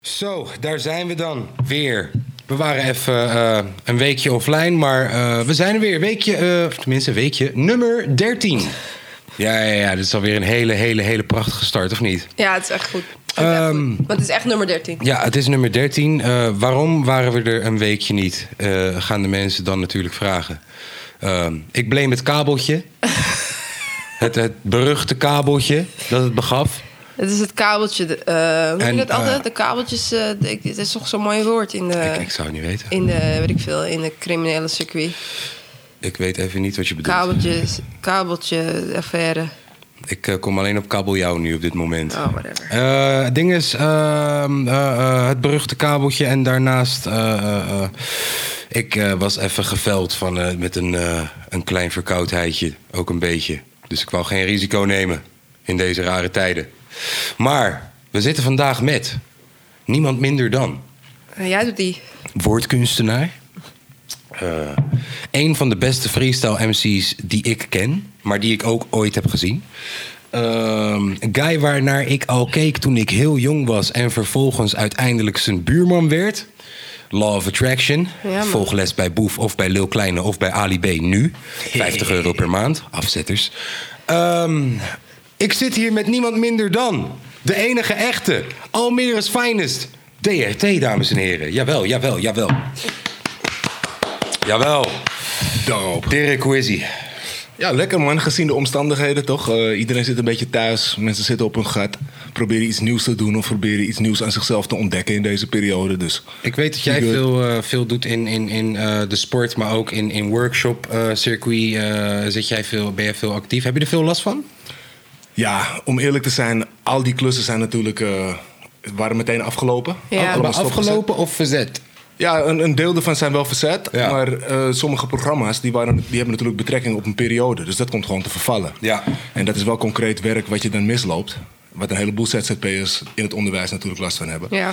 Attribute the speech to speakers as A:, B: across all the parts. A: Zo, daar zijn we dan weer. We waren even eh, een weekje offline, maar eh, we zijn er weer. Weekje, eh, of tenminste, weekje nummer 13. Ja, ja, ja, dit is alweer een hele, hele, hele prachtige start, of niet?
B: Ja, het is echt goed. Het is echt
A: Ehm,
B: goed. Want het is echt nummer 13.
A: Ja, het is nummer 13. Eh, waarom waren we er een weekje niet? Eh, gaan de mensen dan natuurlijk vragen. Ehm, ik blame het kabeltje. het, het beruchte kabeltje dat het begaf.
B: Het is het kabeltje. de- eh, hoe
A: En,
B: noem je dat altijd?
A: eh,
B: De kabeltjes. eh, de- ik- het is toch zo'n mooi woord in de,
A: ik, ik zou het niet weten.
B: in de, weet Eh, ik veel, in de criminele circuit.
A: Ik weet even niet wat je bedoelt.
B: Kabeltjes, kabeltje, affaire.
A: Ik eh, kom alleen op kabeljauw nu op dit moment.
B: Oh, whatever.
A: Eh, het ding is, ehm, eh, eh, het beruchte kabeltje en daarnaast... eh, eh, eh, ik eh, was even geveld van, eh, met een, eh, een klein verkoudheidje, ook een beetje. Dus ik wou geen risico nemen in deze rare tijden. Maar we zitten vandaag met niemand minder dan
B: Eh, jij doet die.
A: woordkunstenaar. Eh, een van de beste freestyle MC's die ik ken, maar die ik ook ooit heb gezien. Ehm, een guy waarnaar ik al keek toen ik heel jong was en vervolgens uiteindelijk zijn buurman werd. Law of Attraction.
B: Ja, man.
A: Volg les bij Boef of bij Lil Kleine of bij Ali B nu. 50 euro per maand, afzetters. Ehm, ik zit hier met niemand minder dan de enige echte, Almere's finest, DRT, dames en heren. Jawel, jawel, jawel. Jawel.
C: Daarop.
A: Dirk, hoe is ie?
C: Ja, lekker man, gezien de omstandigheden toch. Eh, iedereen zit een beetje thuis, mensen zitten op hun gat. Proberen iets nieuws te doen of proberen iets nieuws aan zichzelf te ontdekken in deze periode. Dus
A: Ik weet dat jij
C: Good.
A: veel, eh, veel doet in, in, in eh, de sport, maar ook in, in workshop eh, circuit. eh, zit jij veel, ben jij veel actief? Heb je er veel last van?
C: ja, om eerlijk te zijn, al die klussen zijn natuurlijk, eh, waren meteen afgelopen.
B: Ja.
C: Allemaal
A: Maar
C: stopgezet.
A: afgelopen of verzet?
C: Ja, een, een deel ervan zijn wel verzet.
A: Ja.
C: Maar eh, sommige programma's die waren, die hebben natuurlijk betrekking op een periode. Dus dat komt gewoon te vervallen.
A: Ja.
C: En dat is wel concreet werk wat je dan misloopt. Wat een heleboel ZZP'ers in het onderwijs natuurlijk last van hebben.
B: Ja.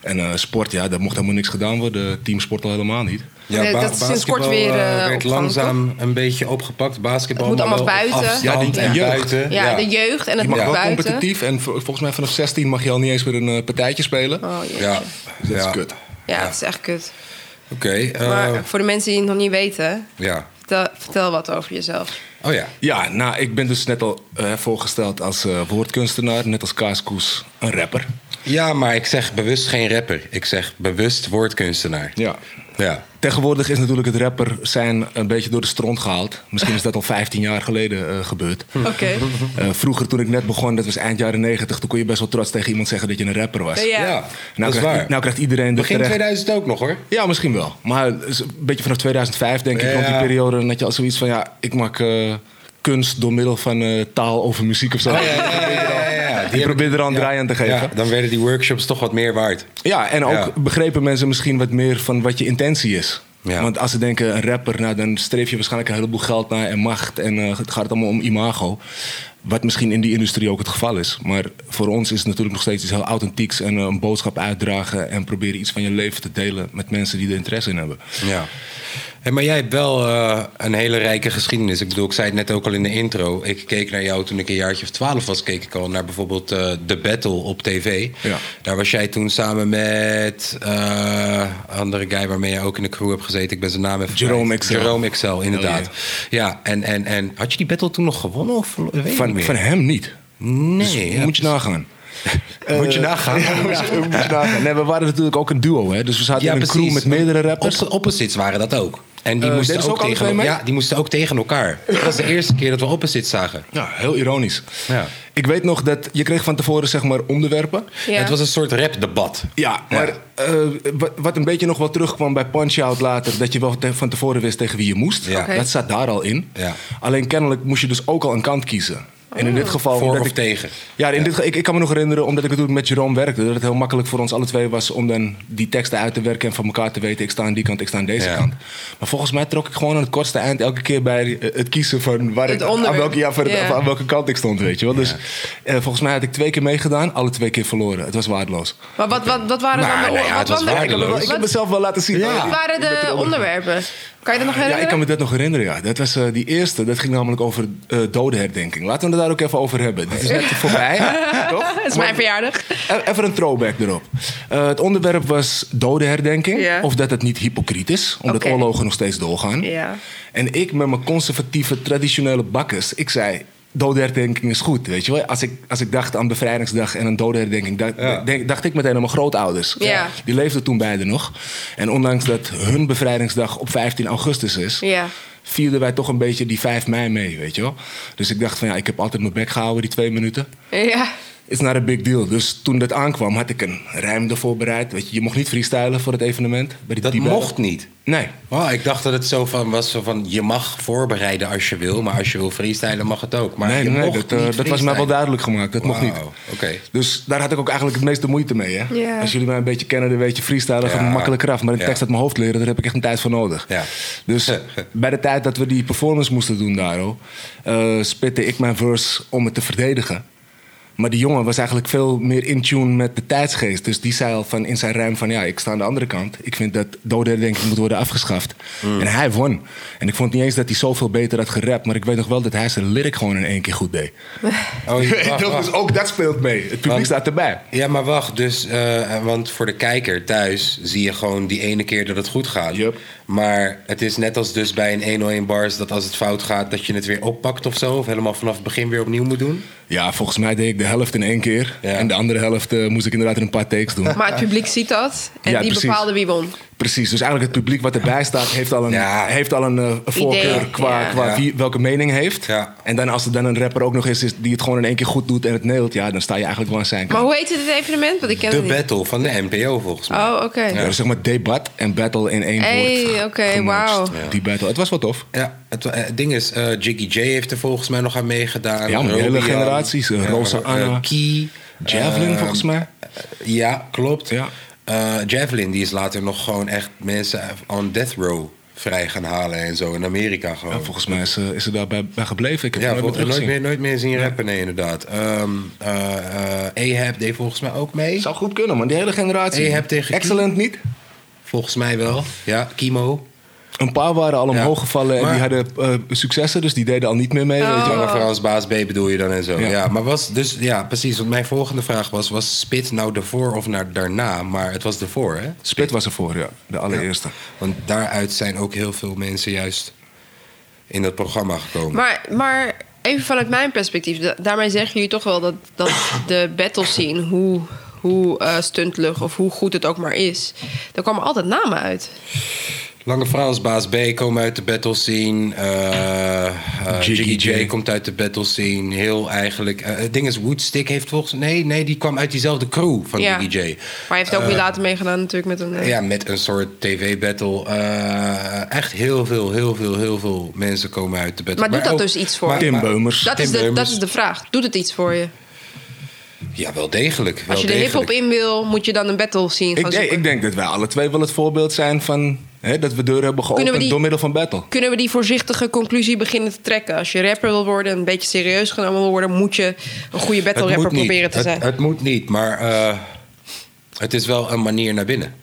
C: En eh, sport, ja, daar mocht helemaal niks gedaan worden. Teamsport al helemaal niet.
B: Nee, dat is sinds
A: basketbal,
B: kort weer,
A: eh,
B: eh,
A: werd
B: opgevangen,
A: langzaam een beetje opgepakt. Basketbal.
B: Het moet
A: maar
B: allemaal
A: wel op
B: buiten.
A: afstand
C: Ja, die-
A: en
C: die jeugd.
A: buiten.
B: Ja, de jeugd en het
C: Je mag
B: mag
C: wel
B: buiten.
C: competitief en vol- volgens mij vanaf 16 mag je al niet eens meer een eh, partijtje spelen.
B: Oh, jeetje.
A: Ja,
B: ja.
C: Dus dat
A: ja.
C: is kut.
B: het is echt kut.
A: Oké. eh,
B: Maar voor de mensen die het nog niet weten,
A: ja.
B: vertel, vertel wat over jezelf.
A: Oh ja.
C: Ja, nou, ik ben dus net al eh, voorgesteld als eh, woordkunstenaar, net als Kaaskoes, een rapper.
A: Ja, maar ik zeg bewust geen rapper. Ik zeg bewust woordkunstenaar.
C: Ja.
A: Ja.
C: Tegenwoordig is natuurlijk het rapper zijn een beetje door de stront gehaald. Misschien is dat al 15 jaar geleden eh, gebeurd.
A: Hm.
B: Oké.
C: Eh, vroeger toen ik net begon, dat was eind jaren 90, toen kon je best wel trots tegen iemand zeggen dat je een rapper was.
B: Ja.
C: Nou,
A: dat is
C: krijgt,
A: waar.
C: nou krijgt iedereen de
A: Begin
C: terecht.
A: 2000 ook nog hoor.
C: Ja, misschien wel. Maar het is een beetje vanaf 2005 denk ik,
A: Ja.
C: rond die periode, dan had je al zoiets van, ja, ik maak eh, kunst door middel van eh, taal over muziek of zo.
A: Die
C: Ik probeer er al een
A: ja.
C: draai aan te geven.
A: Ja,
C: Ja,
A: dan werden die workshops toch wat meer waard.
C: en ook
A: Ja.
C: begrepen mensen misschien wat meer van wat je intentie is.
A: Ja.
C: Want als ze denken een rapper, nou, dan streef je waarschijnlijk een heleboel geld naar en macht. En eh, het gaat allemaal om imago. Wat misschien in die industrie ook het geval is. Maar voor ons is het natuurlijk nog steeds iets heel authentieks. En eh, een boodschap uitdragen en proberen iets van je leven te delen met mensen die er interesse in hebben.
A: Ja. Hey, maar jij hebt wel eh, een hele rijke geschiedenis. Ik bedoel, ik zei het net ook al in de intro. Ik keek naar jou toen ik een jaartje of twaalf was, keek ik al naar bijvoorbeeld eh The Battle op tv.
C: Ja.
A: Daar was jij toen samen met eh, een andere guy waarmee je ook in de crew hebt gezeten. Ik ben zijn naam even
C: Jerome
A: kwijt.
C: XL.
A: Jerome XL, inderdaad.
C: Oh,
A: Ja, en, en, en had je die battle toen nog gewonnen? Of, verlo- weet ik niet
C: Van,
A: meer.
C: van hem niet.
A: nee,
C: Dus
A: ja,
C: moet je nagaan.
A: moet je nagaan.
C: Ja, moet je- moet je nagaan. Nee, we waren natuurlijk ook een duo, hè? Dus we zaten
A: Ja,
C: in een
A: precies.
C: crew met meerdere rappers.
A: Op, opposites waren dat ook. En die,
C: Eh,
A: moesten
C: deden ze
A: ook
C: ook alle
A: tegen,
C: twee mee?
A: ja, die moesten ook tegen elkaar. Dat was de eerste keer dat we opposites zagen.
C: Ja, heel ironisch.
A: Ja.
C: Ik weet nog dat je kreeg van tevoren zeg maar onderwerpen.
B: Ja.
A: Het was een soort rapdebat.
C: Ja, maar eh, wat- wat een beetje nog wel terugkwam bij Punch-Out later... dat je wel te- van tevoren wist tegen wie je moest.
A: Ja.
B: Oké.
C: Dat zat daar al in.
A: Ja.
C: Alleen kennelijk moest je dus ook al een kant kiezen. En in dit geval...
A: Voor
C: omdat
A: of
C: ik-
A: tegen.
C: Ja, in Dit, ge- ik, ik kan me nog herinneren, omdat ik het toen met Jerome werkte... dat het heel makkelijk voor ons alle twee was om dan die teksten uit te werken... en van elkaar te weten, ik sta aan die kant, ik sta aan deze
A: Ja.
C: kant. Maar volgens mij trok ik gewoon aan het kortste eind... elke keer bij eh, het kiezen van waar
B: Het
C: ik, aan,
B: onderwerp.
C: welke, ja, van het-
B: Ja.
C: van aan welke kant ik stond, weet je wel. Dus eh, volgens mij had ik twee keer meegedaan, alle twee keer verloren. Het was waardeloos.
B: Maar wat, wat, wat waren
A: Nou,
B: dan de
A: nou ja,
B: wat
A: het was
B: waren de-
A: waardeloos.
C: Ik heb
B: Wat,
C: mezelf wel laten zien.
A: Ja.
C: Oh,
B: wat
C: die-
B: waren de onderwerpen? Kan je dat nog herinneren?
C: Ja, ik kan me dat nog herinneren, ja. Dat was eh, die eerste, dat ging namelijk over eh dodenherdenking. Laten we het daar ook even over hebben. Dit is net voorbij, toch?
B: Het is mijn verjaardag.
C: E- Even een throwback erop. Eh, het onderwerp was dodenherdenking.
B: Ja.
C: Of dat het niet hypocriet is, omdat
B: Oké.
C: oorlogen nog steeds doorgaan.
B: Ja.
C: En ik met mijn conservatieve, traditionele bakkers, ik zei... Dodenherdenking is goed, weet je wel. Als ik, als ik dacht aan bevrijdingsdag en aan dodenherdenking... dacht,
A: Ja.
C: denk- dacht ik meteen aan mijn grootouders.
B: Ja.
C: Die leefden toen beide nog. En ondanks dat hun bevrijdingsdag op 15 augustus is...
B: Ja.
C: vierden wij toch een beetje die 5 mei mee, weet je wel. Dus ik dacht van ja, ik heb altijd mijn bek gehouden, die twee minuten.
B: Ja.
C: It's not a big deal. Dus toen dat aankwam, had ik een rijm ervoor bereid. Weet je, je mocht niet freestylen voor het evenement. Bij die
A: Dat
C: die
A: mocht niet.
C: Nee.
A: Oh, ik dacht dat het zo van was zo van je mag voorbereiden als je wil, maar als je wil freestylen mag het ook. Maar
C: nee,
A: je
C: nee,
A: mocht
C: dat, eh,
A: niet
C: dat was mij wel
A: freestylen.
C: duidelijk gemaakt. Dat mocht niet.
A: Wauw, oké.
C: Dus daar had ik ook eigenlijk het meeste moeite mee. Hè?
B: Ja.
C: Als jullie mij een beetje kennen, dan weet je, freestylen gaat
A: Ja.
C: makkelijker af. Maar een
A: Ja.
C: tekst uit mijn hoofd leren, daar heb ik echt een tijd voor nodig.
A: Ja.
C: Dus bij de tijd dat we die performance moesten doen, Daro, eh, spitte ik mijn verse om het te verdedigen. Maar die jongen was eigenlijk veel meer in tune met de tijdsgeest. Dus die zei al van in zijn ruim van ja, ik sta aan de andere kant. Ik vind dat dodenherdenking moet worden afgeschaft. En hij won. En ik vond niet eens dat hij zoveel beter had gerapt. Maar ik weet nog wel dat hij zijn lyric gewoon in één keer goed deed.
A: Oh, je- wacht,
C: dat
A: wacht.
C: is ook dat speelt mee. Het publiek
A: Want-
C: staat erbij.
A: Ja, maar wacht, dus, eh, want voor de kijker thuis zie je gewoon die ene keer dat het goed gaat.
C: Yup.
A: Maar het is net als dus bij een 101 bars dat als het fout gaat, dat je het weer oppakt of zo. Of helemaal vanaf het begin weer opnieuw moet doen.
C: Ja, volgens mij deed ik de helft in één keer.
A: Ja.
C: En de andere helft eh, moest ik inderdaad in een paar takes doen.
B: Maar het publiek ziet dat. En
C: Ja,
B: die
C: precies.
B: bepaalde wie won.
C: Precies, dus eigenlijk het publiek wat erbij staat heeft al een,
A: Ja.
C: heeft al een eh, voorkeur
B: Idee,
C: qua,
B: ja.
C: qua
A: Ja.
C: wie- welke mening heeft.
A: Ja.
C: En dan als er dan een rapper ook nog eens is die het gewoon in één keer goed doet en het neelt, ja, dan sta je eigenlijk wel aan zijn
B: Maar
C: kant.
B: hoe heette dit evenement? Want ik ken
A: De
B: het niet.
A: battle van de NPO volgens mij.
B: Oh, oké.
C: Ja, dus zeg maar debat en battle in één
B: Hey,
C: woord. ge-
B: oké,
C: gematcht.
B: wauw.
C: Die battle, het was wel tof.
A: Ja, het eh, het ding is, eh, Jiggy J heeft er volgens mij nog aan meegedaan.
C: Ja, maar de hele
A: Robian.
C: generaties, eh,
A: Ja,
C: Rosa
A: eh,
C: Anna.
A: Key.
C: Javelin
A: eh,
C: volgens mij.
A: Ja, klopt.
C: Ja.
A: Eh, Javelin die is later nog gewoon echt mensen on death row vrij gaan halen en zo in Amerika gewoon.
C: Ja, volgens mij is, ze is ze daarbij bij gebleven. Ik heb
A: Ja,
C: het nooit meer
A: volgens mij nooit meer,
C: teruggezien.
A: nooit meer zien rappen, nee, inderdaad. Ehm eh, eh, Ahab deed volgens mij ook mee.
C: Zou goed kunnen, man. Die hele generatie.
A: Hey, je hebt tegen
C: Excellent niet.
A: Volgens mij wel. Ja, Kimo.
C: Een paar waren al omhoog gevallen en
A: Maar-
C: die hadden eh, successen, dus die deden al niet meer mee.
B: Oh.
C: Weet je. wel.
A: Lange verhaal als baas B bedoel je dan en zo.
C: Ja.
A: Ja. maar was dus, ja, precies. Want mijn volgende vraag was: was Spit nou ervoor of naar, daarna? Maar het was ervoor, hè?
C: Split was ervoor, ja. De allereerste.
A: Want daaruit zijn ook heel veel mensen juist in dat programma gekomen.
B: Maar, maar even vanuit mijn perspectief, da- daarmee zeggen jullie toch wel dat, dat de battle scene, hoe, hoe eh stuntelig of hoe goed het ook maar is, daar kwamen altijd namen uit.
A: Lange Frans, Baas B komen uit de battle scene. eh, eh,
C: Jiggy
A: Jiggy, J.
C: J.
A: komt uit de battle scene. Heel eigenlijk. eh, het ding is, Woodstick heeft volgens Nee, nee, die kwam uit diezelfde crew van
B: Ja.
A: Jiggy J.
B: Maar hij heeft
C: Eh,
B: ook weer later meegedaan natuurlijk met een... eh,
A: Ja, met een soort tv-battle. eh, echt heel veel, heel veel, heel veel mensen komen uit de battle.
B: Maar doet dat
A: ook-
B: dus iets voor?
C: Tim Beumers.
B: dat, is
A: Tim
B: de, dat
A: Beumers.
B: is de vraag. Doet het iets voor je?
A: Ja, wel degelijk. Wel
B: Als je de
A: degelijk.
B: hip-hop in wil, moet je dan een battle scene gaan
C: Ik, denk-
B: zoeken.
C: ik denk dat wij alle twee wel het voorbeeld zijn van hè, dat we deuren hebben geopend
B: Kunnen we die-
C: door middel van battle.
B: Kunnen we die voorzichtige conclusie beginnen te trekken? Als je rapper wil worden, een beetje serieus genomen wil worden, moet je een goede battle rapper
A: moet niet.
B: proberen te
A: Het-
B: zijn.
A: Het, moet niet, maar eh, het is wel een manier naar binnen.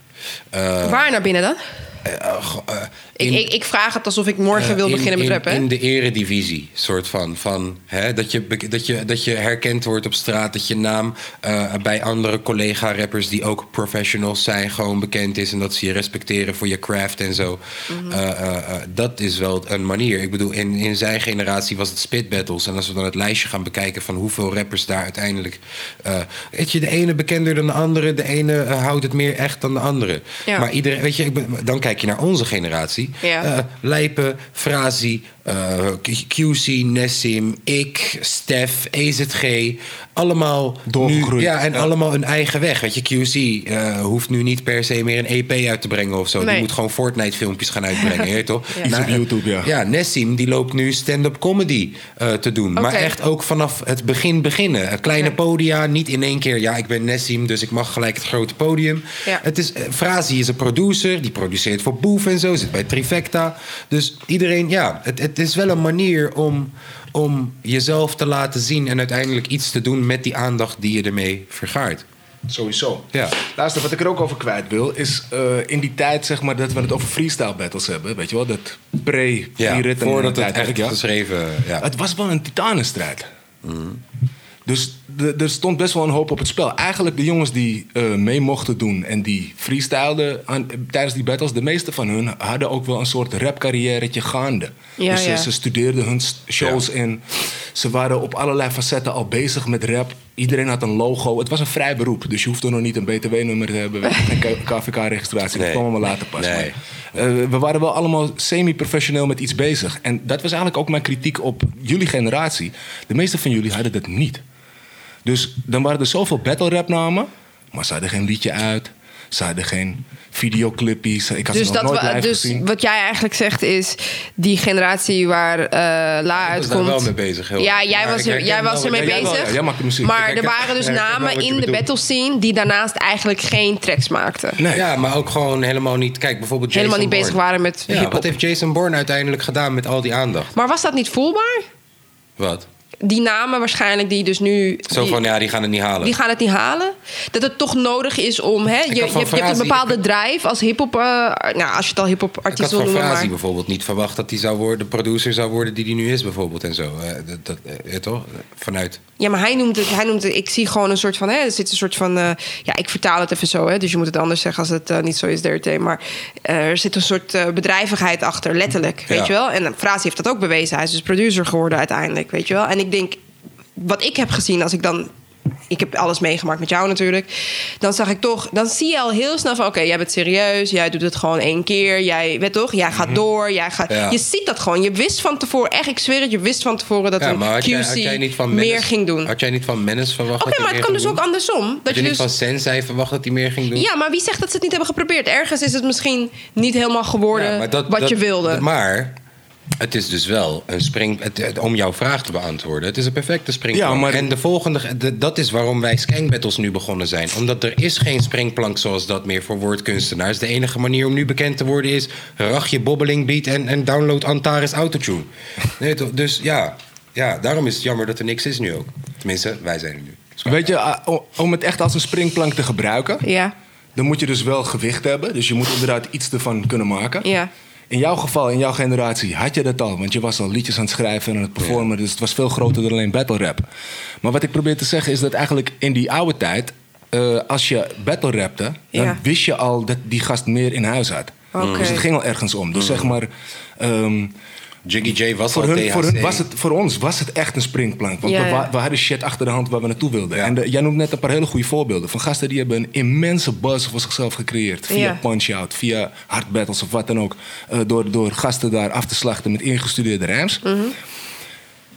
A: Eh,
B: Waar naar binnen dan?
A: eh, go- eh,
B: Ik,
A: in-
B: ik, ik vraag het alsof ik morgen wil
A: Eh, in-
B: beginnen met
A: in,
B: rappen. hè?
A: In de eredivisie, soort van. van hè, dat, je, bek- dat, je, dat je herkend wordt op straat, dat je naam eh, bij andere collega-rappers die ook professionals zijn, gewoon bekend is. En dat ze je respecteren voor je craft en zo.
B: Mhm.
A: Eh, eh, eh, dat is wel een manier. Ik bedoel, in, in zijn generatie was het spit battles. En als we dan het lijstje gaan bekijken van hoeveel rappers daar uiteindelijk. eh, weet je, de ene bekender dan de andere, de ene eh, houdt het meer echt dan de andere.
B: Ja.
A: Maar iedereen, weet je, ik ben- dan kijk je naar onze generatie.
B: Ja.
A: Eh, Lijpen, Frazi, eh, Q- QC, Nessim, ik, Stef, EZG. Allemaal
C: Doorgegroeid.
A: Nu, ja, en allemaal hun eigen weg. Weet je, QC eh, hoeft nu niet per se meer een EP uit te brengen of zo.
B: Nee.
A: Die moet gewoon Fortnite-filmpjes gaan uitbrengen, je weet toch? eh,
C: Iets op YouTube, ja.
A: Ja, Nessim die loopt nu stand-up comedy eh, te doen. Maar
B: Oké.
A: echt ook vanaf het begin beginnen. Eh, Kleine podia, niet in één keer. Ja, ik ben Nessim, dus ik mag gelijk het grote podium.
B: Ja.
A: Het is, eh, Frazi is een producer, die produceert voor Boef en zo, zit bij Trifecta. Dus iedereen, ja, het, het is wel een manier om, om jezelf te laten zien en uiteindelijk iets te doen met die aandacht die je ermee vergaart.
C: Sowieso.
A: Ja.
C: Luister, wat ik er ook over kwijt wil, is eh, in die tijd zeg maar, dat we het over freestyle battles hebben. Weet je wel, dat pre
A: Ja,
C: die ritten
A: voordat
C: tijd,
A: het echt
C: ja.
A: geschreven... Ja.
C: Het was wel een titanenstrijd. Dus de- er stond best wel een hoop op het spel. Eigenlijk de jongens die eh, mee mochten doen en die freestylden aan- tijdens die battles, de meeste van hun hadden ook wel een soort rapcarrièretje gaande.
B: Ja,
C: dus ze,
B: ja.
C: ze studeerden hun st- shows in. Ze waren op allerlei facetten al bezig met rap. Iedereen had een logo. Het was een vrij beroep, dus je hoefde nog niet een btw-nummer te hebben. weet je, Geen KVK-registratie.
A: Nee.
C: Dat kwam allemaal later pas.
A: Nee.
C: Maar, eh, we waren wel allemaal semi-professioneel met iets bezig. En dat was eigenlijk ook mijn kritiek op jullie generatie. De meeste van jullie hadden dat niet. Dus dan waren er zoveel battle rap namen, maar ze hadden geen liedje uit. Ze hadden geen videoclippies. Ik had
B: Dus,
C: ze nog
B: dat
C: nooit
B: we,
C: live
B: dus
C: gezien.
B: wat jij eigenlijk zegt is, die generatie waar eh La
A: was
B: uitkomt...
A: daar wel mee bezig, heel
B: ja,
A: erg.
B: jij
A: Maar
B: was,
A: ik
B: er,
A: herken
B: jij
A: wel
B: was
A: wat
B: ermee
A: je-
C: Jij wel,
B: bezig.
C: ja. Jij maakt de muziek.
B: Maar
A: Ik
B: er
A: herken-
B: waren dus
A: ik herken wel
B: namen
A: wat je
B: in de
A: bedoelt.
B: battle scene die daarnaast eigenlijk geen tracks maakten.
C: Nee.
A: Ja, maar ook gewoon helemaal niet... Kijk, bijvoorbeeld Jason
B: Helemaal niet bezig
A: Bourne.
B: waren met
A: Ja, wat
B: hiphop.
A: heeft Jason Bourne uiteindelijk gedaan met al die aandacht?
B: Maar was dat niet voelbaar?
A: Wat?
B: Die namen waarschijnlijk die dus nu...
A: Zo
B: die-
A: van, ja, die gaan het niet halen.
B: Die gaan het niet halen. Dat het toch nodig is om. Hè, je, je,
A: had van
B: hebt, je hebt een
A: Frazi-
B: bepaalde drijf als hip-hop. eh, nou, als je het al hip-hop
A: Ik had
B: artiest wil
A: van
B: noemen. Maar.
A: Frazi bijvoorbeeld niet verwacht dat hij zou worden, de producer zou worden die hij nu is bijvoorbeeld en zo. Eh, dat, dat, eh, toch? Vanuit.
B: Ja, maar hij noemt het. Hij noemt het ik zie gewoon een soort van. Hè, er zit een soort van. eh, ja, ik vertaal het even zo. Hè, dus je moet het anders zeggen als het eh, niet zo is, DRT. Maar eh, er zit een soort eh, bedrijvigheid achter, letterlijk. Weet
A: Ja.
B: je wel? En eh, Frazi heeft dat ook bewezen. Hij is dus producer geworden uiteindelijk. Weet je wel? En ik denk. Wat ik heb gezien als ik dan. Ik heb alles meegemaakt met jou natuurlijk. Dan zag ik toch, dan zie je al heel snel van: oké, jij bent serieus, jij doet het gewoon één keer, jij weet toch, jij gaat door, jij gaat.
A: Mhm. Ja.
B: Je ziet dat gewoon. Je wist van tevoren, echt, ik zweer het, je wist van tevoren dat
A: Ja,
B: een
A: maar had
B: QC
A: jij, had jij niet van
B: meer
A: Menace-
B: ging doen.
A: Had jij niet van Menace verwacht
B: Oké,
A: dat hij
B: maar het
A: meer
B: kan
A: ging
B: dus
A: doen?
B: ook andersom.
A: Had
B: Dat je
A: je niet
B: dus,
A: van Sensei verwacht dat hij meer ging doen?
B: ja, maar wie zegt dat ze het niet hebben geprobeerd? Ergens is het misschien niet helemaal geworden
A: Ja, Nou, maar dat-
B: wat
A: dat-
B: je wilde.
A: dat- maar het is dus wel een spring... het- het- om jouw vraag te beantwoorden, het is een perfecte springplank.
C: Ja, maar-
A: En de volgende, de- dat is waarom wij Skank Battles nu begonnen zijn. Omdat er is geen springplank zoals dat meer voor woordkunstenaars. De enige manier om nu bekend te worden is... rach je bobbeling beat en, en download Antares Autotune. Nee, toch? dus ja, ja, daarom is het jammer dat er niks is nu ook. Tenminste, wij zijn er nu.
C: Weet je, ah, o- om het echt als een springplank te gebruiken,
B: ja,
C: dan moet je dus wel gewicht hebben. Dus je moet inderdaad iets ervan kunnen maken.
B: ja.
C: In jouw geval, in jouw generatie, had je dat al. Want je was al liedjes aan het schrijven en aan het performen. Dus het was veel groter dan alleen battle rap. Maar wat ik probeer te zeggen is dat eigenlijk in die oude tijd... eh, als je battle rapte, dan
B: Ja.
C: wist je al dat die gast meer in huis had.
B: Oké.
C: Dus het ging al ergens om. Dus zeg maar... ehm,
A: Jiggy J was
C: voor,
A: al
C: hun,
A: THC.
C: voor, hun was het, voor ons was het echt een springplank. Want
B: Ja,
C: we,
B: ja.
C: wa- we hadden shit achter de hand waar we naartoe wilden. En de- jij noemt net een paar hele goede voorbeelden. Van gasten die hebben een immense buzz voor zichzelf gecreëerd. Via
B: Ja.
C: punch-out, via hard battles of wat dan ook. Eh, door, door gasten daar af te slachten met ingestudeerde rijms.
B: Mhm.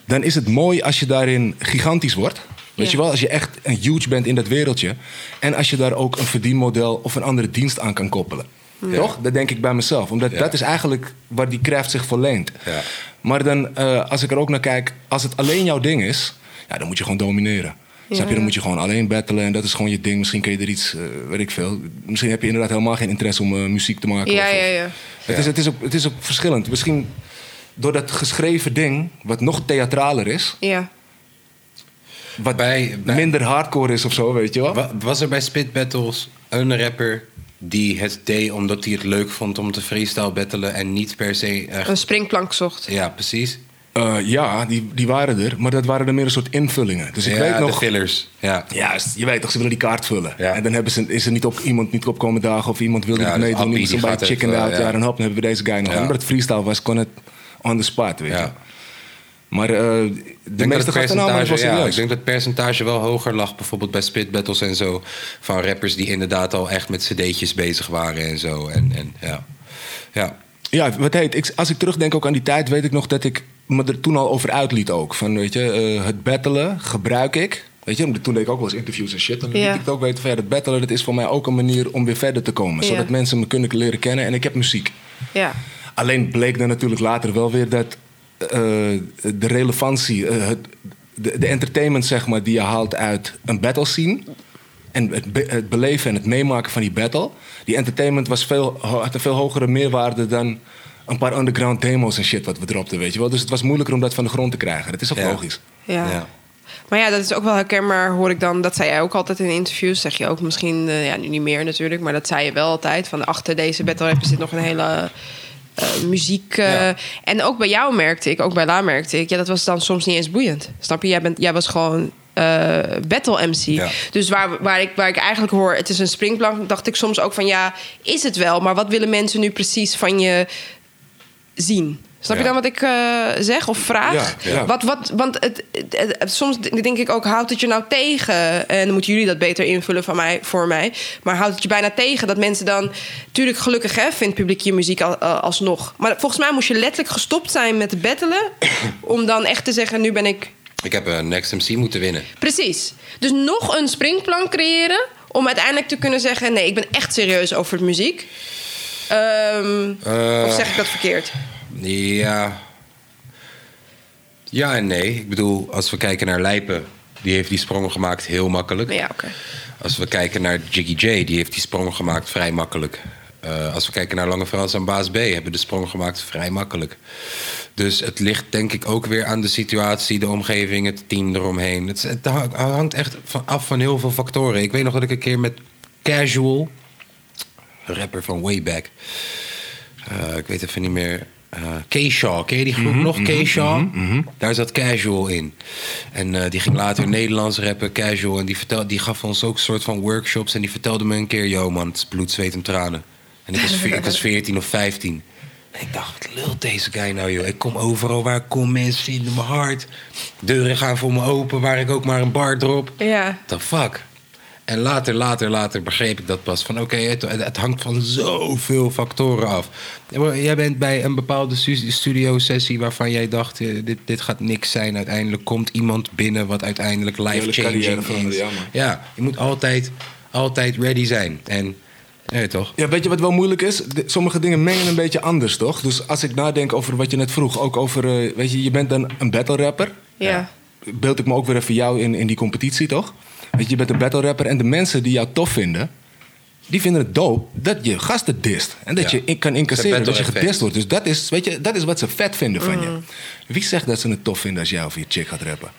C: Dan is het mooi als je daarin gigantisch wordt. Weet
B: Ja.
C: je wel, als je echt een huge bent in dat wereldje. En als je daar ook een verdienmodel of een andere dienst aan kan koppelen. Toch? Dat denk ik bij mezelf. Omdat
A: Ja.
C: dat is eigenlijk waar die craft zich voor leent.
A: Ja.
C: Maar dan, eh, als ik er ook naar kijk, als het alleen jouw ding is, ja, dan moet je gewoon domineren. Snap je? Dan moet je gewoon alleen battelen en dat is gewoon je ding. Misschien kun je er iets, eh, weet ik veel. Misschien heb je inderdaad helemaal geen interesse om eh, muziek te maken.
B: Ja,
C: of-
B: ja, ja.
C: Het, is, het, is ook, het is ook verschillend. Misschien door dat geschreven ding, wat nog theatraler is,
B: ja.
C: wat
A: Bij- bij-
C: minder hardcore is of zo, weet je wel.
A: Wa- Was er bij Spit Battles een rapper die het deed omdat hij het leuk vond om te freestyle battelen en niet per se echt.
B: Een springplank zocht.
A: Ja, precies.
C: Eh, ja, die, die waren er, maar dat waren er meer een soort invullingen. Dus ik
A: ja,
C: weet
A: de
C: nog.
A: fillers. Ja.
C: Juist, je weet toch, ze willen die kaart vullen.
A: Ja.
C: En dan hebben ze, is er niet op, iemand niet op komen dagen of iemand wilde
A: Ja,
C: niet
A: dus
C: meedoen.
A: Appie,
C: iemand is
A: die
C: bij
A: gaat
C: chicken
A: even,
C: out,
A: ja.
C: ja. dan hop, dan hebben we deze guy nog.
A: Ja.
C: Omdat het freestyle was, kon het on the spot, weet je.
A: Ja.
C: Maar eh, de
A: Ik denk
C: meeste
A: dat
C: gasten namen het
A: percentage,
C: wel
A: ja, ik
C: serieus.
A: denk dat het percentage wel hoger lag, bijvoorbeeld bij spit battles en zo. Van rappers die inderdaad al echt met cd'tjes bezig waren en zo. En, en, ja. Ja.
C: Ja, wat heet, ik, als ik terugdenk ook aan die tijd, weet ik nog dat ik me er toen al over uitliet ook. Van, weet je, eh, het battelen gebruik ik. Weet je, omdat toen deed ik ook wel eens interviews en shit. En dan
B: Ja.
C: liet ik het ook weten van, ja, dat battelen, dat is voor mij ook een manier om weer verder te komen.
B: Ja.
C: Zodat mensen me kunnen leren kennen en ik heb muziek.
B: Ja.
C: Alleen bleek dan natuurlijk later wel weer dat eh, de relevantie, eh, het, de, de entertainment zeg maar, die je haalt uit een battle scene. En het, be- het beleven en het meemaken van die battle. Die entertainment was veel, ho- had een veel hogere meerwaarde dan een paar underground demos en shit wat we dropten, weet je wel. Dus het was moeilijker om dat van de grond te krijgen. Dat is ook
A: Ja.
C: logisch.
B: Ja.
A: Ja.
B: Maar ja, dat is ook wel herkenbaar, hoor ik dan. Dat zei jij ook altijd in interviews. Zeg je ook misschien, eh, ja, nu niet meer natuurlijk. Maar dat zei je wel altijd. Van achter deze battle rap zit nog een hele eh, muziek. eh, En ook bij jou merkte ik, ook bij La merkte ik. Ja, dat was dan soms niet eens boeiend. Snap je? Jij, bent, jij was gewoon eh, battle MC.
A: Ja.
B: Dus waar, waar, ik, waar ik eigenlijk hoor, het is een springplank. Dacht ik soms ook van, ja, is het wel. Maar wat willen mensen nu precies van je zien? Snap je
A: Ja.
B: dan wat ik eh, zeg of vraag?
A: Ja, ja.
B: Wat, wat, want het, het- het- het- soms denk ik ook, houdt het je nou tegen? En dan moeten jullie dat beter invullen van mij, voor mij. Maar houdt het je bijna tegen dat mensen dan... Tuurlijk, gelukkig hè, vindt het publiek je muziek al, eh, alsnog. Maar volgens mij moest je letterlijk gestopt zijn met battelen... om dan echt te zeggen, nu ben ik...
A: Ik heb een Next MC moeten winnen.
B: Precies. Dus nog een springplank creëren... om uiteindelijk te kunnen zeggen... nee, ik ben echt serieus over het muziek. Ehm,
A: Eh.
B: Of zeg ik dat verkeerd?
A: Ja. Ja en nee. Ik bedoel, als we kijken naar Lijpen, die heeft die sprongen gemaakt heel makkelijk.
B: Ja, oké.
A: Als we kijken naar Jiggy J, die heeft die sprong gemaakt vrij makkelijk. Eh, als we kijken naar Lange Frans en Baas B, hebben de sprong gemaakt vrij makkelijk. Dus het ligt denk ik ook weer aan de situatie, de omgeving, het team eromheen. Het, is- het hang- hangt echt van, af van heel veel factoren. Ik weet nog dat ik een keer met Casual, een rapper van Wayback, eh, ik weet even niet meer. eh Keeshaw, ken je die groep nog? Keeshaw? Daar zat Casual in. En eh, die ging later Nederlands rappen, Casual. En die, vertel, die gaf ons ook een soort van workshops. En die vertelde me een keer, yo man, het is bloed, zweet en tranen. En ik was, veer- ik was 14 of 15. En ik dacht, wat lult deze guy nou, joh? Ik kom overal waar ik kom, mensen vinden mijn hart. Deuren gaan voor me open, waar ik ook maar een bar drop
B: Ja.
A: the fuck? En later, later, later begreep ik dat pas. Van oké, het, het hangt van zoveel factoren af. Ja, maar Jij bent bij een bepaalde stu- studio-sessie waarvan jij dacht: eh, dit, dit gaat niks zijn. Uiteindelijk komt iemand binnen wat uiteindelijk
C: carrière
A: life-changing
C: veranderen,
A: is.
C: ja, man.
A: Ja, je moet altijd, altijd ready zijn. En, nee toch?
C: Ja, weet je wat wel moeilijk is? De- sommige dingen mengen een beetje anders, toch? Dus als ik nadenk over wat je net vroeg, ook over, eh, weet je, je bent dan een battle rapper.
B: Ja.
C: Beeld ik me ook weer even jou in, in die competitie, toch? Weet je, je bent een battle rapper en de mensen die jou tof vinden, die vinden het dope dat je gasten dist. En dat
A: Ja.
C: je in, kan
A: Het
C: incasseren
A: battle
C: dat je
A: effect.
C: gedist wordt. Dus dat is, weet je, dat is wat ze vet vinden van je.
B: Mm.
C: Wie zegt dat ze het tof vinden als jij over je chick gaat rappen?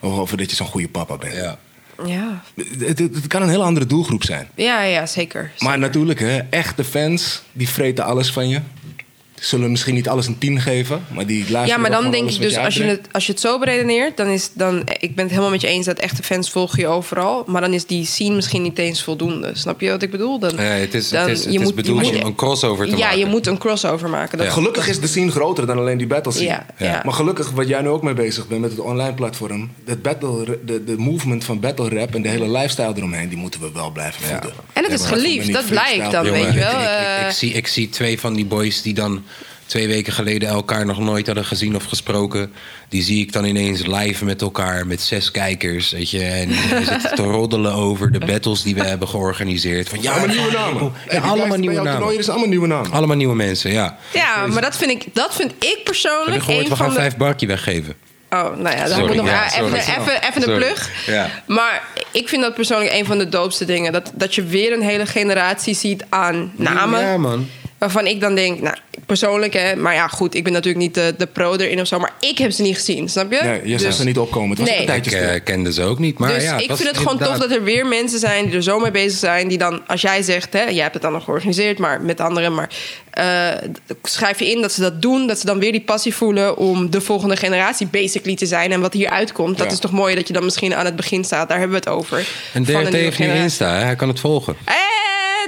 C: Of over dat je zo'n goede papa bent.
A: Ja.
B: Ja.
C: Het- het- het kan een heel andere doelgroep zijn.
B: Ja, ja, zeker.
C: Maar natuurlijk, hè, echte fans, die vreten alles van je. Zullen misschien niet alles een 10 geven, maar die luisteren
B: ja, maar
C: wel
B: dan
C: gewoon
B: denk
C: alles
B: ik
C: wat
B: dus, als je,
C: uitbrengt.
B: het, als je het zo beredeneert, dan is dan. Ik ben het helemaal met je eens dat echte fans volgen je overal. Maar dan is die scene misschien niet eens voldoende. Snap je wat ik bedoel? Dan,
A: Nee, het is- het is- het is
B: je
A: bedoeld
B: moet-
A: om een crossover te
B: ja,
A: maken.
B: je moet een crossover maken. Dat,
C: Gelukkig is de scene groter dan alleen die battle scene.
B: Ja, ja.
C: Maar gelukkig, wat jij nu ook mee bezig bent met het online platform... Dat battle, de, de movement van battle rap en de hele lifestyle eromheen... die moeten we wel blijven voeden.
B: En het is
C: maar op een
B: geliefd,
C: manier
B: dat blijkt
C: freestyle.
B: dan,
C: Jongen,
B: weet je wel.
A: Ik, ik- ik
B: eh.
A: zie, ik zie twee van die boys die dan twee weken geleden elkaar nog nooit hadden gezien of gesproken. Die zie ik dan ineens live met elkaar met zes kijkers. Weet je, en we zitten te roddelen over de battles die we hebben georganiseerd. Van, ja,
C: Allemaal
A: dat-
C: nieuwe
A: oh,
C: namen. En die
A: Ja,
C: lijst
A: allemaal
C: bij
A: nieuwe
C: jouw toernooi
A: namen.
C: is allemaal nieuwe namen.
A: Allemaal nieuwe mensen, ja.
B: Ja, maar dat vind ik, dat vind ik
A: Heb je
B: persoonlijk
A: gehoord,
B: een
A: we gaan
B: van de
A: vijf barkje weggeven.
B: Oh, nou ja, dat
A: Sorry,
B: moet nog
A: ja,
B: ja, even,
A: sorry.
B: even, even de
A: Sorry.
B: plug.
A: Ja.
B: Maar ik vind dat persoonlijk een van de doopste dingen. Dat, dat je weer een hele generatie ziet aan namen.
A: Ja, man.
B: Waarvan ik dan denk, nou, persoonlijk hè. Maar ja, goed, ik ben natuurlijk niet de, de pro erin of zo. Maar ik heb ze niet gezien, snap je? Dus
C: Nee, je zag ze niet opkomen. Het was
B: Nee.
C: een tijdje
A: Ik
C: stil.
A: eh, kende ze ook niet, maar
B: dus
A: ja,
B: ik
A: was
B: vind het gewoon tof
A: inderdaad-
B: dat er weer mensen zijn die er zo mee bezig zijn. Die dan, als jij zegt, hè, jij hebt het dan nog georganiseerd, maar met anderen. Maar eh, d- schrijf je in dat ze dat doen. Dat ze dan weer die passie voelen om de volgende generatie basically te zijn. En wat hier uitkomt, dat
C: Ja.
B: is toch mooi dat je dan misschien aan het begin staat. Daar hebben we het over.
A: En
B: Van
A: DRT
B: nieuwe
A: heeft nu
B: generatie.
A: Insta, hè? hij kan het volgen.
B: Eh,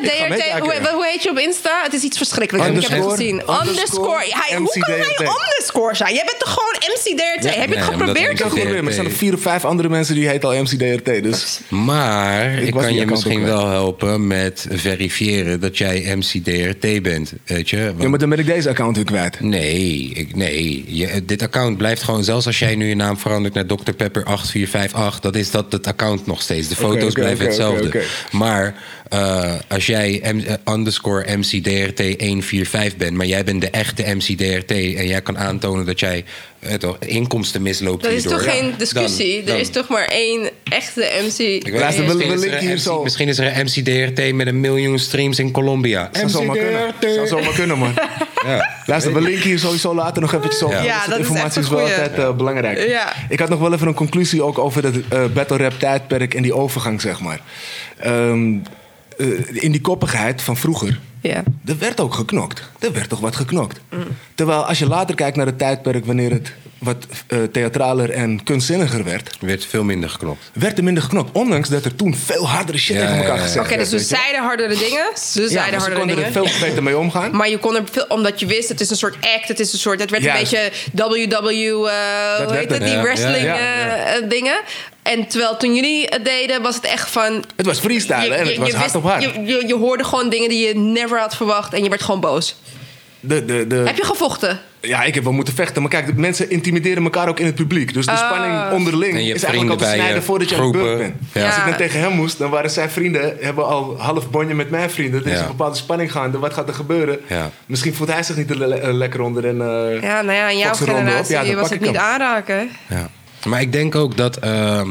C: ga
B: DRT,
C: meedraaien.
B: hoe, wat- hoe heet je op Insta? Het is iets verschrikkelijks. heb Ik heb het
C: Underscore,
B: gezien.
C: underscore,
B: Underscore. Hij, hoe
C: MC
B: kan hij
C: DRT?
B: underscore zijn? Jij bent toch gewoon MC DRT?
A: Ja,
B: heb je
A: nee,
B: het
A: omdat
C: Ik
B: geprobeerd?
A: ik-
C: kan het proberen, maar er staan er vier of vijf andere mensen die heet al MCDRT. Dus
A: Maar ik,
C: Ik was
A: kan
C: die
A: je
C: account
A: misschien
C: ook kwijt.
A: wel helpen met verifiëren dat jij MCDRT bent, weet je? Want-
C: ja, maar dan ben ik deze account weer kwijt.
A: Nee, ik, nee. Je- eh, dit account blijft gewoon, zelfs als jij nu je naam verandert naar Dr. Pepper 8458, dat is dat het account nog steeds. De foto's
C: oké,
A: blijven
C: oké,
A: hetzelfde.
C: oké,
A: Maar eh, als jij M- eh, underscore MCDRT 145 bent, maar jij bent de echte MCDRT en jij kan aantonen dat jij eh, toch, inkomsten misloopt
B: Dat is
A: hierdoor,
B: toch geen discussie?
A: dan- dan-
B: er is toch maar één echte MC?
A: Ik weet
C: Luister,
A: niet,
C: we-
A: misschien,
C: we
A: is
C: linken
A: er
C: hier
A: een MC,
C: zo.
A: misschien is er een MCDRT met een miljoen streams in Colombia.
C: Zou zomaar kunnen. Zou zomaar kunnen, man.
A: Ja.
C: Luister, we linken hier sowieso later nog eventjes over.
A: Ja.
B: Ja,
C: dit soort
B: dat is echt
C: informatie
B: een
C: is wel
B: goeie.
C: altijd eh, belangrijk.
B: Ja.
C: Ik had nog wel even een conclusie ook over dat eh, battle rap tijdperk en die overgang, zeg maar. Ehm, eh, in die koppigheid van vroeger,
B: Ja.
C: er werd ook geknokt. Er werd toch wat geknokt. Terwijl als je later kijkt naar het tijdperk wanneer het wat eh, theatraler en kunstzinniger werd,
A: Er werd veel minder geknopt.
C: werd er minder geknokt. Ondanks dat er toen veel hardere shit
A: Ja,
C: tegen elkaar
A: ja, ja.
C: gezegd
A: Oké,
B: Oké,
C: werd.
B: dus ze
C: weet je.
B: zeiden hardere dingen. Ze
C: Ja,
B: zeiden
C: maar ze
B: hardere
C: konden
B: dingen.
C: er veel beter mee omgaan.
B: Maar je kon er veel, omdat je wist, het is een soort act, het is een soort, dat werd
C: Juist.
B: een beetje WW, eh
C: werd
B: hoe heet
C: het,
B: dat, die
A: ja.
B: wrestling
C: Ja, ja, ja.
B: eh, eh, dingen. En terwijl toen jullie het deden, was het echt van...
C: Het was freestyle en het was hard op hard.
B: Je, je, je hoorde gewoon dingen die je never had verwacht en je werd gewoon boos.
C: De, de, de,
B: Heb je gevochten?
C: Ja, ik heb wel moeten vechten. Maar kijk, de mensen intimideren elkaar ook in het publiek. Dus de
B: Oh.
C: spanning onderling
A: En je hebt
C: is eigenlijk al
A: vrienden
C: te
A: bij je,
C: snijden voordat je aan de beurt
A: groepen.
C: bent.
A: Ja.
C: Als ik
B: Ja.
C: dan tegen hem moest, dan waren zijn vrienden... hebben al half bonje met mijn vrienden. Er is
A: Ja.
C: een bepaalde spanning gaande. Wat gaat er gebeuren?
A: Ja.
C: Misschien voelt hij zich niet er le- eh, lekker onder. En, eh,
B: Ja, nou ja, in jouw
C: pak zijn ronde op.
B: generatie
C: Ja, dan
B: was
C: pak
B: het
C: ik
B: niet
C: hem.
B: aanraken.
A: Ja. Maar ik denk ook dat ehm,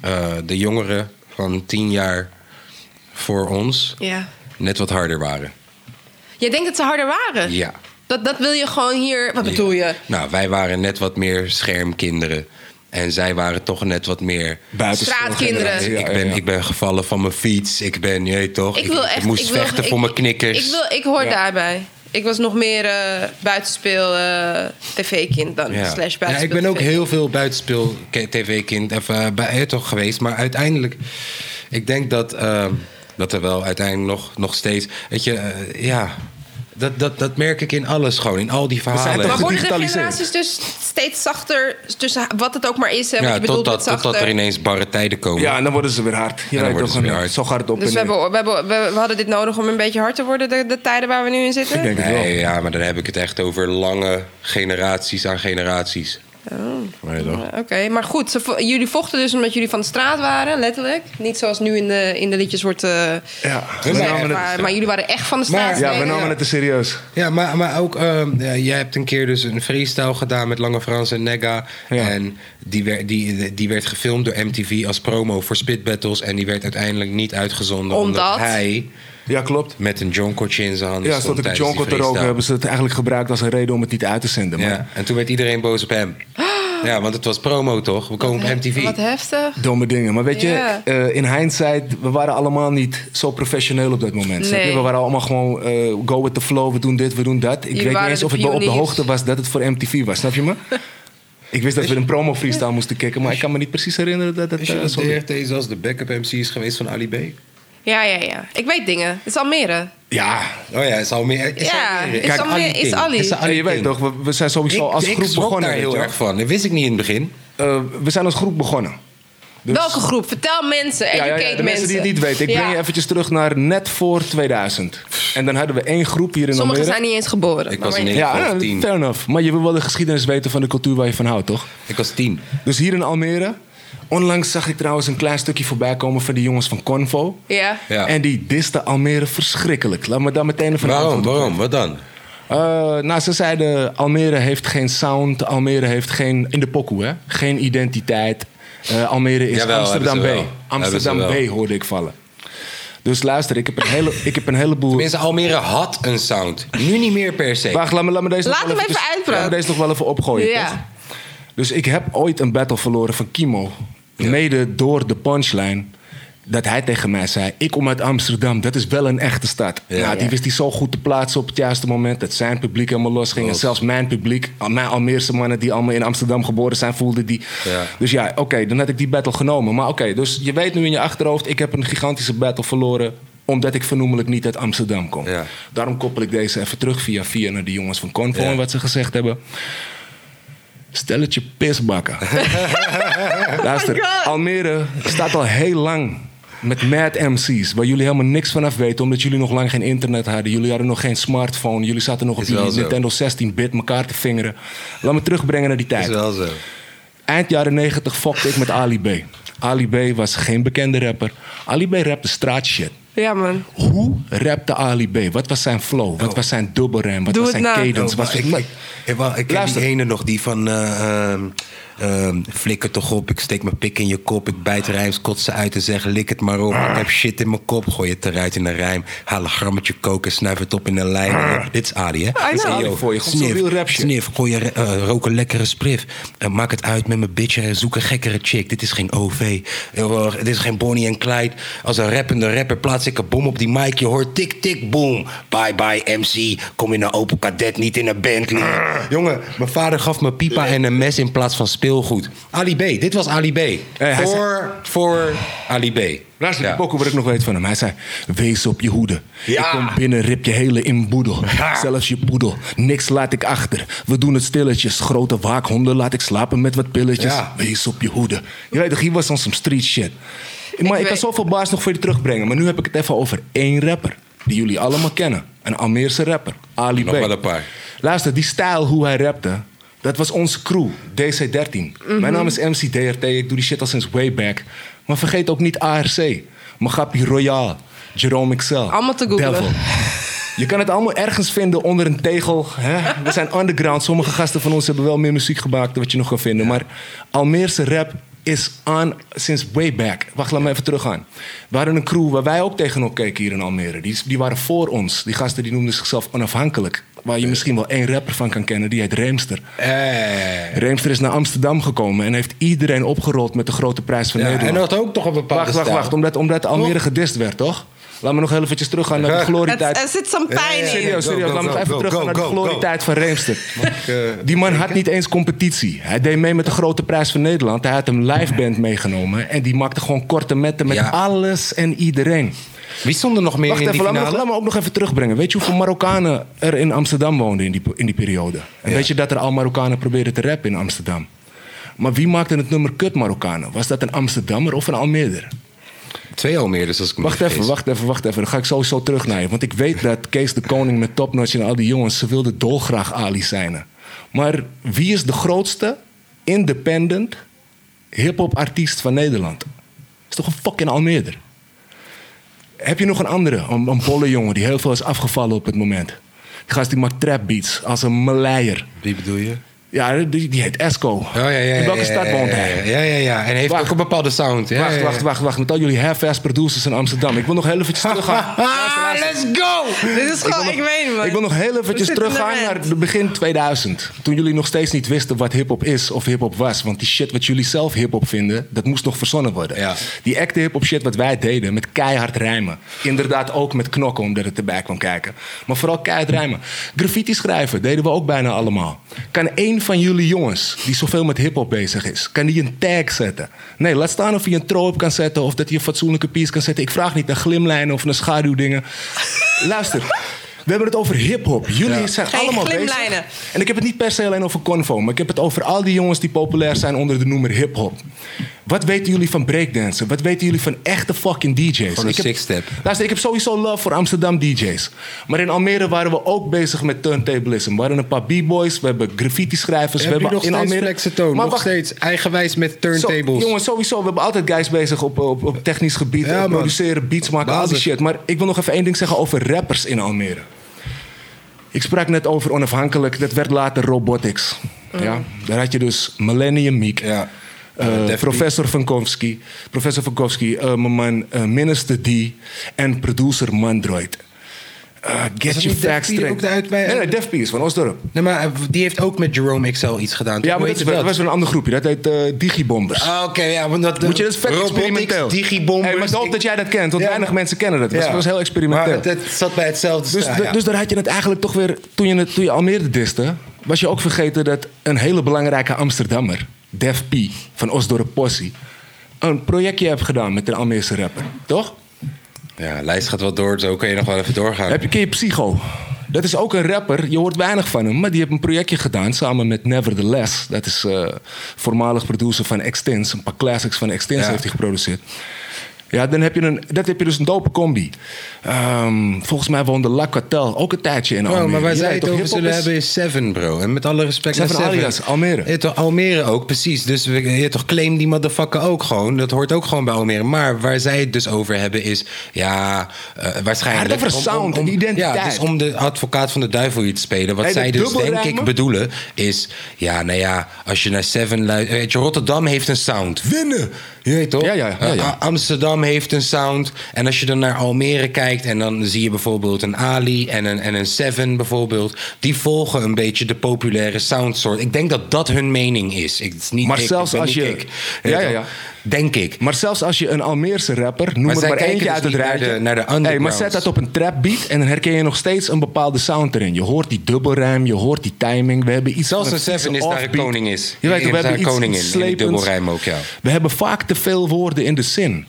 A: eh, de jongeren van tien jaar voor ons
B: Ja.
A: net wat harder waren.
B: Jij denkt dat ze harder waren?
A: Ja.
B: Dat, dat wil je gewoon hier... Wat bedoel
A: Ja.
B: je?
A: Nou, wij waren net wat meer schermkinderen. En zij waren toch net wat meer...
C: buitenschool
B: Straatkinderen.
C: generatie. Ja,
A: ik,
C: ja,
A: ben,
C: ja.
A: ik ben gevallen van mijn fiets. Ik ben, je weet toch?
B: Ik, wil echt,
A: moest
B: ik wil-
A: vechten
B: ik-
A: voor mijn knikkers.
B: Ik, wil, ik hoor
C: Ja.
B: daarbij. Ik was nog meer eh, buitenspeel eh, tv-kind dan
A: Ja.
B: slash
A: ja, ik
B: buitenspeel.
A: ben ook
B: TV.
A: heel veel buitenspel k- tv-kind of eh, bij eh, toch geweest. Maar uiteindelijk, ik denk dat, ehm, dat er wel uiteindelijk nog, nog steeds. Weet je, eh, ja, dat, dat, dat merk ik in alles gewoon, in al die
C: zijn
A: verhalen.
C: toch
B: Maar worden de
C: gedigitaliseerd.
B: generaties dus steeds zachter, tussen wat het ook maar is, hè, wat
A: ja,
B: je bedoelt
A: totdat,
B: met zachter.
A: totdat er ineens barre tijden komen.
C: Ja, en dan worden ze weer hard. Ja,
A: dan
C: ik
A: worden
C: toch
A: ze weer
C: een-
A: hard.
C: Zo hard op
B: dus
C: en
B: we,
C: neer.
B: hebben, we, hebben, we, we hadden dit nodig om een beetje hard te worden, de, de tijden waar we nu in zitten.
C: Ik denk het wel.
A: Nee, ja, maar dan heb ik het echt over lange generaties aan generaties. Maar toch?
B: Eh, Oké, maar goed, ze vo- jullie vochten dus omdat jullie van de straat waren, letterlijk. Niet zoals nu in de, in de liedjes wordt eh,
C: Ja, we
B: gezegd,
C: namen het-
B: maar, maar jullie waren echt van de straat.
C: Ja, we
B: geleden.
C: namen het te serieus.
A: Ja, maar, maar ook, ehm, ja, jij hebt een keer dus een freestyle gedaan met Lange Frans en Nega.
C: Ja.
A: En die, werd die, die werd gefilmd door MTV als promo voor Spit Battles. En die werd uiteindelijk niet uitgezonden. Omdat,
B: Omdat?
A: hij
C: Ja, klopt.
A: met een jonkotje in zijn handen
C: Ja,
A: stond
C: stond ik
A: tijdens
C: John
A: die
C: Cot te roken,
A: freestyle.
C: hebben ze het eigenlijk gebruikt als een reden om het niet uit te zenden. Maar
A: Ja, en toen werd iedereen boos op hem. Ja, want het was promo toch? We komen op MTV.
B: Wat heftig.
C: Domme dingen. Maar weet je,
B: Ja.
C: eh, in hindsight, we waren allemaal niet zo professioneel op dat moment. snap je?
B: Nee.
C: We waren allemaal gewoon eh, go with the flow, we doen dit, we doen dat. Ik weet niet
B: waren
C: eens
B: de
C: of ik wel op de
B: pioniers.
C: hoogte was dat het voor MTV was, snap je me? ik wist dat we een promo freestyle moesten kicken, maar ik kan me niet precies herinneren dat het
A: Wist je
C: eh,
A: dat
C: zo-
A: de RT zelfs de backup MC is geweest van Ali B?
B: Ja, ja, ja. Ik weet dingen. Het is Almere.
C: Ja,
A: Oh ja, is al meer. Is
B: Ja,
A: al meer.
B: is al meer- is
A: King.
B: Ali.
A: Is
C: en je weet
A: King.
C: toch, we, we zijn sowieso als
A: ik, ik
C: groep
A: schrok
C: begonnen.
A: daar
C: weet
A: heel
C: je wel.
A: erg van. Dat wist ik niet in het begin.
C: Eh, we zijn als groep begonnen. Dus-
B: Welke groep? Vertel mensen.
C: Ja,
B: Educate
C: ja, ja, de mensen. die het niet weten. Ik
B: Ja.
C: breng je eventjes terug naar net voor 2000. En dan hadden we één groep hier in
B: Sommigen
C: Almere.
B: zijn niet eens geboren.
A: Ik
B: Maar
A: was
B: maar-
A: negen.
C: Ja,
A: Of
C: eh,
A: tien.
C: fair enough. Maar je wil wel de geschiedenis weten van de cultuur waar je van houdt, toch?
A: Ik was tien.
C: Dus hier in Almere. Onlangs zag ik trouwens een klein stukje voorbij komen van die jongens van Convo.
B: Ja.
A: Ja.
C: En die disten Almere verschrikkelijk. Laat me daar meteen even een
A: Waarom?
C: antwoord op
A: Waarom? Wat dan?
C: eh nou, ze zeiden Almere heeft geen sound. Almere heeft geen, in de pokoe hè, geen identiteit. Eh, Almere is
A: Jawel,
C: Amsterdam
A: hebben ze
C: B.
A: wel.
C: Amsterdam
A: Hebben ze
C: B hoorde ik vallen. Dus luister, ik heb een, hele, ik heb een heleboel...
A: Mensen, Almere had een sound. Nu niet meer per se.
C: Wacht, laat me, laat me deze
B: Laat
C: nog wel
B: hem even
C: eventjes-
B: uitpraten.
C: Laat me deze nog wel even opgooien. toch?
B: Ja.
C: Dus ik heb ooit een battle verloren van Kimo. Mede door de punchline. Dat hij tegen mij zei: Ik kom uit Amsterdam, dat is wel een echte stad.
A: Ja.
C: nou, die
A: Ja.
C: wist hij zo goed te plaatsen op het juiste moment. Dat zijn publiek helemaal losging. En
A: Klopt.
C: zelfs mijn publiek, al- mijn Almeerse mannen die allemaal in Amsterdam geboren zijn, voelden die.
A: Ja.
C: Dus ja, oké, dan had ik die battle genomen. Maar oké, dus je weet nu in je achterhoofd: ik heb een gigantische battle verloren. omdat ik vernoemelijk niet uit Amsterdam kom.
A: Ja.
C: Daarom koppel ik deze even terug via via naar de jongens van Convo
A: Ja.
C: en wat ze gezegd hebben. Stelletje pisbakken. Luister,
B: God.
C: Almere staat al heel lang met mad MC's, waar jullie helemaal niks vanaf weten, omdat jullie nog lang geen internet hadden. Jullie hadden nog geen smartphone, jullie zaten nog op
A: Is
C: die
A: wel zo.
C: Nintendo 16-bit elkaar te vingeren. Laat me terugbrengen naar die tijd.
A: Is wel zo.
C: Eind jaren 90 fokte ik met Ali B. Ali B was geen bekende rapper. Ali B rapte straatshit.
B: Ja, man.
C: Hoe rapte Ali B? Wat was zijn flow? Wat was zijn dubbelrem? Wat
B: Doe
C: was
B: het
C: zijn
B: na.
C: cadence? Wat was
A: Oh, ik,
C: het-
A: ik, ik, ik ken die
C: Luister.
A: ene nog, die van... eh, ehm, ehm, flikker toch op, ik steek mijn pik in je kop. Ik bijt rijms, kot ze uit en zeg lik het maar op. Ik heb shit in mijn kop, gooi het eruit in een rijm. Haal een grammetje koken, snuif het op in een lijn. Dit is Ah, Adi, hè? Dus Dit is
C: know.
A: EO.
C: Voor je, gewoon zo'n
A: Snif,
C: real rap shit.
A: snif, gooi je, eh, rook een lekkere sprif. Eh, maak het uit met mijn bitch en zoek een gekkere chick. Dit is geen OV, Eh, dit is geen Bonnie en Clyde. Als een rappende rapper plaats ik een bom op die mic. Je hoort tik, tik, boom. Bye, bye, MC. Kom in een open kadet, niet in een Bentley. Jongen, mijn vader gaf me pipa en een mes in plaats van speelgoed. Ali B, dit was Ali B.
C: hij zei-
A: voor, voor Ali B.
C: Luister,
A: Ja.
C: die pokoe wat ik nog weet van hem. Hij zei, wees op je hoede.
A: Ja.
C: Ik kom binnen, rip je hele inboedel. Zelfs je poedel, niks laat ik achter. We doen het stilletjes. Grote waakhonden laat ik slapen met wat pilletjes.
A: Ja.
C: Wees op je hoede. Je weet toch, hier was dan some street shit. Maar ik,
B: weet-
C: kan zoveel baas nog voor je terugbrengen. Maar nu heb ik het even over één rapper. Die jullie allemaal kennen. Een Almeerse rapper. Ali
A: Nog
C: B.
A: wel een paar.
C: Luister, die stijl hoe hij rapte, dat was onze crew, DC13. Mijn naam is MC DRT, ik doe die shit al sinds way back. Maar vergeet ook niet ARC, Magapi Royal, Jerome XL.
B: Allemaal te googlen.
C: Devil. Je kan het allemaal ergens vinden onder een tegel. Hè? We zijn underground. Sommige gasten van ons hebben wel meer muziek gemaakt dan wat je nog kan vinden. Maar Almeerse rap is aan sinds way back. Wacht, laat me even teruggaan. We hadden een crew waar wij ook tegenop keken hier in Almere. Die, die waren voor ons. Die gasten die noemden zichzelf onafhankelijk. Waar je misschien wel één rapper van kan kennen, die heet Reemster.
A: Eh,
C: Reemster is naar Amsterdam gekomen en heeft iedereen opgerold met de grote prijs van
A: ja,
C: Nederland.
A: en dat had ook toch een bepaalde
C: Wacht, wacht,
A: stijl.
C: wacht. Omdat, omdat Almere gedist werd, toch? Laat me nog heel eventjes teruggaan naar de
B: Het-
C: glorietijd.
B: er zit zo'n pijn in.
C: Serieus,
A: Go,
C: serieus.
A: go,
C: Laat me
A: go,
C: even
A: go,
C: teruggaan
A: go,
C: naar de
A: go,
C: glorietijd van Reemster.
A: eh,
C: Die man had niet eens competitie. Hij deed mee met de grote prijs van Nederland. Hij had een live band meegenomen. En die maakte gewoon korte metten met
A: Ja.
C: alles en iedereen.
A: Wie stond er nog meer
C: Wacht
A: in die
C: even, laat me, nog-
A: finale?
C: laat me ook nog even terugbrengen. Weet je hoeveel Marokkanen er in Amsterdam woonden in die, in die periode? En weet je dat er al Marokkanen probeerden te rappen in Amsterdam? Maar wie maakte het nummer Kut Marokkanen? Was dat een Amsterdammer of een Almeerder?
A: Twee Almeerders, als ik me
C: Wacht
A: niet
C: even,
A: vergis.
C: wacht even, wacht even. Dan ga ik sowieso terug naar je. Want ik weet dat Kees de Koning met Topnotch en al die jongens... ze wilden dolgraag Ali zijn. Maar wie is de grootste independent hip-hop artiest van Nederland? Is toch een fucking Almeerder? Heb je nog een andere? Een, een bolle jongen die heel veel is afgevallen op het moment. Die gast die maakt trap beats als een Maleier.
A: Wie bedoel je?
C: Ja, die, die heet Esco.
A: Oh, ja, ja, ja,
C: In welke
A: ja,
C: stad
A: ja,
C: woont
A: ja,
C: hij?
A: Ja, ja, ja. En heeft
C: Wacht.
A: ook een bepaalde sound. Ja, ja,
C: Wacht,
A: ja.
C: wacht, wacht, wacht. Met al jullie half-ass producers in Amsterdam. Ik wil nog heel eventjes teruggaan. Luister,
A: Ah,
C: luister.
A: let's go!
B: Dit is gewoon, Oh, ik, weet het, man.
C: Ik wil nog heel eventjes
B: zitten in de
C: teruggaan
B: wind.
C: naar het begin 2000. Toen jullie nog steeds niet wisten wat hip-hop is of hip-hop was. Want die shit wat jullie zelf hip-hop vinden, dat moest nog verzonnen worden.
A: Ja.
C: Die echte hip-hop shit wat wij deden met keihard rijmen. Inderdaad ook met knokken omdat het erbij kwam kijken. Maar vooral keihard rijmen. Graffiti schrijven deden we ook bijna allemaal. Kan één van jullie jongens die zoveel met hip-hop bezig is, kan die een tag zetten? Nee, laat staan of hij een throw-up kan zetten of dat hij een fatsoenlijke piece kan zetten. Ik vraag niet naar glimlijnen of naar schaduwdingen. Luister. We hebben het over hip-hop. Jullie zijn
B: Geen
C: allemaal
B: glimlijnen.
C: bezig. En ik heb het niet per se alleen over Convo, maar ik heb het over al die jongens die populair zijn onder de noemer hip-hop. Wat weten jullie van breakdansen? Wat weten jullie van echte fucking DJ's?
A: Van een
C: ik heb-
A: six-step.
C: Luister, ik heb sowieso love voor Amsterdam DJ's. Maar in Almere waren we ook bezig met turntablism. We hadden een paar b-boys, we hebben graffiti-schrijvers.
A: Heb
C: we
A: je
C: hebben
A: nog
C: in
A: steeds
C: Almere...
A: flexen, Toon?
C: Maar
A: Nog
C: wacht,
A: steeds eigenwijs met
C: zo-
A: turntables.
C: jongens, sowieso. We hebben altijd guys bezig op, op, op technisch gebied.
A: Ja,
C: op
A: man.
C: produceren, beats maken, al die
A: Basis.
C: shit. Maar ik wil nog even één ding zeggen over rappers in Almere. Ik sprak net over onafhankelijk. Dat werd later robotics. Ja? Daar had je dus Millennium Meek.
A: Ja.
C: eh,
A: Def Beat.
C: professor Vankowski, professor Vankowski, eh, mijn man eh, Minister D en producer Mandroid. Eh, get
A: dat
C: your
A: niet Def
C: facts
A: Beat
C: straight.
A: ook de uit bij-
C: nee, nee, Def Beat is van Osdorp.
A: Nee, maar eh, die heeft ook met Jerome XL iets gedaan. toch?
C: Ja,
A: Hoe
C: maar dat,
A: heette
C: was- dat was een ander groepje. Dat heet eh, Digibombers.
A: Ah, Oké, ja, want dat... eh,
C: Moet je dat is vet
A: Robotics,
C: experimenteel.
A: digibombers...
C: Hey, maar ik hoop
A: ik-
C: dat jij dat kent, want
A: Ja.
C: weinig mensen kennen dat. Dat
A: Ja.
C: was heel experimenteel.
A: Maar het, het zat bij hetzelfde
C: dus,
A: straatje.
C: dus daar had je het eigenlijk toch weer... Toen je, het- toen je Almere diste, was je ook vergeten dat een hele belangrijke Amsterdammer... Def P van Osdorp Possie... een projectje heeft gedaan met een Almeerse rapper. Toch?
A: Ja, lijst gaat wel door, zo kun je nog wel even doorgaan.
C: Heb je, ken je Psycho? Dat is ook een rapper, je hoort weinig van hem, maar die heeft een projectje gedaan samen met Nevertheless. Dat is eh voormalig producer van Extins, een paar classics van Extins
A: Ja.
C: heeft hij geproduceerd. Ja, dan heb je, een, dat heb je dus een dope combi. Ehm, volgens mij woonde Lakatel ook een tijdje in Almere.
A: Oh, maar waar
C: Je
A: zij
C: weet
A: het
C: toch,
A: over
C: hiphop
A: zullen
C: is-
A: hebben is Seven, bro. En met alle respect
C: Seven
A: naar Seven.
C: Alias, Almere.
A: Ja, toch, Almere ook, precies. Dus we, ja, toch claim die motherfucker ook gewoon. Dat hoort ook gewoon bij Almere. Maar waar zij het dus over hebben is... Ja, eh, waarschijnlijk...
C: Het gaat over sound en identiteit.
A: Ja, dus om de advocaat van de duivel hier te spelen. Wat
C: Hey, de
A: zij dus denk
C: dubbelrijmen?
A: ik bedoelen is... Ja, nou ja, als je naar Seven luistert... Weet je, Rotterdam heeft een sound. Winnen! Je weet toch?
C: Ja, ja, ja, ja.
A: Eh, Amsterdam heeft een sound. En als je dan naar Almere kijkt en dan zie je bijvoorbeeld een Ali en een, en een Seven bijvoorbeeld. Die volgen een beetje de populaire soundsoort. Ik denk dat dat hun mening is. Ik, het is niet
C: Maar
A: ik, ik
C: zelfs
A: ben
C: als
A: niet
C: je-
A: ik.
C: Ja, ja, ja.
A: Denk ik.
C: Maar zelfs als je een Almeerse rapper, noem
A: Maar
C: er
A: zij
C: maar
A: kijken
C: eentje
A: dus
C: uit het
A: niet naar
C: rijtje.
A: de- naar de
C: hey, maar
A: undergrounds.
C: zet dat op een trap beat en dan herken je nog steeds een bepaalde sound erin. Je hoort die dubbelrijm, je hoort die timing. We hebben iets
A: Zelfs
C: van
A: een Seven is
C: fixe
A: daar een
C: offbeat.
A: koning is.
C: Je weet, toch,
A: Is
C: we hebben
A: daar
C: iets
A: koning in, in de
C: slepends.
A: dubbelrijm ook, ja.
C: We hebben vaak te veel woorden in de zin.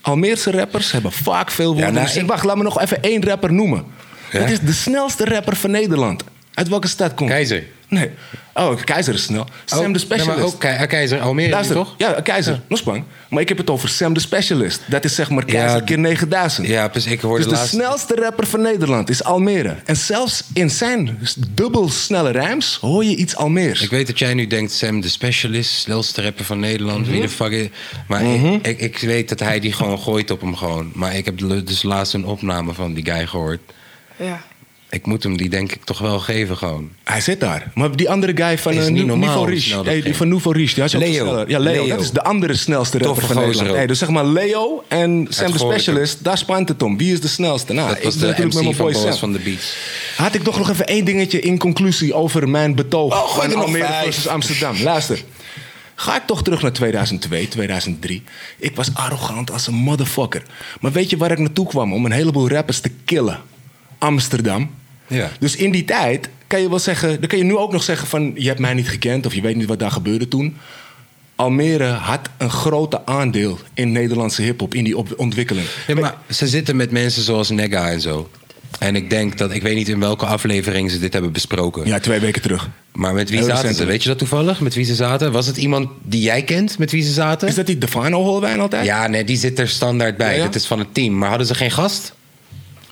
C: Almeerse rappers hebben vaak veel woorden
A: nou,
C: in de zin.
A: ik-
C: Wacht, laat me nog even één rapper noemen.
A: Ja?
C: Dat is de snelste rapper van Nederland. Uit welke stad komt hij?
A: Keizer.
C: Nee. Oh, Keizer is snel. Sam
A: Oh,
C: de
A: nee,
C: Specialist.
A: maar ook Ke- Keizer, Almere
C: Luister,
A: toch?
C: Ja, Keizer, nog spang. Maar ik heb het over Sam de Specialist. Dat is zeg maar Keizer
A: Ja,
C: keer 9000.
A: Ja, dus ik hoorde
C: dus de
A: laatst...
C: snelste rapper van Nederland is Almere. En zelfs in zijn s- dubbel snelle rijms hoor je iets Almeers.
A: Ik weet dat jij nu denkt, Sam de specialist, snelste rapper van Nederland, wie
C: Mhm.
A: de fuck is. Maar ik- ik, ik, weet dat hij die gewoon gooit op hem gewoon. Maar ik heb l- dus laatst een opname van die guy gehoord.
B: Ja.
A: Ik moet hem die denk ik toch wel geven gewoon.
C: Hij zit daar. Maar die andere guy van
A: Is
C: eh,
A: niet
C: Nu-
A: normaal
C: Niveau
A: hoe
C: Rich.
A: snel dat
C: Hey, die
A: ging.
C: van Nouveau Rich. Die had je ook
A: Leo.
C: sneller. Ja, Leo.
A: Leo.
C: Dat is de andere snelste rapper
A: Toffe
C: van
A: gozer
C: Nederland.
A: ook.
C: Hey, dus zeg maar Leo en Sam de
A: Goorlijke.
C: Specialist. Daar spant het om. Wie is de snelste? Nou,
A: dat
C: ik
A: was de
C: natuurlijk
A: MC van
C: met mijn boy Sam.
A: Boys van de Beats.
C: Had ik toch nog even één dingetje in conclusie over mijn betoog
A: Oh, gooi er
C: van
A: nog
C: Almere
A: vijf.
C: versus Amsterdam. Luister. Ga ik toch terug naar 2002, 2003. Ik was arrogant als een motherfucker. Maar weet je waar ik naartoe kwam om een heleboel rappers te killen? Amsterdam.
A: Ja.
C: Dus in die tijd kan je wel zeggen... Dan kan je nu ook nog zeggen van... Je hebt mij niet gekend of je weet niet wat daar gebeurde toen. Almere had een grote aandeel in Nederlandse hiphop. In die op- ontwikkeling.
A: Ja, maar ze zitten met mensen zoals Nega en zo. En ik denk dat, ik weet niet in welke aflevering ze dit hebben besproken.
C: Ja, twee weken terug.
A: Maar met wie
C: Heel
A: zaten ze?
C: recentelijk.
A: Weet je dat toevallig? Met wie ze zaten? Was het iemand die jij kent met wie ze zaten?
C: Is dat die Defano Holwijn altijd?
A: Ja, nee, die zit er standaard bij.
C: Ja, ja?
A: Dat is van het team. Maar hadden ze geen gast?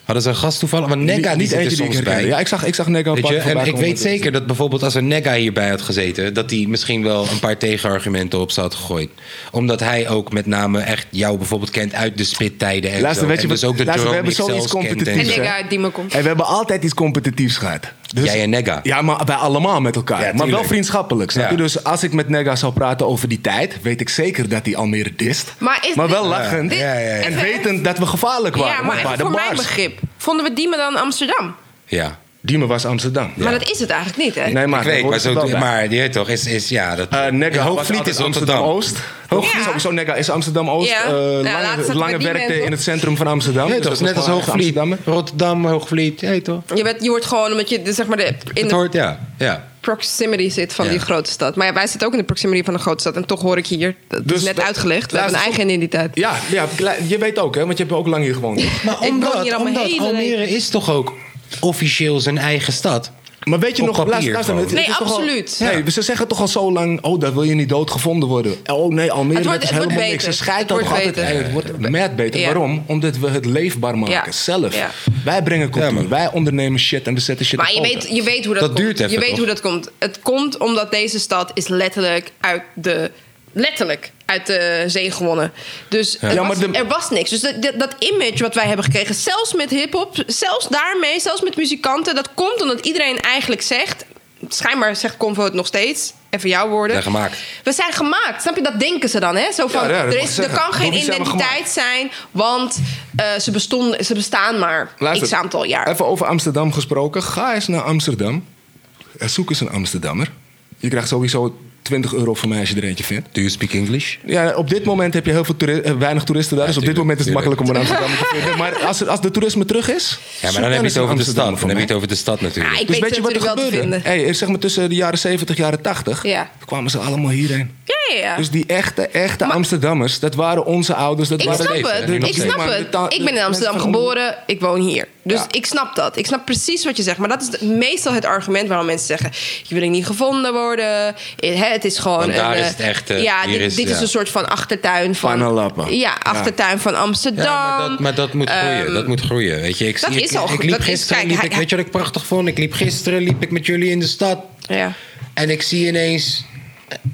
A: Hadden ze een gast toevallig? Want Nega
C: niet
A: die zit er
C: eentje die
A: soms
C: ik herkende.
A: bij.
C: Ja, ik zag, ik zag Nega een
A: Weet
C: paar
A: je?
C: keer voorbij
A: En ik
C: komen.
A: weet zeker dat bijvoorbeeld als er Nega hierbij had gezeten... dat hij misschien wel een paar tegenargumenten op zou had gegooid. Omdat hij ook met name echt jou bijvoorbeeld kent uit de spittijden. En
C: Luister,
A: zo.
C: weet je
A: en dus
C: wat-
A: ook de
C: luister, we
A: drone
C: hebben zoiets
A: zelfs kent en
C: competitiefs,
B: En
A: zo.
C: hè?
B: ik uit die me komt.
C: Hey, we hebben altijd iets competitiefs gehad. Dus-
A: Jij en Nega.
C: Ja, maar wij allemaal met elkaar.
A: Ja,
C: maar wel
A: tuurlijk.
C: vriendschappelijk. snap
A: Ja.
C: je? Dus als ik met Nega zou praten over die tijd, weet ik zeker dat hij Almere dist.
B: Maar is
C: wel
B: dit-
C: lachend.
B: dit- Ja, ja, ja.
C: En wetend dat we gevaarlijk waren.
B: ja, maar
C: Waar
B: even
C: de
B: voor mijn
C: bars.
B: begrip. Vonden we Diemen dan Amsterdam?
A: Ja.
C: Diemen was Amsterdam.
B: Maar dat is het eigenlijk niet, hè?
C: Nee, maar
A: ik weet, maar,
C: daar hoort het
A: zo,
C: wel bij.
A: maar die heet toch, is, is ja... Dat,
C: Eh, Nega, Hoogvliet is Amsterdam-Oost. Hoogvliet
B: Ja.
C: sowieso Nega is Amsterdam-Oost.
B: Ja.
C: Eh,
B: Nou, laatst
C: lange
B: zaten we
C: lange
B: die
C: werkte
B: mensen.
C: in het centrum van Amsterdam.
A: Nee,
C: Dus
A: toch,
C: dat was
A: net als
C: gewoon echt
A: Hoogvliet.
C: Amsterdammer.
A: Rotterdam, Hoogvliet, ja, toch?
B: Je, bent, je wordt gewoon omdat je de- zeg maar de, in
A: Het
B: de
A: hoort, ja. ja.
B: proximity zit van
A: Ja.
B: die grote stad. Maar ja, wij zitten ook in de proximity van een grote stad. En toch hoor ik hier, dat
C: Dus
B: is net
C: dat-
B: uitgelegd, we hebben een
C: luister,
B: eigen identiteit.
C: Ja, ja, kle- je weet ook, hè, want je hebt ook lang hier gewoond.
A: Maar
B: Ik woon
A: omdat,
B: hier al mijn
A: omdat
B: hele
A: Almere is toch ook officieel zijn eigen stad?
C: Maar weet je
A: Op
C: nog,
A: papier
C: luister, luister,
A: gewoon.
C: het- het
B: Nee,
C: is toch al-
B: absoluut.
C: Nee, ze zeggen toch al zo lang, oh, daar wil je niet doodgevonden worden. Oh nee, Almere,
B: Het wordt-
C: dat is
B: het wordt
C: helemaal
B: beter.
C: niks. Ze
B: Het
C: schijt toch
B: wordt
C: altijd.
B: beter.
C: Hey, het wordt mad beter.
B: Ja.
C: Waarom? Omdat we het leefbaar maken,
B: Ja.
C: zelf.
B: Ja.
C: Wij brengen cultuur,
A: Ja, maar-
C: wij ondernemen shit en we zetten shit
B: Maar
C: op
B: je
C: poten.
B: weet, je weet hoe dat,
A: Dat
B: komt.
A: duurt even,
B: je weet
A: toch?
B: hoe dat komt. Het komt omdat deze stad is letterlijk uit de... Letterlijk uit de zee gewonnen. Dus er,
C: Ja, maar
B: was,
C: de-
B: er was niks. Dus dat, dat, dat image wat wij hebben gekregen, zelfs met hip-hop, zelfs daarmee, zelfs met muzikanten, dat komt omdat iedereen eigenlijk zegt. Schijnbaar zegt Convo het nog steeds. Even jouw woorden.
A: We zijn gemaakt.
B: We zijn gemaakt. Snap je? Dat denken ze dan, hè? Zo van,
C: Ja, ja, dat
B: er,
C: mag
B: is,
C: ik
B: er
C: zeggen.
B: kan geen
C: Door wie zijn we
B: identiteit zijn, want eh, ze, bestonden, ze bestaan maar
C: Luister,
B: x aantal jaar.
C: Even over Amsterdam gesproken. Ga eens naar Amsterdam. En Zoek eens een Amsterdammer. Je krijgt sowieso 20 euro van mij als je er eentje vindt.
A: Do you speak English?
C: Ja, op dit moment heb je heel veel toeri- eh, weinig toeristen daar. dus op dit
A: tuurlijk,
C: moment is het
A: tuurlijk.
C: makkelijk om een Amsterdammer te vinden. Maar als, er- als de toerisme terug is...
A: Ja,
C: zoek
A: maar dan
C: nou
A: heb je
C: eens
A: het
C: een
A: over de
C: Amsterdammer
A: stad. Dan heb
C: voor
A: je
C: mij.
A: het over de stad
B: Ah,
A: natuurlijk.
B: ik weet,
C: dus weet je wat er
B: natuurlijk wel te
C: gebeurde?
B: vinden.
C: Hey, zeg maar tussen de jaren 70 en jaren 80
B: Ja. Ah.
C: kwamen ze allemaal hierheen.
B: Ja, ja, ja.
C: Dus die echte, echte Amsterdammers, dat waren onze ouders. Dat
B: Ik
C: waren
B: snap
A: leven,
B: het.
A: hè, nog
B: Ik
A: steeds.
B: snap
C: Maar de taal-
B: het. Ik
C: de
B: ben in
C: mensen
B: Amsterdam
C: van-
B: geboren. Ik woon hier. Dus
C: Ja.
B: ik snap dat. Ik snap precies wat je zegt. Maar dat is de- meestal het argument waarom mensen zeggen... je wil niet gevonden worden. Eh, hè, Het is gewoon...
A: Want daar
B: een, eh,
A: is het echte.
B: Ja,
A: Hier
B: dit,
A: is-
B: dit
A: ja.
B: is een soort van achtertuin van...
C: Panalappa.
B: Ja, achtertuin van Amsterdam.
A: Ja, maar dat, maar dat moet groeien.
B: Ehm,
A: dat moet groeien. Weet je, ik,
B: dat
A: ik,
B: is al
A: ik
B: goed.
A: liep
B: Dat is-
A: gisteren.
B: kijk,
A: liep
B: hij-
A: ik, weet je wat ik prachtig vond? Ik liep gisteren liep ik met jullie in de stad.
B: ja.
A: En ik zie ineens.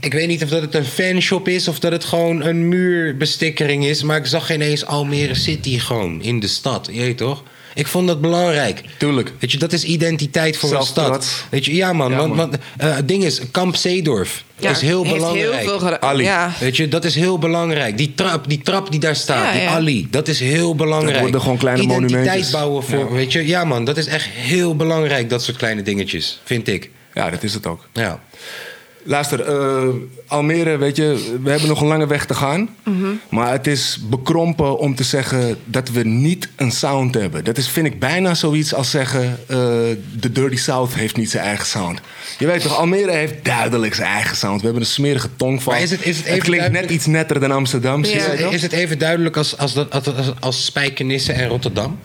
A: Ik weet niet of dat het een fanshop is of dat het gewoon een muurbestikkering is. Maar ik zag ineens Almere City gewoon in de stad. Je weet toch? Ik vond dat belangrijk.
C: Tuurlijk.
A: Weet je, dat is identiteit voor een
C: Zelftrots.
A: stad. Weet je, ja man,
C: Ja,
A: want,
C: man.
A: want eh, het ding is, Kamp Zeedorf
B: Ja,
A: is heel
B: heeft
A: belangrijk.
B: heel veel geda-
A: Ali.
B: ja.
A: Weet je, dat is heel belangrijk. Die trap die, trap die daar staat,
B: Ja,
A: die
B: ja.
A: Ali, dat is heel belangrijk.
C: Dat worden gewoon kleine
A: Identiteit
C: monumentjes.
A: bouwen voor, weet je. Ja man, dat is echt heel belangrijk, dat soort kleine dingetjes, vind ik.
C: Ja, dat is het ook.
A: Ja.
C: Luister, eh, Almere, weet je, we hebben nog een lange weg te gaan.
B: Mhm.
C: Maar het is bekrompen om te zeggen dat we niet een sound hebben. Dat is, vind ik bijna zoiets als zeggen... eh, de Dirty South heeft niet zijn eigen sound. Je weet toch, Almere heeft duidelijk zijn eigen sound. We hebben een smerige tongval.
A: Maar is het- is het even
C: klinkt net
A: duidelijk-
C: iets netter dan
B: Ja.
C: Amsterdam. zie je
A: Is,
C: wel?
A: is het even duidelijk als, als, dat, als, als Spijkenisse en Rotterdam?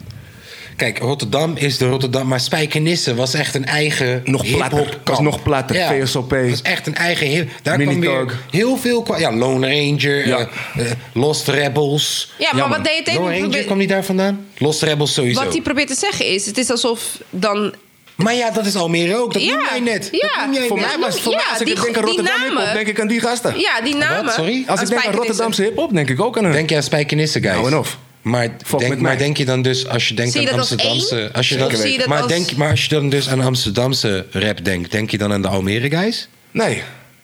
A: Kijk, Rotterdam is de Rotterdam, maar Spijkenisse was echt een eigen
C: Nog
A: hiphop
C: platter.
A: kamp.
C: Was nog platter, VSOP.
A: Was echt een eigen hip. Daar kwam
C: Minitog.
A: weer heel veel kwa- ja, Lone Ranger,
C: Ja.
A: eh, eh, Lost Rebels.
B: ja, maar
C: Jammer.
B: wat deed het
A: Lone Ranger kwam niet daar vandaan? Lost Rebels sowieso.
B: Wat hij probeert te zeggen is... het is alsof dan
A: Maar ja, dat is Almere ook. Dat
B: Ja,
A: noem jij net.
B: ja.
A: Dat noem jij
C: Voor
A: net.
C: mij was voor mij,
B: Ja,
C: als ik
B: die-
C: denk aan
B: die
C: Rotterdam hiphop,
B: namen.
C: denk ik aan die gasten.
B: Ja, die namen.
A: Sorry?
C: als ik denk aan
B: spijkenissen.
C: Rotterdamse hiphop, denk ik ook aan hun.
A: Denk je aan Spijkenisse, guys?
C: Nou en of.
A: Maar
C: Fuck
A: denk,
C: met
A: maar
C: mij.
A: denk je dan dus als je denkt
B: Zie je
A: aan
B: dat als
A: Amsterdamse,
B: één?
A: als je dan,
B: Zeker weten. Zie je dat
A: maar
B: als-
A: denk, maar als je dan dus aan Amsterdamse rap denkt, denk je dan aan de Almere guys?
C: Nee,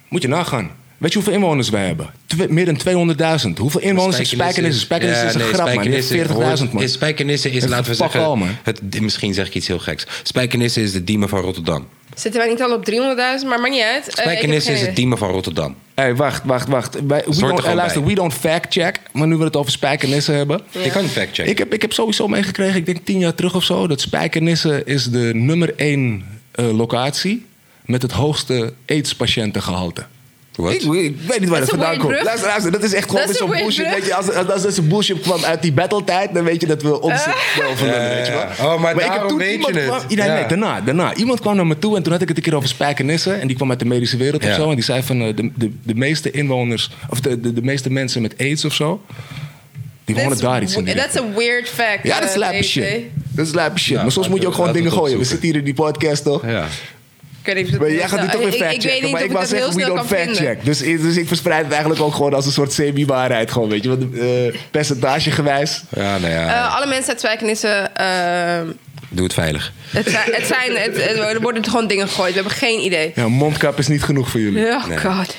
C: moet je nagaan. Weet je hoeveel inwoners wij hebben? Twe- meer dan 200.000. Hoeveel inwoners heeft Spijkenissen? Spijkenissen
A: Ja,
C: is een
A: nee,
C: grap, man. Die heeft
A: Spijkenisse
C: 40.000,
A: hoort-
C: man.
A: is- Spijkenisse is,
C: Even
A: laten we
C: fuck
A: zeggen,
C: all, man.
A: het, misschien zeg ik iets heel geks. Spijkenisse is de diemen van Rotterdam.
B: Zitten wij niet al op 300.000, maar maakt niet uit. Eh, ik Eh, heb
A: Spijkenisse
B: geen
A: is
B: idee.
A: het diemen van Rotterdam.
C: Hé, hey, wacht, wacht, wacht. Wij, we,
A: hoort er
C: don't,
A: gewoon
C: eh, luister,
A: bij.
C: we don't fact-check. Maar nu we het over Spijkenissen hebben.
A: Je kan het factchecken.
C: Ik heb, ik heb sowieso meegekregen, ik denk tien jaar terug of zo... dat Spijkenissen is de nummer één eh, locatie... met het hoogste aids-patiëntengehalte.
A: Wat?
C: Ik, ik weet niet
B: Dat
C: waar
B: is
C: dat
B: een
C: vandaan
B: weird
C: komt.
B: brug.
C: Luister, luister, dat is echt gewoon
B: Dat is
C: weer zo'n
B: een weird
C: bullshit.
B: brug.
C: Weet je, als, als, als deze bullshit kwam uit die battletijd, dan weet je dat we ons
B: Ah.
C: wel verlullen,
A: Ja,
C: weet je wel.
A: ja, ja. Oh, maar daarom
C: toen
A: weet je
C: iemand
A: het.
C: Kwam, nee, nee,
A: Ja.
C: daarna, daarna. Iemand kwam naar me toe en toen had ik het een keer over spijkenissen. En die kwam uit de medische wereld
A: Ja.
C: of zo. En die zei van eh, de, de, de meeste inwoners, of de, de, de meeste mensen met aids of zo, die wonen
B: That's-
C: daar iets in. die
B: That's a weird fact.
C: ja, dat is
B: eh,
C: lijpe
B: deze.
C: shit. Dat is lijpe shit.
A: Ja,
C: maar soms moet je ook
A: laten
C: gewoon
A: we-
C: dingen
A: laten we
C: gooien.
A: het
C: We zitten hier in die podcast toch?
A: Ja.
B: Ik weet niet of dat
C: Maar
B: heel
C: jij gaat nu
B: snel-
C: toch weer
B: nou, ik-
C: factchecken.
B: Ik weet niet
C: maar
B: of
C: ik
B: ik
C: wou
B: dat heel snel
C: zeggen, we don't
B: kan vinden.
C: fact-check. Dus, dus ik verspreid het eigenlijk ook gewoon als een soort semi-waarheid. Gewoon, weet je. Want eh percentagegewijs...
A: Ja, nou ja.
B: Eh, alle mensen uit Spijkenissen, eh,
A: Doe het veilig.
B: het, zijn- het zijn, het, het- er worden gewoon dingen gegooid. We hebben geen idee.
C: Ja, mondkap is niet genoeg voor jullie.
B: Oh
A: Nee.
B: god.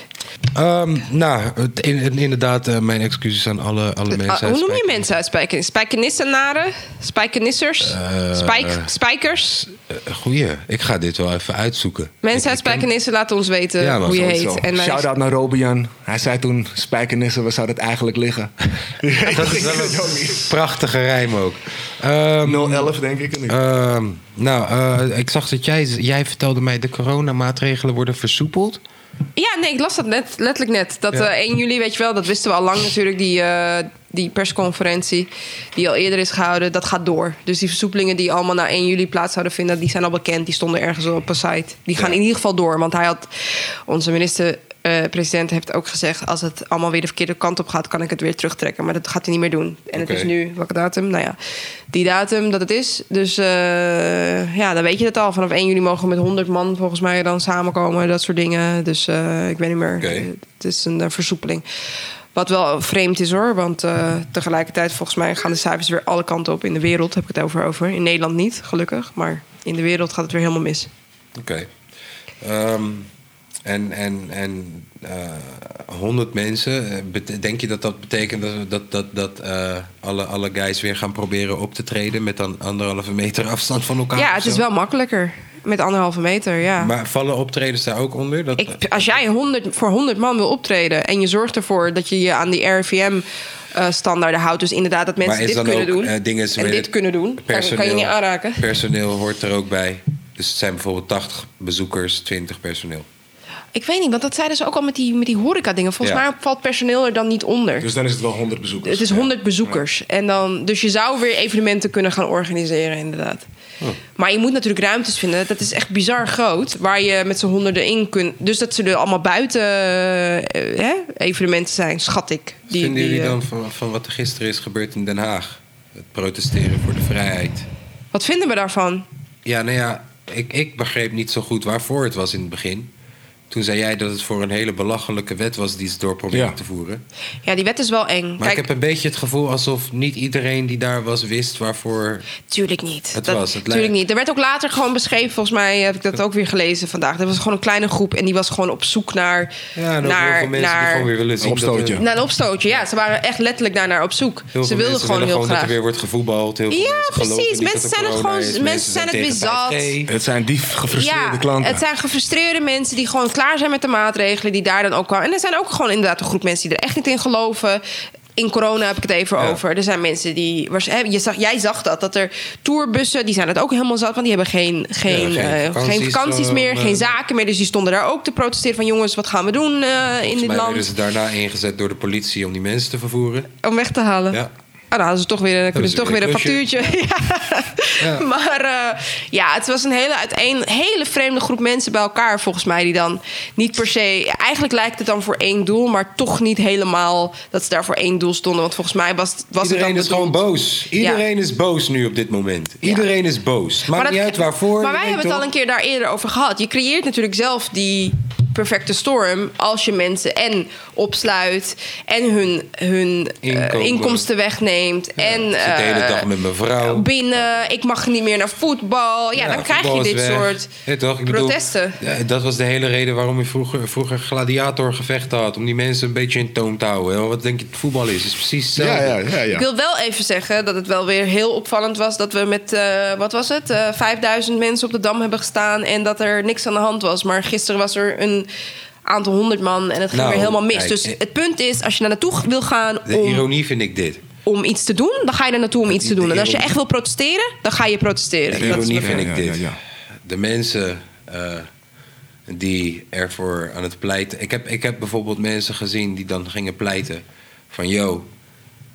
A: Ehm, nou, het- in- in- inderdaad, eh, mijn excuses aan alle, alle mensen. uit
B: Ah, hoe noem je
A: Spijkenisse.
B: mensen uit Spijkenissen? Spijkenissenaren? Spijkenissers?
A: Eh,
B: Spijk,
A: eh.
B: spijkers?
A: Eh, Goeie, ik ga dit wel even uitzoeken.
B: Mensen uit Spijkenissen, laten ons weten
A: Ja, maar
B: hoe je
C: Sowieso.
B: heet. En dan-
C: Shout-out naar Robian. Hij zei toen, spijkenissen, waar zou dat eigenlijk liggen?
A: Dat is wel een prachtige rijm ook. Ehm,
C: 011 denk ik. en ik-
A: ehm, nou, eh, ik zag dat jij, jij vertelde mij de coronamaatregelen worden versoepeld.
B: Ja, nee, ik las dat net, letterlijk net. Dat
A: Ja.
B: eh, 1 juli, weet je wel, dat wisten we al lang natuurlijk, die, eh, die persconferentie die al eerder is gehouden, dat gaat door. Dus die versoepelingen die allemaal na 1 juli plaats zouden vinden, die zijn al bekend, die stonden ergens op een site. Die gaan in ieder geval door, want hij had, onze minister-president heeft ook gezegd, als het allemaal weer de verkeerde kant op gaat, kan ik het weer terugtrekken. Maar dat gaat hij niet meer doen. En
A: Oké.
B: het is nu, welke datum? Nou ja, die datum dat het is. Dus eh, ja, dan weet je het al. Vanaf 1 juli mogen we met 100 man volgens mij dan samenkomen. Dat soort dingen. Dus eh, ik weet niet meer.
A: Oké.
B: Het is een eh, versoepeling. Wat wel vreemd is hoor. Want eh, tegelijkertijd volgens mij gaan de cijfers weer alle kanten op. In de wereld heb ik het over over. In Nederland niet, gelukkig. Maar in de wereld gaat het weer helemaal mis.
A: Oké. Ehm, en en, en eh 100 mensen, eh, bete- denk je dat dat betekent dat, dat, dat, dat eh, alle, alle guys weer gaan proberen op te treden met dan anderhalve meter afstand van elkaar?
B: Ja,
A: of
B: het
A: Ah, zo?
B: is wel makkelijker. Met anderhalve meter, ja.
A: Maar vallen optredens daar ook onder? Dat,
B: Ik, als jij 100, voor 100 man wil optreden en je zorgt ervoor dat je je aan die RIVM-standaarden houdt, dus inderdaad dat mensen
A: maar is
B: dit
A: dan
B: kunnen
A: ook
B: doen
A: eh, dingen
B: en dit kunnen doen, kan, kan je niet aanraken.
A: Personeel hoort er ook bij. Dus het zijn bijvoorbeeld 80 bezoekers, 20 personeel.
B: Ik weet niet, want dat zeiden ze ook al met die, met die horeca-dingen. Volgens
A: Ja.
B: mij valt personeel er dan niet onder.
C: Dus dan is het wel 100 bezoekers.
B: het is
C: Ja.
B: 100 bezoekers. En dan, dus je zou weer evenementen kunnen gaan organiseren, inderdaad. Maar je moet natuurlijk ruimtes vinden. Dat is echt bizar groot. Waar je met z'n honderden in kunt. Dus dat zullen allemaal buiten eh, hè, evenementen zijn, schat ik. Die,
A: Vinden
B: die,
A: jullie
B: eh,
A: dan van, van wat er gisteren is gebeurd in Den Haag? Het protesteren voor de vrijheid.
B: Wat vinden we daarvan?
A: Ja, nou ja, ik, ik begreep niet zo goed waarvoor het was in het begin. Toen zei jij dat het voor een hele belachelijke wet was die ze door probeerden
C: Ja.
A: te voeren.
B: Ja, die wet is wel eng.
A: Maar
B: Kijk,
A: ik heb een beetje het gevoel alsof niet iedereen die daar was wist waarvoor.
B: Tuurlijk niet.
A: Het
B: dat,
A: was, het
B: tuurlijk
A: lijkt.
B: niet. Er werd ook later gewoon beschreven, volgens mij heb ik dat ook weer gelezen vandaag. Er was gewoon een kleine groep en die was gewoon op zoek naar.
A: Ja, en ook heel
B: naar,
A: veel mensen die gewoon weer willen zien. Dat
C: opstootje.
A: er,
B: naar een opstootje. Ja, ze waren echt letterlijk daarnaar op zoek.
A: heel
B: ze
A: veel
B: wilden
A: mensen
B: gewoon
A: willen
B: heel
A: dat
B: graag.
A: er weer wordt gevoetbald. Heel veel
B: Ja,
A: mensen geloven
B: precies.
A: niet dat
B: Mensen
A: er
B: zijn het
A: corona
B: gewoon-
A: is.
B: mensen zijn het
A: tegen
B: weer zat.
A: 5G.
C: Het zijn die gefrustreerde
B: Ja,
C: klanten.
B: het zijn gefrustreerde mensen die gewoon klaar zijn met de maatregelen die daar dan ook kwamen. En er zijn ook gewoon inderdaad een groep mensen die er echt niet in geloven. In corona heb ik het even
A: Ja.
B: over. Er zijn mensen die. waarsch- hè, Je zag, jij zag dat, dat er tourbussen, die zijn het ook helemaal zat, want die hebben geen, geen,
A: geen
B: eh,
A: vakanties,
B: geen vakanties
A: eh,
B: meer,
A: om,
B: geen
A: eh,
B: zaken meer. Dus die stonden daar ook te protesteren van jongens, wat gaan we doen eh, in
A: Volgens
B: dit
A: mij werden
B: land?
A: ze daarna ingezet door de politie om die mensen te vervoeren.
B: Om weg te halen.
A: Ja.
B: Ah, dan hadden ze toch weer, dan kunnen ze
A: ze
B: toch
A: weer
B: weer een
A: een klusje.
B: factuurtje. Ja.
A: Ja.
B: Maar eh, ja, het was een hele, uiteen, hele vreemde groep mensen bij elkaar, volgens mij, die dan niet per se. Eigenlijk lijkt het dan voor één doel, maar toch niet helemaal dat ze daar voor één doel stonden. Want volgens mij was, het- was het
A: Iedereen
B: dan
A: is gewoon
B: bedoeld-
A: boos. Iedereen is boos nu op dit moment. Iedereen is boos. Maakt
B: Maar
A: niet
B: dat-
A: uit waarvoor.
B: Maar wij
A: je
B: hebben het
A: weet
B: al
A: toch?
B: een keer daar eerder over gehad. Je creëert natuurlijk zelf die perfecte storm als je mensen en opsluit en hun, hun eh,
A: Inkomen.
B: inkomsten wegneemt en
A: Ik zit de hele
B: eh,
A: dag met mijn vrouw.
B: binnen, ik mag niet meer naar voetbal. Ja, dan krijg je
A: voetbal is
B: dit
A: weg.
B: soort
A: Ja, toch? Ik bedoel,
B: protesten.
A: ja, dat was de hele reden waarom je vroeger, vroeger gladiatorgevechten had. Om die mensen een beetje in toon te houden. Ja, Wat denk je, het voetbal is? Het is precies hetzelfde.
C: ja, ja, ja, ja.
B: Ik wil wel even zeggen dat het wel weer heel opvallend was dat we met, eh, wat was het, Eh, 5000 mensen op de dam hebben gestaan en dat er niks aan de hand was. Maar gisteren was er een aantal honderd man en het ging
A: Nou,
B: weer helemaal mis.
A: kijk,
B: dus
A: eh,
B: het punt is, als je daar naartoe wil gaan
A: De
B: om,
A: ironie vind ik dit.
B: om iets te doen, dan ga je daar naartoe om iets te
A: de
B: doen. En als je
A: ironie-
B: echt wil protesteren, dan ga je protesteren.
A: De
B: Dat is
A: ironie
B: mijn-
A: vind
C: ja,
A: ik dit.
C: ja, ja.
A: De mensen eh, die ervoor aan het pleiten. Ik heb, ik heb bijvoorbeeld mensen gezien die dan gingen pleiten van yo,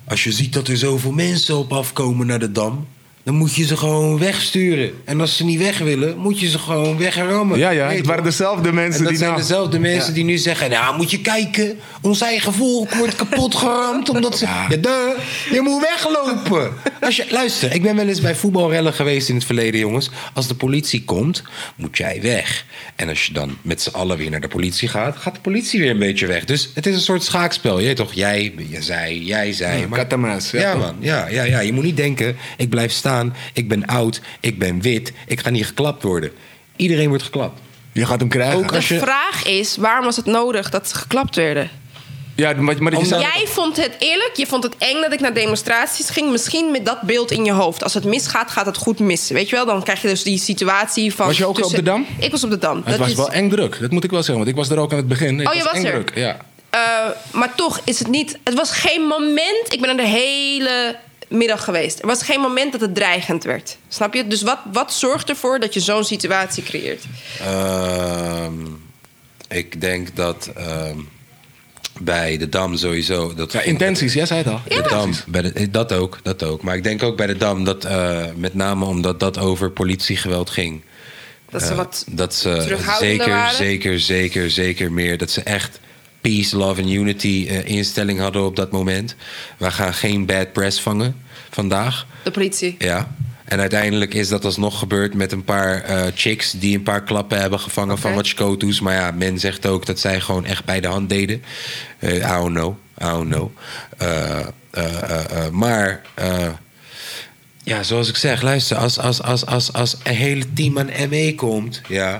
A: als je ziet dat er zoveel mensen op afkomen naar de dam. Dan moet je ze gewoon wegsturen. En als ze niet weg willen, moet je ze gewoon wegrammen.
C: Ja, ja,
A: Weet
C: het
A: je
C: waren
A: wel?
C: dezelfde mensen
A: En dat
C: die
A: zijn
C: nou-
A: dezelfde mensen die nu zeggen... nou, moet je kijken, ons eigen volk wordt kapot geramd... omdat ze... Ja, duh, je moet weglopen. Als je, luister, ik ben wel eens bij voetbalrellen geweest in het verleden, jongens. Als de politie komt, moet jij weg. En als je dan met z'n allen weer naar de politie gaat... gaat de politie weer een beetje weg. Dus het is een soort schaakspel. Je weet toch, jij, jij, zij, jij, zij.
C: Ja, kat en muis, ja.
A: ja, man. Ja, ja, ja, je moet niet denken, ik blijf staan, ik ben oud, ik ben wit... ik ga niet geklapt worden. Iedereen wordt geklapt.
C: Je gaat hem krijgen.
A: Ook als
B: de
A: je-
B: vraag is, waarom was het nodig dat ze geklapt werden?
C: Ja, maar, maar je zou-
B: Jij vond het eerlijk, je vond het eng dat ik naar demonstraties ging. Misschien met dat beeld in je hoofd. Als het misgaat, gaat het goed mis. Weet je wel, dan krijg je dus die situatie van.
C: Was je ook
B: tussen-
C: op de Dam?
B: Ik was op de Dam.
C: Het was wel eng druk, dat moet ik wel zeggen. Want ik was er ook aan het begin. Het
B: Oh, je was
C: eng
B: er?
C: druk, ja.
B: Eh, maar toch is het niet. Het was geen moment. Ik ben er de hele middag geweest. Er was geen moment dat het dreigend werd. Snap je? Dus wat, wat zorgt ervoor dat je zo'n situatie creëert?
A: Ehm, ik denk dat ehm, bij de Dam sowieso. Dat
C: ja. Intenties, jij zei het al.
A: De Dam, bij de- eh, dat, ook, dat ook. Maar ik denk ook bij de Dam dat eh, met name omdat dat over politiegeweld ging.
B: Dat ze
A: eh,
B: wat.
A: dat ze
B: terughoudender
A: zeker,
B: waren?
A: zeker, zeker, zeker meer. Dat ze echt peace, love en unity eh, instelling hadden op dat moment. We gaan geen bad press vangen vandaag.
B: De politie.
A: Ja. En uiteindelijk is dat alsnog gebeurd met een paar eh, chicks die een paar klappen hebben gevangen van
B: Oké.
A: wat scoto's. Maar ja, men zegt ook dat zij gewoon echt bij de hand deden. Eh I don't know. I don't know. Eh, eh, eh, eh, maar eh, ja, zoals ik zeg, luister, als, als, als, als, als een hele team aan ME komt, ja.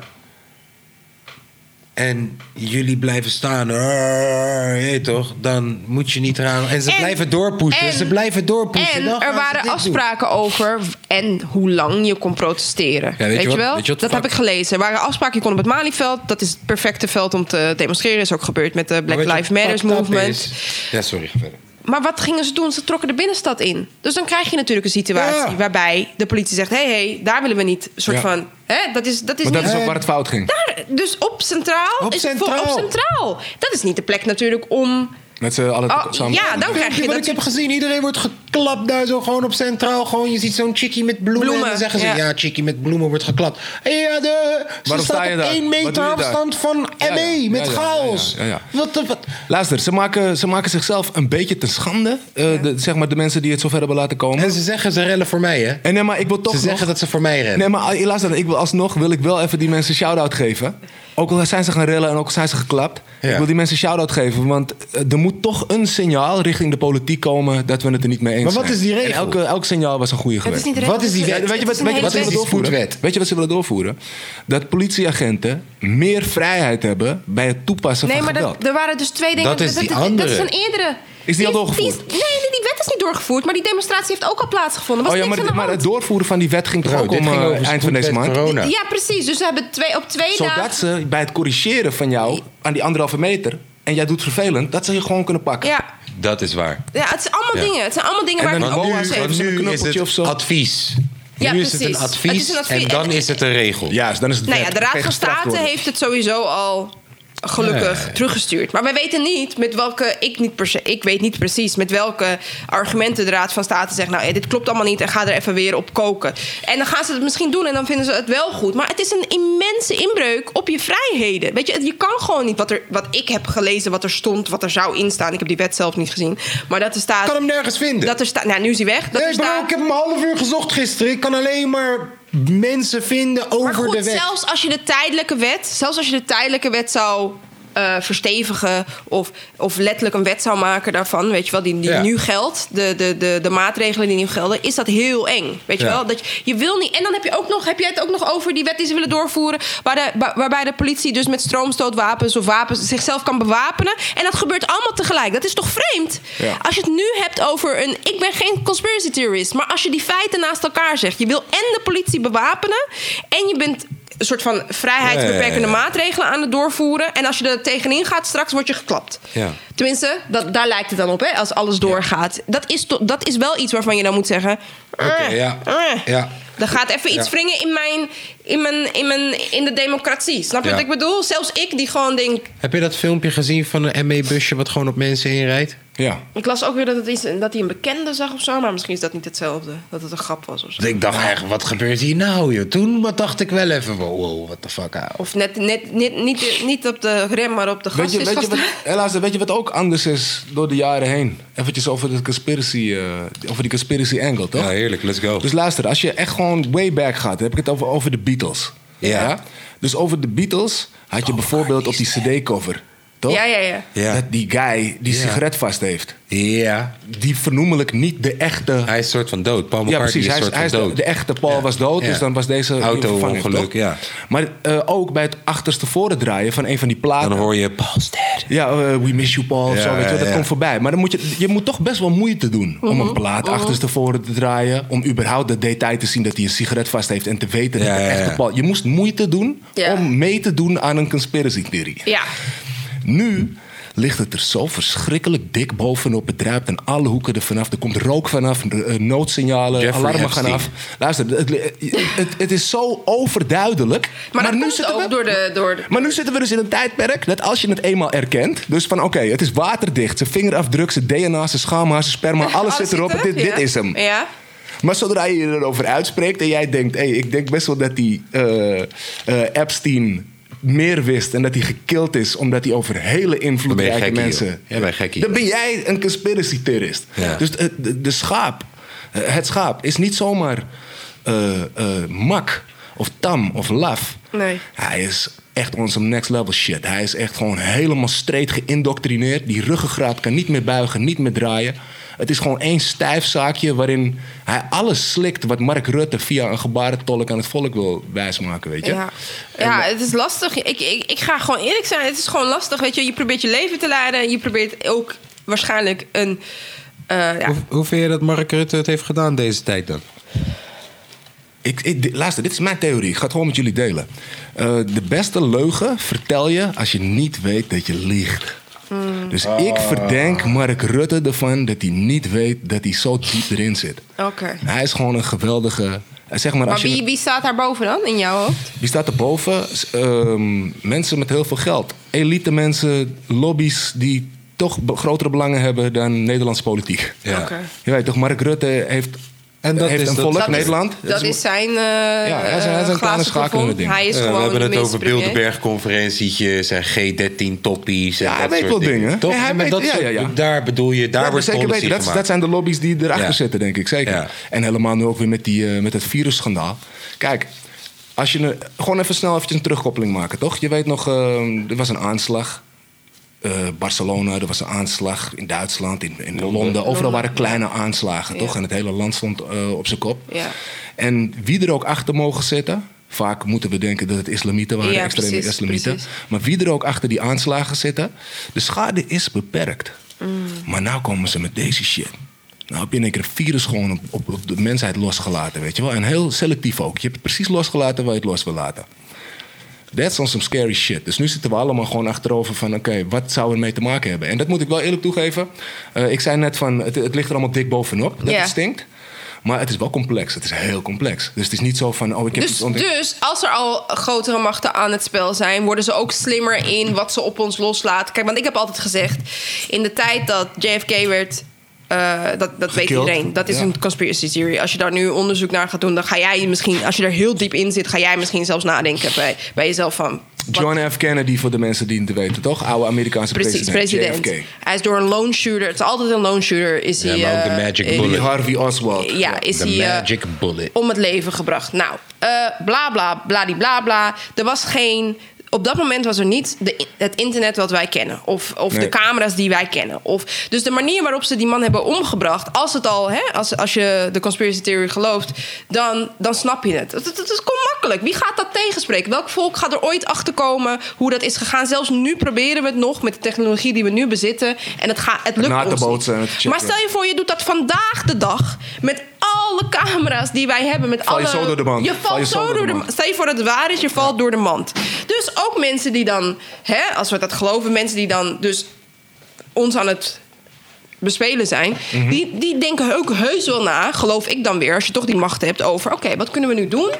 A: En jullie blijven staan, "Arr", je weet toch? Dan moet je niet raar. En ze
B: En-
A: blijven doorpushen.
B: en-
A: ze blijven doorpushen.
B: En
A: Dan gaan
B: er
A: ze dit
B: waren
A: doen.
B: afspraken over w- en hoe lang je kon protesteren.
A: Ja,
B: weet, je
A: wat-
B: wel?
A: weet je wat
B: dat
A: fuck-
B: heb ik gelezen. Er waren afspraken, je kon op het Malieveld. Dat is het perfecte veld om te demonstreren. Is ook gebeurd met de
A: Maar
B: Black
A: Nou, weet je
B: Lives
A: wat
B: Matters
A: fucked up
B: movement.
A: is? Ja, sorry. ga verder.
B: Maar wat gingen ze doen? Ze trokken de binnenstad in. Dus dan krijg je natuurlijk een situatie
A: Ja.
B: waarbij de politie zegt... hé, hey, hey, daar willen we niet. Een soort
C: Ja.
B: van... Hè, dat is, dat is
C: Maar dat
B: niet...
C: is ook waar het fout ging.
B: Daar- dus op centraal?
A: Op
B: is voor-
A: Centraal.
B: op centraal. Dat is niet de plek natuurlijk om...
C: Met z'n allen
B: Oh,
C: samen.
B: ja, dan krijg je
A: Wat
B: dat...
A: ik heb gezien, iedereen wordt geklapt daar zo gewoon op centraal. Gewoon, je ziet zo'n chickie met bloemen,
B: Bloemen,
A: en dan zeggen ze...
B: ja.
A: Ja, chickie met bloemen wordt geklapt. Ja, de, ze
C: Waarom sta
A: staat
C: je
A: op
C: daar?
A: één
C: Wat doe
A: meter
C: je daar?
A: afstand van
C: Ja, ja.
A: ME
C: Ja,
A: met
C: ja, ja,
A: chaos.
C: ja, ja, ja.
A: Wat de... Wat?
C: Luister, ze maken, ze maken zichzelf een beetje ten schande. eh, de, zeg maar de mensen die het zover hebben laten komen.
A: En ze zeggen ze rellen voor mij, hè?
C: En nee, maar ik wil toch
A: Ze
C: nog-
A: zeggen dat ze voor mij rennen.
C: Nee, maar eh, luister, ik wil, alsnog wil ik wel even die mensen shout-out geven. Ook al zijn ze gaan rillen en ook al zijn ze geklapt.
A: Ja.
C: Ik wil die mensen shout-out geven. Want eh, er moet toch een signaal richting de politiek komen dat we het er niet mee eens
A: Maar
C: zijn.
A: wat is die regel?
C: En elke, elk signaal was een goede
B: Het
C: geweest.
B: is niet de
A: Wat is die
B: regel.
A: wet?
B: Het
C: Weet je,
B: is
C: wat,
B: een
C: weet, je wat
B: hele
C: ze
A: is
B: wet.
A: die
C: willen doorvoeren?
A: spoedwet?
C: Weet je wat ze willen doorvoeren? Dat politieagenten meer vrijheid hebben bij het toepassen
B: Nee,
C: van
B: maar
C: geweld.
B: dat, er waren dus twee dingen.
A: Dat is die andere.
B: Dat is een eerdere.
C: Is die al doorgevoerd?
B: die is- nee, nee, die wet is niet doorgevoerd. Maar die demonstratie heeft ook al plaatsgevonden. Was
C: oh ja,
B: niks
C: maar,
B: aan de
C: maar het
B: hand.
C: doorvoeren van die wet ging toch
A: Bro,
C: ook
A: dit
C: om
A: ging
C: eh,
A: over
C: eind van deze
A: spoedwet
C: maand?
A: corona.
B: Ja, precies. Dus we hebben twee, op twee
C: Zodat
B: dagen...
C: ze bij het corrigeren van jou aan die anderhalve meter... en jij doet vervelend, dat ze je gewoon kunnen pakken.
B: Ja.
A: Dat is waar.
B: ja, het zijn allemaal
A: Ja.
B: dingen. Het zijn allemaal dingen
C: En
B: waar
C: dan
B: het
C: nu-
B: over
C: want
B: heeft.
C: nu- een knuppeltje of zo.
A: advies.
B: Ja,
A: nu is het een
B: precies.
A: advies,
B: Het is een advies
A: en dan
B: en-
A: is het een regel.
C: Juist, dan is het
B: Nou ja,
C: wet.
B: de Raad
C: Geen
B: van
C: gestraft
B: State
C: worden.
B: heeft het sowieso al gelukkig
A: Nee.
B: teruggestuurd. Maar wij weten niet met welke... Ik, niet per se, ik weet niet precies met welke argumenten de Raad van State zegt... nou, eh, dit klopt allemaal niet en ga er even weer op koken. En dan gaan ze het misschien doen en dan vinden ze het wel goed. Maar het is een immense inbreuk op je vrijheden. Weet je, je kan gewoon niet wat, er, wat ik heb gelezen, wat er stond... wat er zou instaan. Ik heb die wet zelf niet gezien. Maar dat er staat...
A: Ik kan hem nergens vinden.
B: dat er staat, nou, nu is hij weg. Dat
A: nee,
B: er
A: bro,
B: staat,
A: ik heb hem een half uur gezocht gisteren. Ik kan alleen maar mensen vinden over
B: Maar goed,
A: de weg.
B: zelfs als je de tijdelijke wet, zelfs als je de tijdelijke wet zou eh, verstevigen of, of letterlijk een wet zou maken daarvan, weet je wel, die, die
A: Ja.
B: nu geldt, de, de, de, de maatregelen die nu gelden, is dat heel eng, weet je
A: Ja.
B: wel? Dat je, je wil niet. En dan heb je ook nog, heb je het ook nog over die wet die ze willen doorvoeren, waar de, wa- waarbij de politie dus met stroomstootwapens of wapens zichzelf kan bewapenen. En dat gebeurt allemaal tegelijk. Dat is toch vreemd?
C: Ja.
B: Als je het nu hebt over een. Ik ben geen conspiracy theorist. Maar als je die feiten naast elkaar zegt. Je wil en de politie bewapenen. En je bent een soort van vrijheidsbeperkende
A: Ja, ja, ja.
B: maatregelen aan het doorvoeren. En als je er tegenin gaat, straks word je geklapt.
A: Ja.
B: Tenminste, dat, daar lijkt het dan op, hè, als alles doorgaat. Dat is, to- dat is wel iets waarvan je dan moet zeggen. eh,
A: ja.
B: eh.
A: Ja.
B: Er gaat even iets
A: Ja.
B: wringen in, mijn, in, mijn, in, mijn, in de democratie. Snap je
A: Ja.
B: wat ik bedoel? Zelfs ik die gewoon denk.
A: Heb je dat filmpje gezien van een ME-busje wat gewoon op mensen inrijdt?
C: Ja.
B: Ik las ook weer dat, het iets, dat hij een bekende zag of zo. Maar misschien is dat niet hetzelfde. Dat het een grap was of zo.
A: Ik dacht echt, wat gebeurt hier nou, joh? Toen wat dacht ik wel even, wow, wow what the fuck, ouwe.
B: Of net, net, net niet, niet op de rem, maar op de gas
C: Weet je,
B: is
C: weet, je wat,
B: vast-
C: hé, luister, weet je wat ook anders is door de jaren heen? Eventjes over, de conspiracy, eh, over die conspiracy angle, toch?
A: Ja, heerlijk, let's go.
C: Dus luister, als je echt gewoon way back gaat, dan heb ik het over, over de Beatles.
A: Ja.
C: Dus over de Beatles had
B: Oh,
C: je bijvoorbeeld op die CD-cover, toch?
B: Ja, ja, ja.
A: Ja.
C: Dat die guy die
A: Ja.
C: sigaret vast heeft,
A: ja.
C: die vernoemelijk niet de echte
A: Hij is een soort van dood. Paul
C: ja,
A: McCartney
C: precies.
A: is een
C: Hij
A: soort
C: is, hij is
A: van
C: de,
A: dood.
C: de echte Paul
A: Ja.
C: was dood,
A: Ja.
C: dus dan was deze hier vervangen,
A: Auto-ongeluk,
C: toch?
A: ja.
C: Maar eh, ook bij het achterste voren draaien van een van die platen.
A: Dan hoor je, Paul's dead.
C: Ja, eh, we miss you, Paul. of
A: Ja,
C: zo, weet je, wel, dat
A: ja, ja.
C: komt voorbij. Maar dan moet je, je moet toch best wel moeite doen om een plaat achterstevoren te draaien. Om überhaupt dat detail te zien dat hij een sigaret vast heeft en te weten
A: Ja,
C: dat
A: ja,
C: het
A: ja.
C: echte Paul. Je moest moeite doen
B: Ja.
C: om mee te doen aan een conspiracy theorie.
B: Ja.
C: Nu ligt het er zo verschrikkelijk dik bovenop. Het druipt aan alle hoeken er vanaf. Er komt rook vanaf, eh, noodsignalen,
A: Jeffrey
C: alarmen gaan af.
A: Epstein.
C: Luister, het, het, het is zo overduidelijk.
B: Maar, dat komt ook door de... Door de-
C: Maar nu zitten we dus in een tijdperk dat als je het eenmaal erkent... dus van oké, het is waterdicht. Zijn vingerafdruk, zijn DNA, zijn schaamhaar, zijn sperma... alles zit erop en dit,
B: ja.
C: dit is hem.
B: Ja.
C: Maar zodra je je erover uitspreekt en jij denkt... hé, ik denk best wel dat die eh, eh, Epstein meer wist... en dat hij gekild is omdat hij over hele
A: Dan
C: invloedrijke
A: ben je gekkie,
C: mensen...
A: joh. Jij bent gekkie.
C: Dan ben jij een conspiracy theorist.
A: Ja.
C: Dus de, de, de schaap, eh, het schaap, is niet zomaar eh, eh, mak of tam of laf.
B: Nee.
C: Hij is echt on some next level shit. Hij is echt gewoon helemaal streed geïndoctrineerd. Die ruggengraat kan niet meer buigen, niet meer draaien. Het is gewoon één stijf zaakje waarin hij alles slikt wat Mark Rutte via een gebarentolk aan het volk wil wijsmaken, weet je?
B: Ja. ja, het is lastig. Ik, ik, ik ga gewoon eerlijk zijn. Het is gewoon lastig, weet je. Je probeert je leven te leiden. Je probeert ook waarschijnlijk een... eh, ja.
A: Hoe, hoe vind je dat Mark Rutte het heeft gedaan deze tijd dan?
C: Ik, ik, di- luister, dit is mijn theorie. Ik ga het gewoon met jullie delen. Eh, de beste leugen vertel je als je niet weet dat je liegt. Dus ik verdenk Mark Rutte ervan dat hij niet weet dat hij zo diep erin zit.
B: Oké.
C: Hij is gewoon een geweldige Eh, Zeg maar,
B: Maar
C: als je
B: wie, wie staat daar boven dan, in jouw hoofd?
C: Wie staat erboven? S- ehm, mensen met heel veel geld. Elite mensen, lobby's die toch be- grotere belangen hebben dan Nederlandse politiek.
A: Ja.
B: Oké.
C: Je weet toch, Mark Rutte heeft,
A: En dat
C: heeft
A: is
C: een
A: dat-
C: volk
A: Dat
B: is-
C: Nederland.
B: Dat is zijn eh ja,
C: hij is een kleine schakel in het ding.
B: Hij is
A: Eh,
B: gewoon
A: we hebben
B: de
A: het
B: minste
A: over
B: premier.
A: Bilderberg-conferentietjes en G13-toppies. en
C: Ja, hij
A: dat
C: weet
A: soort
C: wel dingen.
A: Toch?
C: Ja, hij
A: Ja, maar
C: weet-
A: dat
C: ja,
A: soort-
C: ja, ja.
A: Daar bedoel je, daar
C: Ja,
A: wordt
C: zeker
A: policy
C: weten. Dat,
A: gemaakt.
C: dat zijn de lobby's die erachter
A: Ja.
C: zitten, denk ik. Zeker.
A: Ja.
C: En helemaal nu ook weer met die, eh, met het virusschandaal. Kijk, als je een- gewoon even snel eventjes een terugkoppeling maken, toch? Je weet nog, eh, er was een aanslag. Eh, Barcelona, er was een aanslag in Duitsland, in, in Londen. Overal waren kleine aanslagen, toch?
B: Ja.
C: En het hele land stond eh, op zijn kop.
B: Ja.
C: En wie er ook achter mogen zitten... Vaak moeten we denken dat het islamieten waren,
B: Ja,
C: extreme
B: precies,
C: islamieten.
B: precies.
C: Maar wie er ook achter die aanslagen zitten, de schade is beperkt.
B: Mm.
C: Maar nou komen ze met deze shit. Nou heb je in één keer een virus gewoon op, op, op de mensheid losgelaten, weet je wel. En heel selectief ook. Je hebt het precies losgelaten waar je het los wil laten. That's on some scary shit. Dus nu zitten we allemaal gewoon achterover van... oké, wat zou ermee te maken hebben? En dat moet ik wel eerlijk toegeven. Eh, ik zei net van, het, het ligt er allemaal dik bovenop. Dat
B: Ja.
C: het stinkt. Maar het is wel complex. Het is heel complex. Dus het is niet zo van... oh, ik heb
B: Dus,
C: iets ontdekt.
B: dus als er al grotere machten aan het spel zijn, worden ze ook slimmer in wat ze op ons loslaten. Kijk, want ik heb altijd gezegd: in de tijd dat JFK werd. eh, dat dat weet
C: Gekild.
B: iedereen. Dat is
C: Ja.
B: een conspiracy theory. Als je daar nu onderzoek naar gaat doen, dan ga jij misschien, als je er heel diep in zit, ga jij misschien zelfs nadenken bij, bij jezelf van. wat-
C: John F. Kennedy, voor de mensen die het niet weten, toch? Oude Amerikaanse
B: precies,
C: president.
B: president. Hij is door een loan shooter. Het is altijd een loan shooter. Is
A: Ja,
B: hij,
A: maar ook de
B: eh,
A: magic
B: eh,
A: bullet.
C: JFK. Lee Harvey Oswald.
B: Ja, is
A: De
B: hij. eh,
A: magic bullet.
B: om het leven gebracht. Nou, eh, bla bla bla die bla bla. Er was geen. Op dat moment was er niet de, het internet wat wij kennen. Of, of
C: Nee.
B: de camera's die wij kennen. Of, dus de manier waarop ze die man hebben omgebracht. Als, het al, hè, als, als je de conspiracy theory gelooft. Dan, dan snap je het. Het, het, het is gewoon makkelijk. Wie gaat dat tegenspreken? Welk volk gaat er ooit achter komen hoe dat is gegaan? Zelfs nu proberen we het nog met de technologie die we nu bezitten. En het, gaat het lukt
C: Na te
B: ons niet.
C: bootsen en te checken.
B: Maar stel je voor, je doet dat vandaag de dag. Met alle camera's die wij hebben. Met
C: Val je
B: alle,
C: zo door de mand.
B: Je
C: Val
B: valt zo door de mand. Stel je voor dat het waar is, je valt door de mand. Dus ook mensen die dan, hè, als we dat geloven, mensen die dan dus ons aan het bespelen zijn,
C: Mhm.
B: die, die denken ook heus wel na, geloof ik dan weer, als je toch die macht hebt over, oké, wat kunnen we nu doen?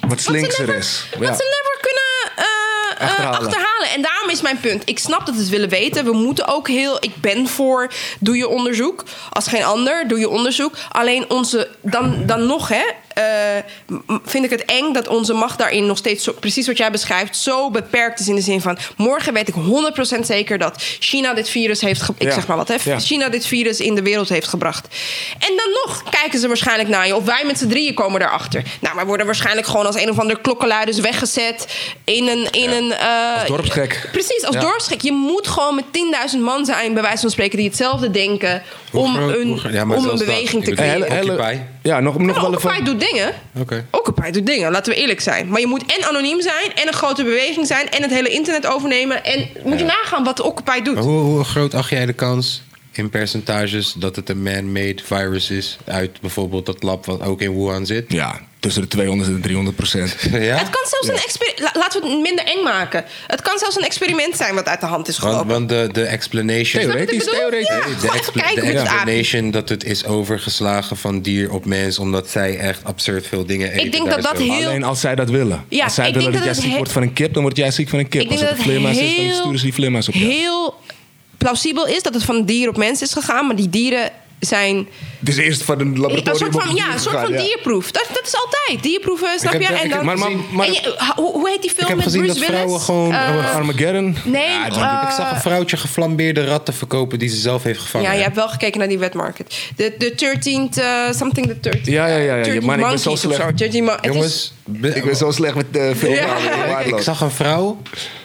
C: Wat
B: Wat ze
C: slinkser
B: never-
C: is.
B: Wat ze never kunnen eh, eh,
C: Achterhalen.
B: achterhalen. En daarom is mijn punt. Ik snap dat we het willen weten. We moeten ook heel. Ik ben voor. Doe je onderzoek. Als geen ander, doe je onderzoek. Alleen onze. Dan, dan nog, hè. eh, m- vind ik het eng dat onze macht daarin nog steeds. Zo, precies wat jij beschrijft. Zo beperkt is in de zin van. Morgen weet ik 100% zeker dat China dit virus heeft. ge- Ik
C: Ja.
B: zeg maar wat, hè.
C: Ja.
B: China dit virus in de wereld heeft gebracht. En dan nog kijken ze waarschijnlijk naar je. Of wij met z'n drieën komen daarachter. Nou, maar worden waarschijnlijk gewoon als een of ander klokkenluiders weggezet. In een. In een eh,
C: Als dorpsgek.
B: Precies, als
C: Ja.
B: dorpsgek. Je moet gewoon met 10.000 man zijn, bij wijze van spreken, die hetzelfde denken. om
A: groot-
B: een,
A: hoe gro- ja, maar
B: om een
A: zelfs dat,
B: beweging
A: ik
B: te
A: bedoel,
B: creëren.
A: hele- Occupy.
C: Eh, ja, nog, nog
B: Nou,
C: wel
B: Occupy
C: even.
B: doet dingen.
A: Oké.
B: Occupy doet dingen, laten we eerlijk zijn. Maar je moet en anoniem zijn, en een grote beweging zijn, en het hele internet overnemen. En moet je nagaan wat Occupy doet.
A: Maar Hoe, hoe groot acht jij de kans in percentages dat het een man-made virus is uit bijvoorbeeld dat lab wat ook in Wuhan zit?
C: Ja, tussen de 200 en 300 procent.
A: Ja?
B: Het kan zelfs een experiment. Laten we het minder eng maken. Het kan zelfs een experiment zijn wat uit de hand is gelopen.
A: Want, want de, de explanation.
B: Snap je wat ik
C: theoretisch,
B: bedoel?
C: theoretisch.
B: Ja,
A: De,
B: gewoon
A: expla-
B: even kijken
A: de
B: hoe het aardig
A: explanation dat het is overgeslagen van dier op mens, omdat zij echt absurd veel dingen eten.
B: denk
A: daar
B: dat
A: is
B: dat
A: wel-
B: heel-
C: Alleen als zij dat willen.
B: Ja,
C: als zij
B: ik
C: willen
B: denk dat
C: dat, jij
B: het
C: ziek
B: he-
C: wordt van een kip, dan word jij ziek van een kip.
B: Ik
C: als
B: denk
C: het
B: dat
C: een vleermuis is, dan sturen ze die vleermuis op je.
B: heel plausibel is dat het van dier op mens is gegaan, maar die dieren zijn.
C: Dus eerst van een
B: Een
C: laboratorium
B: soort
C: op
B: van, ja, een soort van
C: gegaan, ja.
B: dierproef. Dat, dat is altijd. Dierproeven, snap
C: heb-
B: je?
C: ik
B: En
C: heb
B: dan,
C: gezien- maar-
B: en je- ha- hoe, hoe heet die
A: Ik
B: film
A: heb
B: met
A: gezien
B: Bruce
A: dat
B: Willis?
A: vrouwen gewoon.
B: Eh,
A: oh,
C: Armageddon.
B: nee,
A: ja,
B: eh,
A: dan- ik zag een vrouwtje geflambeerde ratten verkopen die ze zelf heeft gevangen.
B: ja, je
A: hè?
B: hebt wel gekeken naar die wet market. De, de 13th, eh, something the 13th.
C: Ja, ja, ja, ja, ja,
B: 13
C: man, ik ben zo
B: monkeys of
C: slecht.
B: zo. 13 mo- het is-
A: Jongens, be-
C: Ik ben zo slecht met eh filmen.
B: Ja.
A: ik
C: waardeloos.
A: zag een vrouw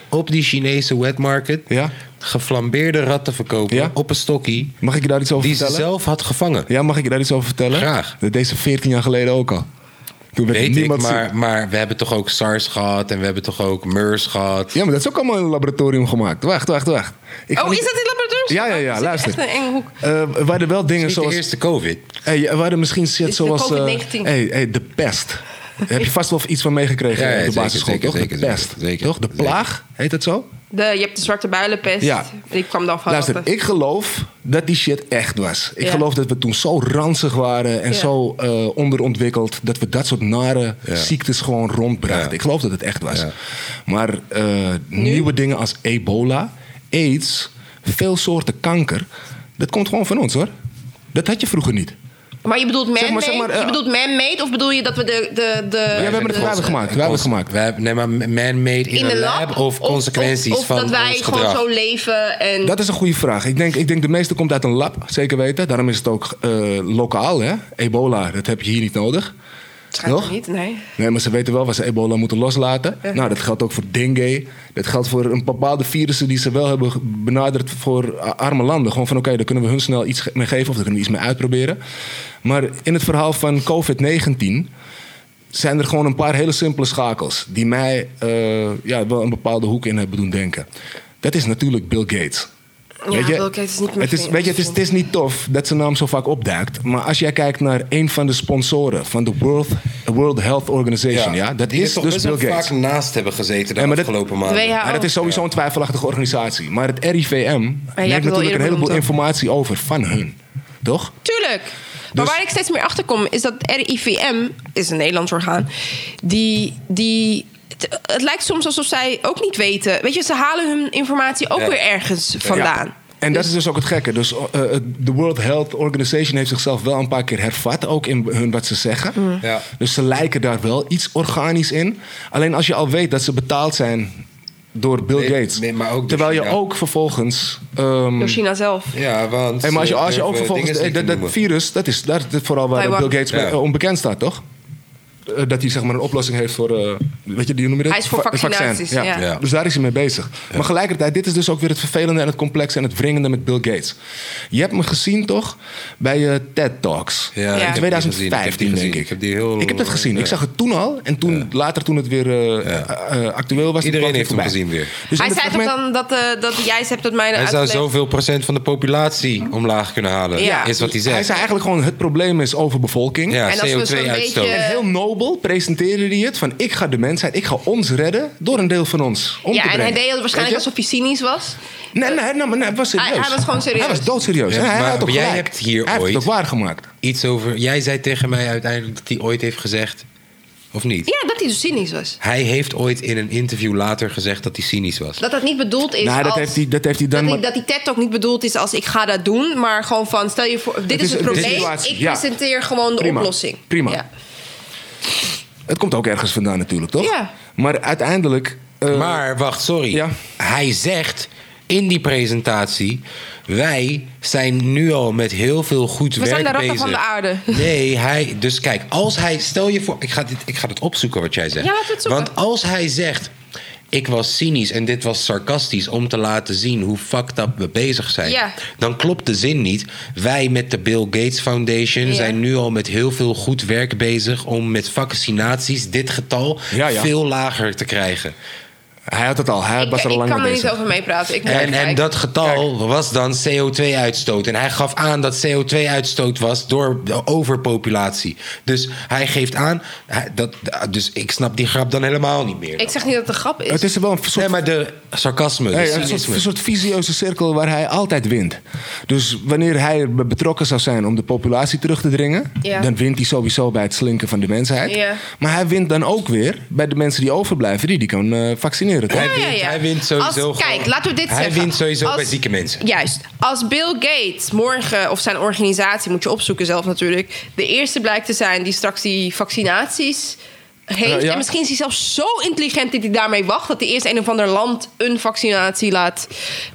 A: op die Chinese wet market
C: Ja.
A: geflambeerde ratten verkopen
C: Ja.
A: op een stokkie
C: Mag ik je daar iets over
A: die ze
C: vertellen?
A: zelf had gevangen.
C: Ja, mag ik je daar iets over vertellen?
A: Graag.
C: Dat Deze 14 jaar geleden ook al. Toen werd
A: Weet ik,
C: niemand ziek.
A: maar, maar we hebben toch ook SARS gehad en we hebben toch ook MERS gehad.
C: Ja, maar dat is ook allemaal in een laboratorium gemaakt. Wacht, wacht, wacht. Ik ga
B: oh,
C: niet-
B: is dat in laboratorium?
C: Ja, ja, ja,
B: Zit
C: luister.
B: Echt een enge hoek.
C: Eh, er waren wel dingen
A: Niet
C: zoals...
A: de eerste COVID.
C: Hey, er waren misschien shit
B: Is de
C: zoals... eh,
B: COVID-19.
C: hey, hey, de pest. Daar heb je vast wel iets van meegekregen
A: Ja, ja,
C: op de
A: zeker,
C: basisschool,
A: zeker,
C: toch?
A: zeker,
C: de
A: zeker,
C: pest,
A: zeker,
C: toch? De
A: zeker.
C: plaag, heet dat zo?
B: De, je hebt de zwarte builenpest.
C: Ja.
B: Ik kwam dan van
C: Luister,
B: ratten.
C: ik geloof dat die shit echt was. Ik
B: Ja.
C: geloof dat we toen zo ranzig waren en
B: Ja.
C: zo eh, onderontwikkeld... dat we dat soort nare
A: Ja.
C: ziektes gewoon rondbrachten.
A: Ja.
C: Ik geloof dat het echt was.
A: Ja.
C: Maar eh, nieuwe dingen als ebola, aids, veel soorten kanker... dat komt gewoon van ons, hoor. Dat had je vroeger niet.
B: Maar je bedoelt man-made?
C: Zeg maar, zeg maar, eh,
B: je bedoelt man-made of bedoel je dat we de... de, de
C: Ja, we hebben het
B: de-
C: wij hebben gemaakt. Wij hebben het gemaakt.
A: Wij hebben- nee, maar man-made in,
B: in
A: een
B: de
A: lab,
B: lab,
A: of consequenties
B: of, of
A: van
B: dat wij
A: ons
B: gewoon
A: gedrag.
B: zo leven en
C: Dat is een goede vraag. Ik denk, ik denk de meeste komt uit een lab, zeker weten. Daarom is het ook eh, lokaal, hè. Ebola, dat heb je hier niet nodig.
B: Schijnbaar
C: nog?
B: niet, nee.
C: Nee, maar ze weten wel waar ze ebola moeten loslaten. Nou, dat geldt ook voor dengue. Dat geldt voor een bepaalde virussen die ze wel hebben ge- benaderd voor a- arme landen. Gewoon van oké, daar kunnen we hun snel iets ge- mee geven of daar kunnen we iets mee uitproberen. Maar in het verhaal van COVID-19 zijn er gewoon een paar hele simpele schakels die mij eh, ja, wel een bepaalde hoek in hebben doen denken. Dat is natuurlijk Bill Gates.
B: Ja, Bill Gates is niet mijn
C: het is,
B: vriend.
C: weet je, het is, het is niet tof dat zijn naam zo vaak opduikt. Maar als jij kijkt naar een van de sponsoren van de World, World Health Organization, ja, dat
A: die er
C: is
A: toch
C: dus
A: best wel
C: Bill Gates.
A: vaak naast hebben gezeten de
C: Ja, maar dat-
A: afgelopen
B: De
A: maanden.
B: WHO.
C: Maar dat is sowieso een twijfelachtige organisatie. Maar het RIVM
B: hebt
C: neemt
B: het al
C: natuurlijk een
B: eerder
C: heleboel
B: benoemd,
C: informatie over van hun. Toch?
B: Tuurlijk. Maar
C: Dus-
B: waar ik steeds meer achter kom is dat RIVM, is een Nederlands orgaan, die. die het, het lijkt soms alsof zij ook niet weten. Weet je, ze halen hun informatie ook
A: Ja.
B: weer ergens vandaan.
C: Ja. En dat is dus ook het gekke. Dus eh, eh, de World Health Organization heeft zichzelf wel een paar keer hervat, ook in hun wat ze zeggen.
A: Ja.
C: Dus ze lijken daar wel iets organisch in. Alleen als je al weet dat ze betaald zijn door Bill
A: Nee,
C: Gates,
A: nee, maar ook dus door
C: terwijl je
A: China.
C: ook vervolgens. ehm,
B: Door China zelf.
A: Ja, want...
C: Hey, maar als je,
A: eh,
C: als je ook
A: durven dingen
C: vervolgens. eh,
A: niet
C: Dat,
A: te
C: dat
A: noemen.
C: virus, dat is, dat is vooral waar
B: Taiwan.
C: Bill Gates
A: Ja.
C: eh, onbekend staat, toch? Eh, Dat hij zeg maar een oplossing heeft voor. eh, weet je, die hoe noem je dat?
B: Hij is voor
C: Va- het vaccin,
B: vaccinaties, ja.
A: Ja.
C: Dus daar is hij mee bezig. Maar gelijkertijd, dit is dus ook weer het vervelende en het complexe en het wringende met Bill Gates. Je hebt me gezien, toch? Bij je TED Talks.
A: Ja, ik
B: Ja.
A: heb die gezien. Ik
C: 2015,
A: heb die gezien.
C: denk ik.
A: Ik heb die heel- eh,
C: ik heb dat gezien.
A: ja.
C: Ik zag het toen al. En toen, later, toen het weer eh, eh, actueel was.
A: Iedereen
C: toen
A: heeft
C: kwam
A: hem
C: het
A: gezien weer.
C: Dus
B: Hij
C: in het
B: zei toch
C: fragment-
B: dan dat, eh, dat jij hebt dat mij
A: Hij zou
B: uitgelegd?
A: zoveel procent van de populatie omlaag kunnen halen.
B: Ja.
A: Is wat hij
C: Hij
A: zegt.
C: zei eigenlijk gewoon: het probleem is overbevolking.
A: Ja,
B: En als we zo'n
A: CO2-uitstoot.
B: beetje-
C: En heel nobel presenteerde hij het van ik ga de mensheid, ik ga ons redden door een deel van ons om
B: Ja,
C: te
B: en
C: brengen.
B: hij deed het waarschijnlijk
C: Weet
B: alsof hij cynisch was.
C: je? Nee, nee, nee, maar nee, hij was serieus.
B: Hij- hij was gewoon serieus.
C: Hij was doodserieus.
A: Ja,
C: En hij
A: maar
C: had ook
A: jij
C: gelijk.
A: hebt hier
C: hij heeft
A: ooit-
C: het ook waargemaakt.
A: Iets over... Jij zei tegen mij uiteindelijk dat hij ooit heeft gezegd... Of niet?
B: Ja, dat hij dus cynisch was.
A: Hij heeft ooit in een interview later gezegd dat hij cynisch was.
B: Dat dat niet bedoeld is.
C: Nou, dat
B: als-
C: heeft hij- dat heeft hij dan
B: Dat, die-
C: maar-
B: dat die TED Talk niet bedoeld is als ik ga dat doen, maar gewoon van stel je voor, dit is,
C: is
B: het
C: een
B: probleem.
C: situatie,
B: ik
C: ja.
B: presenteer gewoon de
C: Prima,
B: oplossing.
C: prima.
B: Ja.
C: Het komt ook ergens vandaan natuurlijk, toch?
B: Ja.
C: Maar uiteindelijk... eh,
A: Maar wacht, sorry.
C: Ja.
A: Hij zegt in die presentatie: wij zijn nu al met heel veel goed
B: We
A: werk
B: zijn de ratten
A: bezig.
B: van de aarde.
A: Nee, hij. Dus kijk, als hij. Stel je voor. Ik ga dit, ik ga dit opzoeken wat jij zegt.
B: Ja, laten we het zoeken.
A: Want als hij zegt. Ik was cynisch en dit was sarcastisch om te laten zien hoe fucked up we bezig zijn.
B: Ja.
A: Dan klopt de zin niet. Wij met de Bill Gates Foundation
B: Ja.
A: zijn nu al met heel veel goed werk bezig om met vaccinaties dit getal
C: Ja, ja.
A: veel lager te krijgen.
C: Hij had het al, hij
B: Ik,
C: was er al
B: ik
C: lang
B: kan
C: mee
B: er niet
C: bezig.
B: over meepraten. Ik moet
A: En,
B: even
A: en
B: kijken.
A: dat getal was dan CO2-uitstoot. En hij gaf aan dat CO2-uitstoot was door de overpopulatie. Dus hij geeft aan. hij- dat, dus ik snap die grap dan helemaal niet meer.
B: Ik zeg niet dat het een grap is.
C: Het is wel een soort
A: nee, maar de sarcasme. de
C: Hey, een,
A: cynisme.
C: soort, een soort visieuze cirkel waar hij altijd wint. Dus wanneer hij erbij betrokken zou zijn om de populatie terug te dringen,
B: Ja.
C: dan wint hij sowieso bij het slinken van de mensheid.
B: Ja.
C: Maar hij wint dan ook weer bij de mensen die overblijven, die die kan eh, vaccineren. Toch?
A: hij,
B: Ja, ja,
A: wint,
B: ja.
A: hij wint sowieso.
B: Als- kijk,
A: gewoon-
B: laten we dit
A: hij
B: zeggen.
A: wint sowieso bij
B: Als-
A: zieke mensen.
B: Juist. Als Bill Gates morgen, of zijn organisatie, moet je opzoeken zelf natuurlijk... de eerste blijkt te zijn die straks die vaccinaties heeft...
C: Ja, ja.
B: en misschien is hij zelfs zo intelligent dat hij daarmee wacht... dat hij eerst een of ander land een vaccinatie laat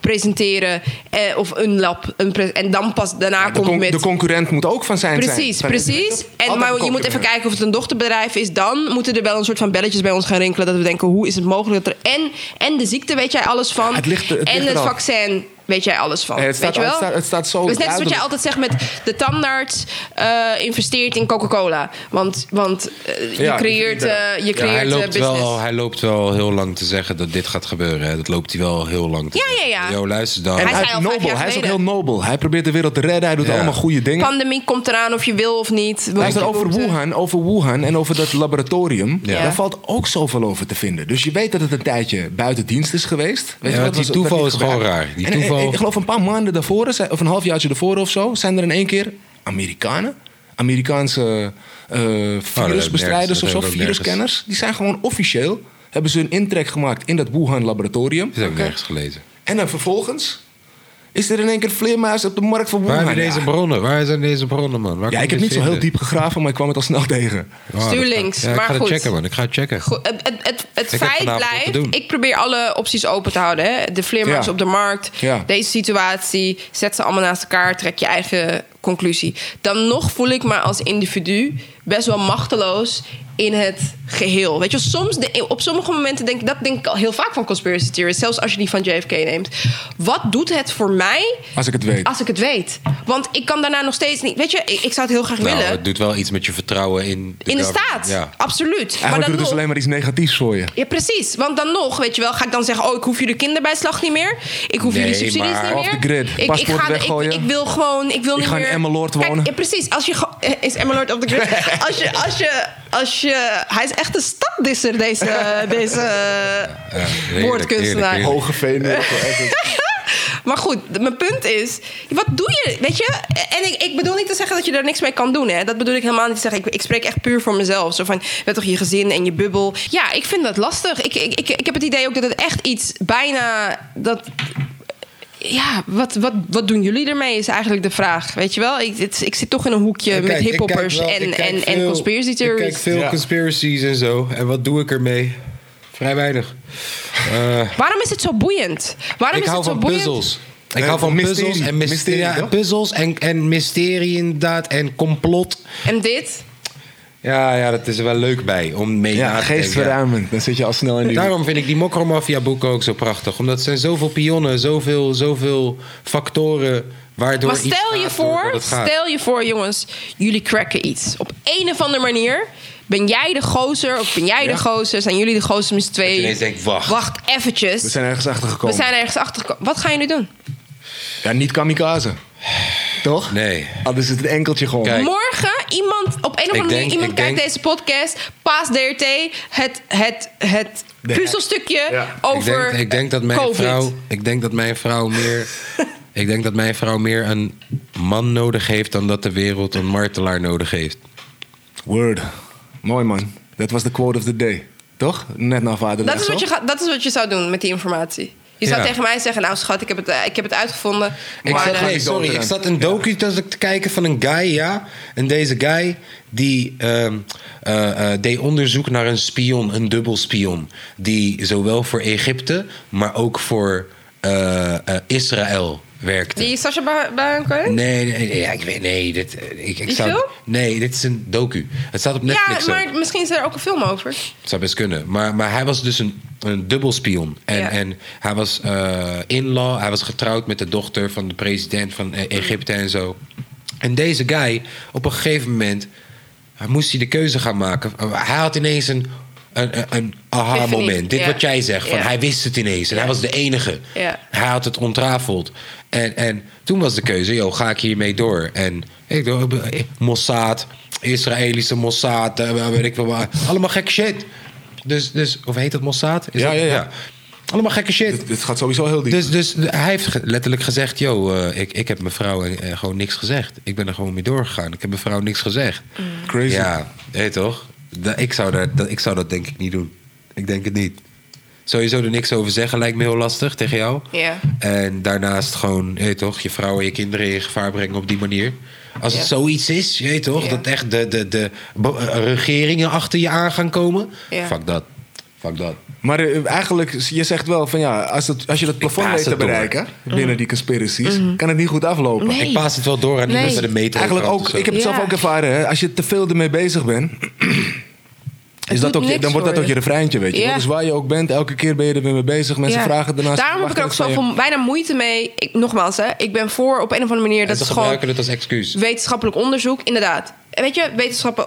B: presenteren... Eh, of een lab. Een pre- en dan pas daarna
C: De,
B: komt
C: con-
B: met...
C: de concurrent moet ook van zijn zijn.
B: Precies,
C: Van-
B: precies. En,
C: Altijd een
B: maar je moet
C: concurrent.
B: even kijken of het een dochterbedrijf is. Dan moeten er wel een soort van belletjes bij ons gaan rinkelen. Dat we denken, hoe is het mogelijk dat er... En, en de ziekte weet jij alles van.
C: Het ligt er- het
B: en
C: ligt
B: het
C: eraf.
B: vaccin weet jij alles van.
C: Eh, het, staat,
B: weet je
C: het,
B: wel?
C: staat, het staat zo
B: Het is net als wat jij
C: duidelijk.
B: altijd zegt met de tandarts eh, investeert in Coca-Cola. Want, want eh, je
C: Ja,
B: creëert, eh, je
A: Ja, hij,
B: creëert eh,
A: loopt
B: business.
A: wel, hij loopt wel heel lang te zeggen dat dit gaat gebeuren. Hè. Dat loopt hij wel heel lang te
B: Ja,
A: zeggen.
B: ja, ja.
A: Yo, luister dan.
C: En
B: Hij
C: hij,
B: zei
C: is
B: al vijf
C: nobel.
B: jaar
C: Hij is ook heel
B: geleden.
C: nobel. Hij probeert de wereld te redden. Hij doet
A: Ja.
C: allemaal goede dingen.
B: Pandemie komt eraan of je wil of niet.
C: Luister, over Wuhan, over Wuhan en over dat laboratorium.
B: Ja.
C: Daar valt ook zoveel over te vinden. Dus je weet dat het een tijdje buiten dienst is geweest. Weet
A: Ja,
C: je,
A: want die
C: was-
A: toeval
C: niet
A: is gewoon
C: gebeurd.
A: raar. Die
C: En, en,
A: toeval-
C: ik geloof een paar maanden daarvoor, zijn- of een halfjaartje daarvoor of zo, zijn er in één keer Amerikanen. Amerikaanse eh,
A: nergens,
C: virusbestrijders
A: dat
C: of
A: heb ik
C: zo,
A: ook nergens.
C: viruskenners. Die zijn gewoon officieel, hebben ze een intrek gemaakt in dat Wuhan laboratorium.
A: Dat heb ik nergens gelezen.
C: En dan vervolgens is er in één keer vleermuis op de markt van Wuhan.
A: Waar heb je
C: Ja.
A: deze bronnen? Waar zijn deze bronnen, man? Waar
C: Ja,
A: kan
C: ik heb
A: dit
C: niet zo heel
A: vinden?
C: diep gegraven, maar ik kwam het al snel tegen.
A: Oh, dat-
B: Stuurlinks,
A: Ja, ik
B: maar
A: ga het
B: goed.
A: checken, man. Ik ga het checken.
B: Goed, het het, het, het
A: heb
B: feit
A: vanavond wat te
B: blijft,
A: doen.
B: ik probeer alle opties open te houden. Hè? De vleermuis
C: Ja.
B: op de markt,
C: Ja.
B: deze situatie, zet ze allemaal naast elkaar, trek je eigen conclusie. Dan nog voel ik me als individu best wel machteloos in het geheel. Weet je, wel, soms de- op sommige momenten denk ik, dat denk ik al heel vaak van conspiracy theories, zelfs als je die van JFK neemt. Wat doet het voor mij
C: Als ik het weet.
B: als ik het weet? Want ik kan daarna nog steeds niet. Weet je, ik, ik zou het heel graag
A: Nou,
B: willen.
A: het doet wel iets met je vertrouwen in de,
B: In de
A: government.
B: staat,
A: Ja.
B: absoluut.
C: Eigenlijk doet het dus
B: nog-
C: alleen maar iets negatiefs voor je.
B: ja, precies. Want dan nog, weet je wel, ga ik dan zeggen: Oh, ik hoef jullie kinderbijslag niet meer. Ik hoef
A: Nee,
B: jullie subsidies
A: maar
B: niet
C: off
B: meer.
C: the grid.
B: Ik, ik,
C: Paspoort
B: ga, ik,
C: weggooien.
B: ik wil gewoon, ik wil niet
C: ga in
B: meer.
C: Emmeloord wonen.
B: Kijk, ja, precies. Als je ge- eh, is Emmeloord op de grid. als je, als je, als je, hij is echt een staddisser deze, deze eh,
A: Ja, heerlijk, heerlijk,
B: woordkunstenaar.
A: heerlijk.
C: Hoge veen.
B: Maar goed, mijn punt is, wat doe je, weet je? En ik, ik bedoel niet te zeggen dat je daar niks mee kan doen, hè. Dat bedoel ik helemaal niet te zeggen. Ik, ik spreek echt puur voor mezelf. Zo van, je hebt toch je gezin en je bubbel. Ja, ik vind dat lastig. Ik, ik, ik, ik heb het idee ook dat het echt iets bijna... Dat, ja, wat, wat, wat doen jullie ermee is eigenlijk de vraag, weet je wel? Ik, het- ik zit toch in een hoekje
A: Ik
B: met
A: kijk- ik kijk
B: hiphoppers
A: wel-
B: en,
A: ik kijk
B: en, en
A: veel-
B: conspiracy
A: Ik kijk
B: theories.
A: veel
C: Ja.
A: conspiracies en zo. En wat doe ik ermee? Vrij weinig. Eh,
B: Waarom is het zo boeiend? Waarom
A: ik
B: is
A: hou
B: het zo
A: van
B: boeiend?
A: puzzels. Ik
C: Eh,
A: hou van
C: mysterie.
A: puzzels en mysterie,
C: Mysterie,
A: ja,
C: toch?
A: puzzels en, en mysterie inderdaad en complot.
B: En dit?
A: Ja, ja, dat is er wel leuk bij om mee na
C: Ja,
A: te denken. ja.
C: geestverruimend. Dan zit je al snel in die...
A: Daarom vind ik die Mokromafia boeken ook zo prachtig. Omdat er zijn zoveel pionnen, zoveel, zoveel factoren waardoor
B: Maar
A: iets
B: stel je
A: gaat worden
B: voor,
A: dat het gaat.
B: stel je voor, jongens, jullie cracken iets. Op een of andere manier ben jij de gozer, of ben jij de gozer, zijn jullie de gozer met z'n
A: Dat je
B: tweeën.
A: ineens denkt, wacht.
B: Wacht eventjes.
C: We zijn ergens achter
B: We
C: gekomen.
B: zijn ergens achter. Wat gaan jullie doen?
C: Ja, niet kamikaze. Toch?
A: Nee.
C: Anders is het enkeltje gewoon.
A: Kijk.
B: Morgen iemand op een of andere
A: denk-
B: manier iemand
A: ik
B: kijkt
A: denk-
B: deze podcast, paas DRT, het, het, het puzzelstukje
C: Ja.
B: over
A: ik denk, ik denk dat mijn
B: COVID.
A: vrouw, ik denk dat mijn vrouw meer, ik denk dat mijn vrouw meer een man nodig heeft dan dat de wereld een martelaar nodig heeft.
C: Word. Mooi man. Dat was de quote of the day. Toch? Net na vader.
B: Dat is, wat je, gaat- dat is wat je zou doen met die informatie. Je zou
A: Ja.
B: tegen mij zeggen, nou schat, ik heb het, eh, ik heb het uitgevonden.
A: Ik
B: maar,
A: zat,
B: eh,
A: nee,
C: die
A: sorry,
C: dood
A: ik
C: eraan.
A: zat een docu te te kijken van een guy, ja. En deze guy, die ehm, eh, eh, deed onderzoek naar een spion, een dubbelspion. Die zowel voor Egypte, maar ook voor eh, eh, Israël werkte.
B: die Sasha Ba- Baron nee,
A: Nee, nee, nee, ja, ik weet, nee, dit, eh, ik, ik
B: Die
A: zou-
B: film?
A: nee, dit is een docu. Het staat op Netflix
B: Ja,
A: ook.
B: maar misschien is er ook een film over.
A: Het zou best kunnen. Maar, maar hij was dus een, een dubbelspion. En,
B: Ja.
A: en hij was eh, in-law. Hij was getrouwd met de dochter van de president van eh, Egypte en zo. En deze guy, op een gegeven moment... hij moest hij de keuze gaan maken. Hij had ineens een, een, een- een
B: Epiphany,
A: aha-moment. Dit
B: ja.
A: wat jij zegt. Van
B: Ja.
A: Hij wist het ineens. En hij was de enige.
B: Ja.
A: Hij had het ontrafeld. En, en toen was de keuze, joh, ga ik hiermee door? En ik dacht, eh, Mossad, Israëlische Mossad, eh, weet ik wel waar. Allemaal gekke shit. Dus, dus of heet dat Mossad? Is
C: Ja,
A: dat-
C: ja, ja.
A: Allemaal gekke shit.
C: Dit, dit gaat sowieso heel diep.
A: Dus, dus hij heeft ge- letterlijk gezegd, joh, eh, ik, ik heb mijn vrouw eh, gewoon niks gezegd. Ik ben er gewoon mee doorgegaan. Ik heb mijn vrouw niks gezegd.
B: Mm.
C: Crazy.
A: Ja, hé toch? Da- ik, zou daar, dat, ik zou dat denk ik niet doen. Ik denk het niet. Sowieso er niks over zeggen lijkt me heel lastig tegen jou.
B: Ja.
A: En daarnaast gewoon, hé toch, je vrouw en je kinderen in gevaar brengen op die manier. Als het
B: Ja.
A: zoiets is, je weet toch,
B: Ja.
A: dat echt de, de, de bo- eh, regeringen achter je aan gaan komen.
B: Ja.
A: Fuck dat. Fuck dat.
C: Maar eh, eigenlijk, je zegt wel van ja, als, het, als je dat plafond
A: paas
C: weet te
A: het door.
C: bereiken binnen die conspiracies, kan het niet goed aflopen.
B: Mhm. Nee.
A: Ik paas het wel door aan
B: Nee.
A: iemand met een meter.
C: Eigenlijk ook, ik heb het
B: Ja.
C: zelf ook ervaren, hè, als je te veel ermee bezig bent. is
B: doet
C: dat ook je,
B: niks
C: dan wordt dat
B: voor
C: ook je refreintje, weet je.
B: Ja.
C: wel. Dus waar je ook bent, elke keer ben je er weer mee bezig. Mensen
B: Ja.
C: vragen daarnaast.
B: Daarom heb ik
C: wacht
B: er ook
C: even,
B: zoveel, bijna moeite mee. Ik, nogmaals, hè, ik ben voor op een of andere manier.
A: En
B: Dat
A: ze
B: is gewoon
A: gebruiken het als excuus.
B: wetenschappelijk onderzoek. Inderdaad. En Weet je, wetenschappen,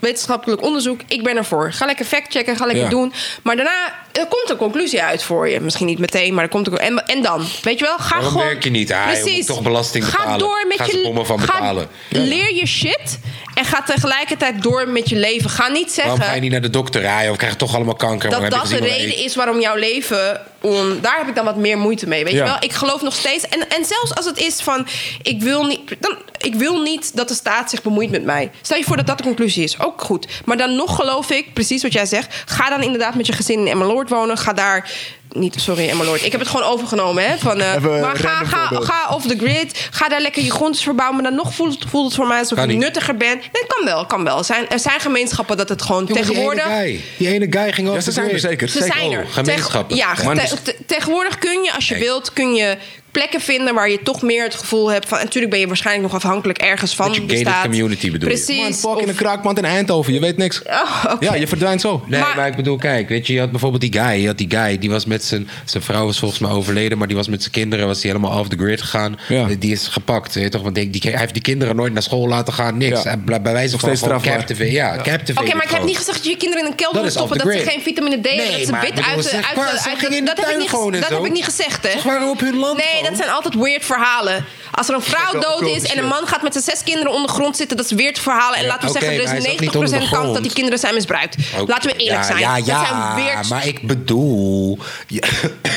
B: wetenschappelijk onderzoek, ik ben ervoor. Ga lekker factchecken, ga lekker
C: Ja.
B: doen. Maar daarna er komt een conclusie uit voor je. Misschien niet meteen, maar er komt een En, en dan? Weet je wel, ga
A: Waarom
B: gewoon.
A: werk je niet? Ah, je moet toch belasting
B: Ga
A: betalen.
B: door met
A: Ga
B: je
A: ze bommen van
B: ga-
A: betalen.
B: Leer je shit en ga tegelijkertijd door met je leven. Ga niet zeggen.
A: Waarom ga je niet naar de dokter rijden? Of krijg je toch allemaal kanker?
B: dat
A: maar dan
B: dat
A: heb je dus
B: de
A: gezien hoe
B: reden is waarom jouw leven. On, daar heb ik dan wat meer moeite mee. Weet
C: Ja.
B: je wel? Ik geloof nog steeds. En, en zelfs als het is van. Ik wil, niet, dan, ik wil niet dat de staat zich bemoeit met mij. Stel je voor dat dat de conclusie is. Ook goed. Maar dan nog geloof ik, precies wat jij zegt. Ga dan inderdaad met je gezin in Emmeloord wonen. Ga daar. Niet, sorry, Emmeloord. Ik heb het gewoon overgenomen. Hè, van, eh,
C: Even een
B: maar ga,
C: random
B: ga,
C: voorbeeld.
B: ga off the grid. Ga daar lekker je grondjes verbouwen. Maar dan nog voelt, voelt het voor mij alsof
A: Kan
B: ik
A: niet.
B: nuttiger ben. Nee, kan wel, kan wel. Er Zijn, er zijn gemeenschappen dat het gewoon
A: Jongen,
B: tegenwoordig...
A: Die ene guy, die ene guy ging over.
C: Ja, ze zijn er zeker.
B: Ze
C: zeker.
B: zijn er.
A: Oh, gemeenschappen.
B: Teg- ja,
A: Man,
B: te-
A: dus-
B: te- tegenwoordig kun je, als je
A: Nee.
B: wilt, kun je plekken vinden waar je toch meer het gevoel hebt van. En natuurlijk ben je waarschijnlijk nog afhankelijk ergens van.
A: Met je
B: de
A: gated
B: staat.
A: community bedoel je?
B: Precies.
C: Man, fuck in een
B: Of-
C: kraakmand in Eindhoven. Je weet niks.
B: Oh, oké.
C: Ja, je verdwijnt zo.
A: Nee,
B: Maar-
A: maar, ik bedoel, kijk, weet je, je had bijvoorbeeld die guy, je had die guy, die was met zijn, zijn vrouw is volgens mij overleden, maar die was met zijn kinderen, was die helemaal off the grid gegaan. Eh,
C: Ja.
A: Die is gepakt, weet je toch? Want die, die- hij heeft die kinderen nooit naar school laten gaan, niks.
C: Ja.
A: Hij blijft bij wijze
C: Nog
A: van
C: steeds
A: gewoon
C: strafbaar.
A: captive, ja, captive.
B: Oké, maar ik heb niet gezegd dat je je kinderen in een
A: Dat
B: kelder moet
A: is off
B: stoppen.
A: the
B: Dat ze
A: grid.
B: geen vitamine D hebben.
A: Nee,
B: Dat ze
A: maar
B: wit
A: ik bedoel,
B: uit de.
A: ze-
B: uit
A: maar
B: de-
A: ze
B: uit
A: gingen
B: de-
A: in de
B: dat heb ik
A: tuin
B: niet
A: gewoon
B: ge-
A: en
B: Dat
A: zo.
B: heb ik niet gezegd, hè?
A: Ze waren op hun land
B: Nee,
A: gewoon.
B: dat zijn altijd weird verhalen. Als er een vrouw
C: wel
B: dood is
C: occulte
B: en een man gaat met zijn zes kinderen onder de grond zitten, dat is weird verhalen. En
A: Ja,
B: laten we
A: oké, maar
B: zeggen,
A: hij
B: er
A: zat
B: is
A: niet
B: een 90%
A: onder de
B: kans
A: grond.
B: dat die kinderen zijn misbruikt.
A: Ook-
B: Laten we eerlijk
A: ja,
B: zijn.
A: Ja,
B: dat
A: ja,
B: zijn weird
A: maar ik bedoel... ja,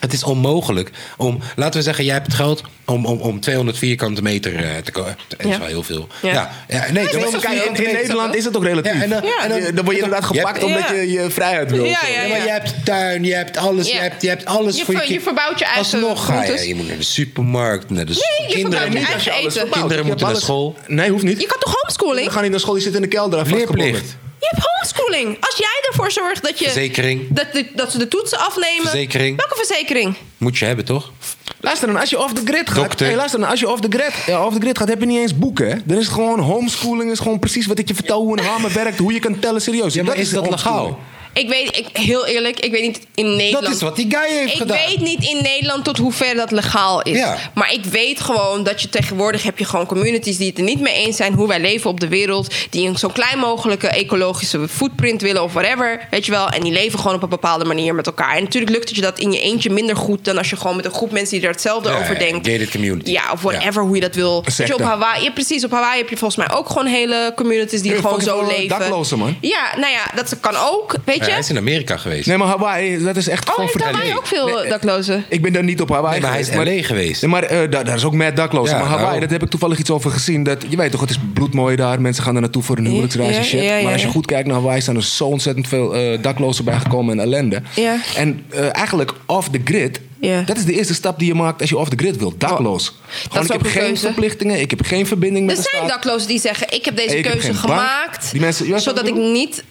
A: Het is onmogelijk om, laten we zeggen, jij hebt het geld om, om, om 200 vierkante meter eh, te kopen. Dat is
B: Ja.
A: wel heel veel.
B: Ja.
A: Ja, ja. nee,
B: is niet
A: maar
B: zoveel.
A: kijk,
C: In, in Nederland is het ook relatief.
A: Ja, en eh, dan-
B: Ja. en dan-
C: Je- dan word je inderdaad
A: Je
C: gepakt
A: hebt-
C: omdat je je vrijheid wil.
B: Ja,
C: zo.
B: ja,
A: Ja,
B: ja.
A: maar je hebt tuin, je hebt alles, Dus
B: Ja.
A: je, hebt, je hebt alles
B: Je
A: voor je
B: ver- je
A: kind.
B: verbouwt je eigen
A: Alsnog ga je,
B: groentes.
A: je moet naar de supermarkt, naar de
B: eh, Nee, je verbouwt
A: kinderen.
B: je
A: moeten-
B: eigen eten.
C: verbouwt.
A: Kinderen
C: Je
A: moeten
C: hebt
A: naar
C: alles-
A: school.
C: Nee, hoeft niet.
B: Je kan toch homeschooling?
C: We gaan niet naar school, die zitten in de kelder. aan
A: Leerplicht.
C: vastgebonden.
B: Je hebt homeschooling. Als jij ervoor zorgt dat je.
A: Verzekering.
B: Dat, de- dat ze de toetsen afnemen.
A: Verzekering.
B: Welke verzekering?
A: Moet je hebben, toch?
C: Luister dan, als je off the grid gaat.
A: Dokter.
C: Hey, luister dan, als je off the grid, ja, off the grid gaat, heb je niet eens boeken. hè? Dan is het gewoon homeschooling, is gewoon precies wat ik je vertel, hoe een hamer werkt, hoe je kan tellen, serieus.
A: Ja, maar is dat
C: homeschooling.
A: legaal?
B: Ik weet, ik, heel eerlijk, ik weet niet in Nederland.
A: Dat is wat die guy heeft
B: ik
A: gedaan.
B: weet niet in Nederland tot hoever dat legaal is.
A: Ja.
B: Maar ik weet gewoon dat je tegenwoordig heb je gewoon communities die het er niet mee eens zijn hoe wij leven op de wereld. Die een zo klein mogelijke ecologische footprint willen of whatever. Weet je wel. En die leven gewoon op een bepaalde manier met elkaar. En natuurlijk lukt het je dat in je eentje minder goed dan als je gewoon met een groep mensen die er hetzelfde
A: Ja,
B: over
A: ja,
B: denkt.
A: gated community.
B: Ja, of whatever hoe je dat wil. Weet je, op
C: secte.
B: Hawaii, ja, precies, op Hawaii heb je volgens mij ook gewoon hele communities die
C: Ja,
B: gewoon
C: fucking
B: zo
C: veel
B: leven.
C: daklozen, man.
B: Ja, nou ja, dat kan ook. Weet
A: Ja,
B: je?
A: hij is in Amerika geweest.
C: Nee, maar Hawaii, dat is echt
B: Oh,
C: gewoon
B: heeft
C: verkeerd.
B: Hawaii ook veel
A: eh,
C: Nee,
B: daklozen?
C: Ik ben daar niet op Hawaii
A: Nee, maar hij is
C: geweest,
A: LA geweest.
C: Nee, maar eh, daar, daar is ook mad dakloos.
A: Ja,
C: maar Hawaii,
A: daarom.
C: dat heb ik toevallig iets over gezien. Dat, je weet toch, het is bloedmooi daar. Mensen gaan daar naartoe voor een huwelijksreis
B: Ja,
C: en shit.
B: ja, ja,
C: maar als je
B: ja.
C: goed kijkt naar Hawaii... zijn er zo ontzettend veel eh, daklozen bijgekomen en ellende.
B: Ja.
C: En eh, eigenlijk off the grid...
B: Ja. Oh,
C: Dat is de eerste stap die je maakt als je off the grid wilt. Dakloos. Gewoon,
B: is
C: ik
B: ook
C: heb
B: een
C: geen
B: keuze.
C: verplichtingen. Ik heb geen verbinding
B: Er
C: met de
B: zijn
C: staat.
B: daklozen die zeggen: Ik heb deze
C: Ik heb
B: keuze
C: geen bank.
B: gemaakt.
C: Die mensen- je weet
B: zodat
C: wat
B: ik
C: ik bedoel?
B: niet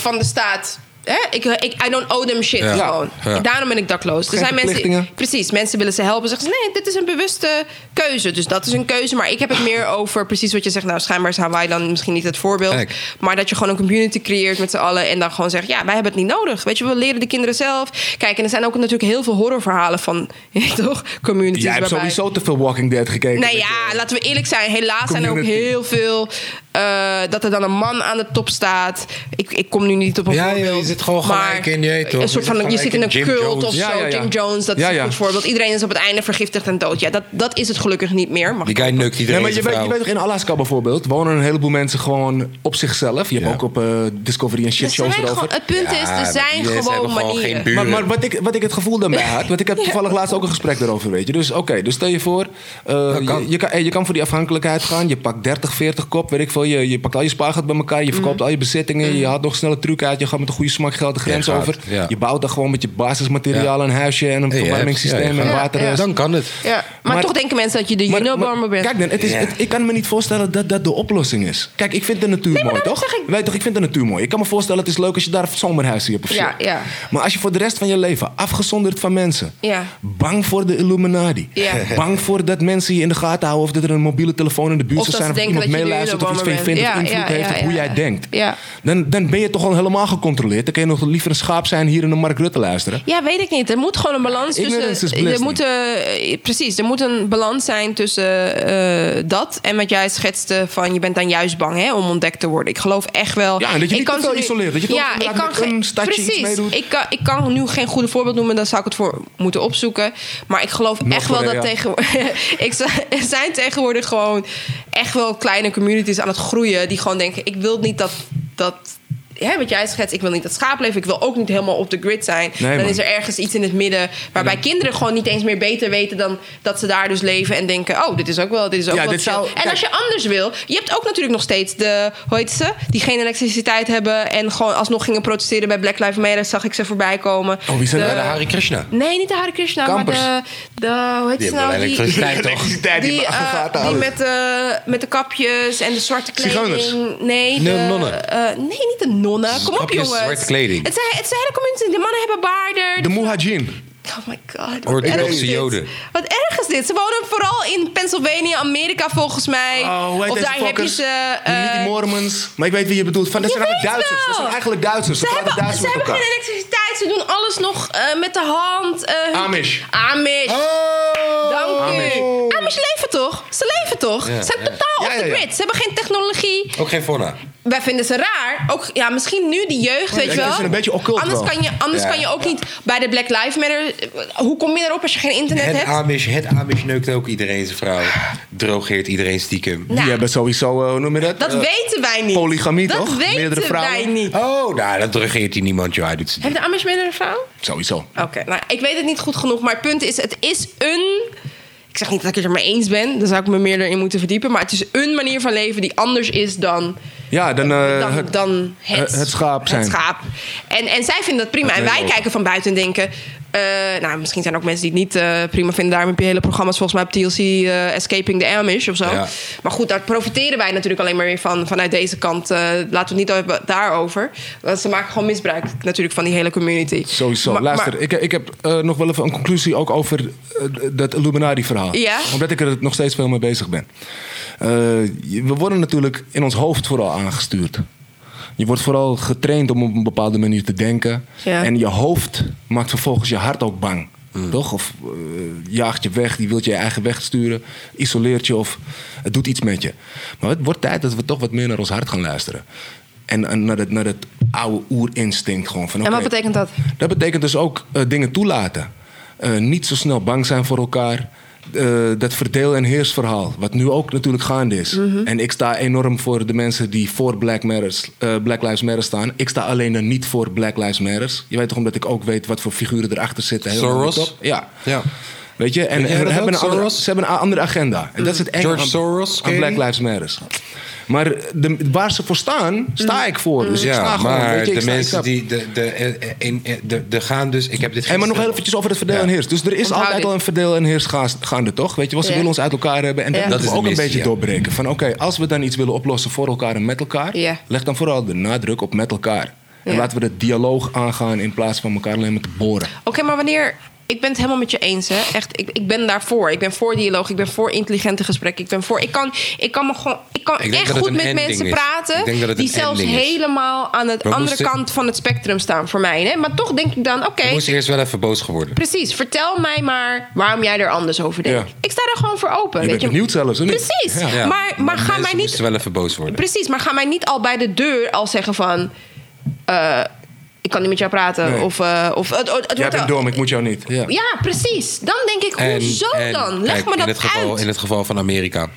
B: van de staat. Hè? Ik, ik, I don't owe them shit.
A: Ja.
B: Gewoon.
A: Ja.
B: Daarom ben ik dakloos.
C: Geen
B: er zijn mensen,
C: verplichtingen.
B: precies, mensen willen ze helpen. Zeggen ze: Nee, dit is een bewuste keuze. Dus dat is een keuze. Maar ik heb het meer over precies wat je zegt. Nou, schijnbaar is Hawaii dan misschien niet het voorbeeld.
A: Kijk.
B: Maar dat je gewoon een community creëert met z'n allen. En dan gewoon zegt: Ja, wij hebben het niet nodig. Weet je, we leren de kinderen zelf. Kijk, en er zijn ook natuurlijk heel veel horrorverhalen van. toch? Communities.
C: Jij hebt
B: waarbij-
C: sowieso te veel Walking Dead gekeken.
B: nou
C: Met,
B: ja,
C: eh,
B: laten we eerlijk zijn. Helaas zijn er ook
C: community.
B: heel veel eh, dat er dan een man aan de top staat. Ik, ik kom nu niet op een
A: Ja, joh,
B: voorbeeld.
A: je zit gewoon gelijk
B: maar
A: in, je weet toch,
B: Een
A: je
B: soort
A: zit
B: van, je
A: gelijk
B: zit in
A: in
B: een
A: Jim
B: cult
A: Jones.
B: of zo.
C: Ja, ja, ja.
B: Jim Jones, dat is
C: Ja,
B: een
C: ja.
B: goed voorbeeld. Iedereen is op het einde vergiftigd en dood. Ja, dat, dat is het gelukkig niet meer. Maar
A: Die guy neukt
C: Nee,
A: iedereen
C: maar je
A: zijn
C: weet, je
A: vrouw.
C: weet toch, in Alaska bijvoorbeeld wonen een heleboel mensen gewoon op zichzelf. Je hebt
A: Ja.
C: ook op eh, Discovery en
B: Dus Er
C: shit
B: zijn
C: shows
B: gewoon,
C: erover.
B: het punt is,
A: Ja,
B: er zijn
A: die- ze hebben
B: gewoon
A: gewoon
B: manieren.
A: geen buurt.
C: Maar, maar wat, ik, wat ik het gevoel daarbij had, want ik heb toevallig laatst ook een gesprek daarover, weet je. Dus oké, dus stel je voor, eh,
A: kan.
C: Je, je, kan, eh, je kan voor die afhankelijkheid gaan. Je pakt 30, 40 kop, weet ik veel. Je, je pakt al je spaargeld bij elkaar, je verkoopt al je bezittingen. Je haalt nog snel een truc uit, je gaat met een goede smaak geld de grens
A: Ja, gaat.
C: over.
A: Ja.
C: Je bouwt dan gewoon met je basismaterialen een huisje en een
A: Hey, je hebt-
C: verwarmingssysteem
A: ja, je
C: en
A: gaat-
C: water.
B: Ja,
A: Dan kan het.
B: Ja, maar,
C: Maar-
B: toch denken mensen dat je de
C: Maar-
B: Juno-bomber
C: maar-
B: bent.
C: Kijk dan, het is, het- ik kan me niet voorstellen dat dat de oplossing is. Kijk, ik vind de natuur mooi,
B: daarom
C: toch?
B: zeg ik-
C: Weet toch, ik vind de natuur mooi. Ik kan me voorstellen, het is leuk als je daar een zomerhuisje hebt of zo.
B: Ja, ja.
C: Maar als je voor de rest van je leven afgezonderd van mensen...
B: Ja.
C: bang voor de Illuminati...
B: Ja.
C: bang voor dat mensen je in de gaten houden... of dat er een mobiele telefoon in de buurt
B: Of
C: zou
B: dat
C: zijn... of
B: ze denken
C: iemand
B: dat je de
C: meeluistert of iets van je vindt...
B: Unabomber
C: of
B: bent.
C: invloed
B: Ja, ja,
C: heeft op
B: ja,
C: hoe
B: ja.
C: jij denkt.
B: Ja.
C: Dan, dan ben je toch al helemaal gecontroleerd. Dan kun je nog liever een schaap zijn hier in de Mark Rutte luisteren.
B: Ja, weet ik niet. Er moet gewoon een balans
C: Ignorance
B: tussen.
C: is bliss,
B: er moet, eh, precies, er moet een balans zijn tussen eh, dat en wat jij schetste van je bent dan juist bang hè, om ontdekt te worden. Ik geloof echt wel.
C: Ja, en dat je
B: Ik
C: niet
B: kan
C: te
B: ze
C: veel
B: nu-
C: isoleert. Dat je toch
B: ja, ik
C: inderdaad
B: kan
C: met
B: geen-
C: een stadje iets
B: precies.
C: meedoet.
B: Ik kan, ik kan nu geen goede voorbeeld noemen, dan zou ik het voor moeten opzoeken. Maar ik geloof echt wel dat
C: Noord-Korea.
B: tegenwoordig. ik zou- er zijn tegenwoordig gewoon echt wel kleine communities aan het groeien die gewoon denken: ik wil niet dat. dat hè, wat jij schetst, ik wil niet dat schaapleven. Ik wil ook niet helemaal op de grid zijn.
C: Nee,
B: dan
C: man.
B: is er ergens iets in het midden waarbij kinderen gewoon niet eens meer beter weten dan dat ze daar dus leven en denken: oh, dit is ook wel, dit is ook
C: Ja,
B: wel.
C: dit
B: chill.
C: zou-
B: en
C: kijk.
B: als je anders wil, je hebt ook natuurlijk nog steeds de, hoe heet ze, die geen elektriciteit hebben en gewoon alsnog gingen protesteren bij Black Lives Matter. Zag ik ze voorbij komen.
C: Oh, wie zijn
A: Ja,
C: dat?
A: de Hare Krishna.
B: Nee, niet de Hare Krishna,
C: Kampers.
B: maar de, de hoe heet
A: Die
B: ze
A: hebben
B: nou?
A: wel elektriciteit, toch?
C: Elektriciteit, die
B: die,
C: hebben
B: eh,
C: aggregaten,
B: die
C: alles.
B: met, de, met de kapjes en de zwarte kleding.
C: Zigeuners.
B: Nee, de,
A: Nee, nonnen.
B: eh, nee, niet de nonnen. Kom op,
A: Kapjes,
B: jongens.
A: zwarte kleding.
B: Het zijn, het zijn hele community. De mannen hebben baarden.
C: De Muhajin.
B: Oh my
A: Hoort
B: god. Wat
A: u
B: erg
A: nog
B: is
A: de
B: dit.
A: Joden?
B: Wat erg is dit? Ze wonen vooral in Pennsylvania, Amerika volgens mij.
C: Oh, hoe heet
B: of
C: deze
B: daar heb je
C: fuckers?
B: ze.
C: Die- niet
B: eh,
C: die Mormons. Maar ik weet wie je bedoelt. Van, dat
B: Je
C: zijn eigenlijk
B: weet
C: Duitsers. Dat
B: wel.
C: zijn eigenlijk Duitsers.
B: Ze
C: praten
B: hebben,
C: Duits
B: ze
C: met
B: hebben geen
C: elkaar.
B: elektriciteit. Ze doen alles nog eh, met de hand. eh, hun-
C: Amish.
B: Amish.
C: Oh!
B: Dank Ah, u.
C: Amish.
B: Amish leven toch? Ze leven toch?
A: Ja,
B: ze zijn
A: ja.
B: totaal
C: Ja,
B: op de
C: ja, ja.
B: grid. Ze hebben geen technologie.
A: Ook geen fauna.
B: Wij vinden ze raar. Ook, ja, misschien nu die jeugd, weet
C: ik
B: je wel.
C: vind ze een beetje occult
B: anders
C: wel.
B: kan je, anders
A: Ja.
B: kan je ook niet bij de Black Lives Matter... eh, Hoe kom je daarop als je geen internet
A: Het
B: hebt?
C: ah,
A: Amish, het Amish neukt ook iedereen zijn vrouw. Drogeert iedereen stiekem.
B: Nou,
C: Die hebben sowieso, eh, hoe noem je dat?
B: dat
C: Eh,
B: weten wij niet.
C: polygamie,
B: dat
C: toch?
B: weten
C: Meerdere vrouwen.
B: wij niet.
A: Oh, nou, dat drogeert hij niemand, joh. Hij doet zijn
B: Heeft de Amish Matter een vrouw?
C: Sowieso.
B: Oké, nou, ik weet het niet goed genoeg, maar het punt is, het is een... Ik zeg niet dat ik het er mee eens ben, daar zou ik me meer in moeten verdiepen... maar het is een manier van leven die anders is dan,
C: Ja, dan, eh,
B: dan,
C: het,
B: dan het,
C: het schaap zijn.
B: Het schaap. En, en zij vinden dat prima.
A: Dat
B: en
A: weet
B: wij
A: ik ook.
B: kijken van buiten en denken... eh, nou, misschien zijn er ook mensen die het niet eh, prima vinden. Daarom heb je hele programma's volgens mij op TLC... eh, Escaping the Amish of zo.
A: Ja.
B: Maar goed, daar profiteren wij natuurlijk alleen maar weer van. Vanuit deze kant. eh, laten we het niet hebben daarover. Want ze maken gewoon misbruik natuurlijk van die hele community.
C: Sowieso.
B: Maar-
C: Luister,
B: maar-
C: ik, ik heb eh, nog wel even een conclusie ook over eh, dat Illuminati-verhaal.
B: Ja.
C: Omdat ik er nog steeds veel mee bezig ben. Eh, je- we worden natuurlijk in ons hoofd vooral aangestuurd. Je wordt vooral getraind om op een bepaalde manier te denken.
B: Ja.
C: En je hoofd maakt vervolgens je hart ook bang. Toch? Of eh, jaagt je weg, die wilt je eigen weg sturen. Isoleert je of het doet iets met je. Maar het wordt tijd dat we toch wat meer naar ons hart gaan luisteren. En, en naar, dat, naar dat oude oerinstinct gewoon. Van,
B: en wat
C: oké,
B: betekent dat?
C: dat betekent dus ook eh, dingen toelaten. Eh, niet zo snel bang zijn voor elkaar. Eh, dat verdeel- en heersverhaal, wat nu ook natuurlijk gaande is. En ik sta enorm voor de mensen die voor Black, Matters, eh, Black Lives Matter staan. Ik sta alleen dan niet voor Black Lives Matters. Je weet toch omdat ik ook weet wat voor figuren erachter zitten. helemaal
A: Soros?
C: aan de top? Ja.
A: Ja.
C: Weet je, en,
A: Weet jij
C: en
A: dat
C: hebben
A: ook,
C: een andere,
A: Soros?
C: ze hebben een andere agenda. En dat is het enge
A: George
C: aan-
A: Soros, ken
C: aan
A: je
C: Black
A: die?
C: Lives Matter. Maar de, waar ze voor staan, sta ik voor. Dus ik sta
A: Ja,
C: gewoon,
A: maar
C: weet je, ik
A: de
C: sta- ik
A: mensen
C: sta-
A: die... De, de, eh, in- eh, de, de gaan dus... Ik heb dit
C: Hey, maar nog
A: gisteren-
C: heel eventjes over het verdeel en heers. Dus er is
B: Onthoud
C: altijd
B: dit.
C: al een verdeel en heers gaas- gaande, toch? Weet je, wel, ze
B: Ja.
C: willen ons uit elkaar hebben. En dat
B: Ja.
C: moeten we
A: Dat is
C: ook
A: de
C: een
A: missie,
C: beetje
A: ja.
C: doorbreken. Van oké, als we dan iets willen oplossen voor elkaar en met elkaar...
B: Ja.
C: leg dan vooral de nadruk op met elkaar. En
B: Ja.
C: laten we de dialoog aangaan in plaats van elkaar alleen maar te boren.
B: Oké, maar wanneer. Ik ben het helemaal met je eens, hè? Echt, ik, ik ben daarvoor. Ik ben voor dialoog. Ik ben voor intelligente gesprekken. Ik ben voor. Ik kan, ik kan me gewoon. Ik kan
A: Ik denk
B: echt
A: dat het
B: goed
A: een
B: met
A: ending
B: mensen
A: is. Ik
B: praten.
A: denk dat het
B: Die
A: een
B: zelfs
A: ending is.
B: helemaal aan het
A: We
B: andere
A: moesten-
B: kant van het spectrum staan voor mij, hè? Maar toch denk ik dan, oké.
A: Ik moest eerst wel even boos geworden.
B: Precies, vertel mij maar waarom jij er anders over denkt.
C: Ja.
B: Ik sta daar gewoon voor open.
C: Je
B: weet
C: bent benieuwd zelfs, of niet?
B: Precies,
C: Ja.
A: Ja,
B: maar, maar ga mij
A: mensen
B: niet
A: moesten wel even boos worden.
B: Precies, maar ga mij niet al bij de deur al zeggen van... eh, ik kan niet met jou praten.
C: Nee.
B: Of, eh, of, het, het wordt
C: Jij
B: al-
C: bent dom, ik moet jou niet. Ja.
B: Ja, precies. Dan denk ik, hoezo
A: En- en
B: dan? Leg
A: kijk,
B: me dat
A: in het geval,
B: uit.
A: In het geval van Amerika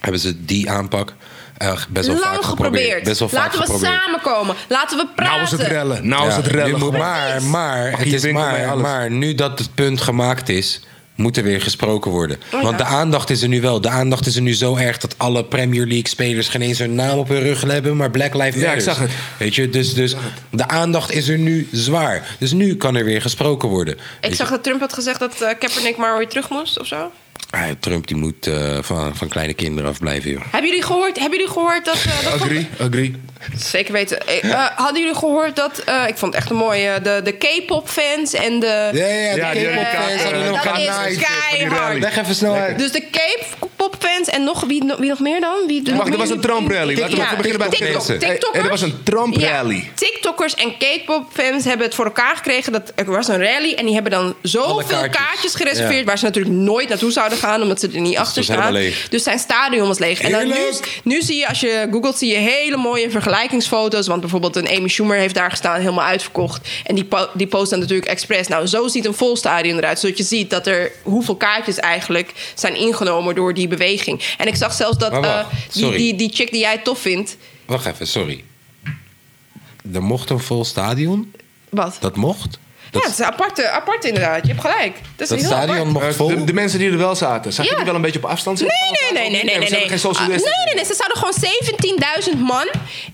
A: hebben ze die aanpak eh, best wel vaak
B: Lang
A: geprobeerd.
B: geprobeerd.
A: Best wel
B: Laten
A: vaak
B: we
A: geprobeerd.
B: samenkomen. Laten we praten.
C: Nou is het rellen, nou is
A: Ja,
C: het
A: je
C: rellen.
A: moet-
C: gewoon.
A: Maar, maar,
C: Mag
A: het
C: je
A: is
C: winkel bij
A: maar,
C: alles?
A: maar nu dat het punt gemaakt is, moet er weer gesproken worden.
B: Oh, ja.
A: Want de aandacht is er nu wel. De aandacht is er nu zo erg dat alle Premier League spelers geen eens hun naam op hun rug hebben, maar Black Lives Matter.
C: Ja, ik zag het.
A: Weet je, dus, dus de aandacht is er nu zwaar. Dus nu kan er weer gesproken worden. Dus- Weet
B: Ik
A: je,
B: zag dat Trump had gezegd dat eh, Kaepernick maar weer terug moest of zo.
A: ah, Trump die moet eh, van, van kleine kinderen afblijven, joh.
B: Hebben jullie gehoord, hebben jullie gehoord dat... eh, dat
C: Agree, agree.
B: Zeker weten. Eh, eh, hadden jullie gehoord dat... eh, ik vond het echt een mooie... De, de K-pop fans en de...
A: Ja, ja,
C: Ja,
A: de
C: die
A: K-pop
C: elkaar-
A: fans hadden
C: eh,
A: elkaar
B: dat is
A: naaid.
B: keihard.
A: Weg even snel uit.
B: Dus de K-pop fans en nog wie, wie nog meer dan? Wie, nog
C: Wacht,
B: meer?
C: er was een Trump rally. Laten we
B: Ja,
C: even beginnen bij de
B: TikTok-
C: mensen.
B: TikTokkers?
C: Hey, Er was een Trump
B: Ja,
C: rally.
B: TikTokkers en K-pop fans hebben het voor elkaar gekregen. Dat er was een rally en die hebben dan
A: Alle
B: zoveel
A: kaartjes.
B: kaartjes. gereserveerd
A: Ja.
B: waar ze natuurlijk nooit naartoe zouden gaan omdat ze er niet achter
A: was
B: staan.
A: helemaal leeg.
B: Dus zijn stadion was leeg. En dan nu,
A: Heerlijk.
B: nu zie je als je googelt zie je hele mooie vergelijkingsfoto's, want bijvoorbeeld een Amy Schumer heeft daar gestaan helemaal uitverkocht en die po- die post dan natuurlijk expres. Nou, zo ziet een vol stadion eruit, zodat je ziet dat er hoeveel kaartjes eigenlijk zijn ingenomen door die beweging. En ik zag zelfs dat
A: Maar wacht,
B: eh, die,
A: sorry.
B: die, die chick die jij tof vindt,
A: Wacht even, sorry. Er mocht een vol stadion.
B: wat?
A: Dat mocht.
B: ja, het
A: Dat,
B: is apart, apart inderdaad. Je hebt gelijk. Het is
A: dat
B: heel
A: stadion
B: apart.
A: mocht
C: Eh, de,
A: vol.
C: de mensen die er wel zaten, zag je
B: Ja.
C: die wel een beetje op afstand
B: Nee,
C: zitten?
B: nee, nee, nee, nee, nee.
C: Ze hebben geen social
B: Ah, nee,
C: distancing.
B: nee, nee. Ze zouden gewoon 17.000 man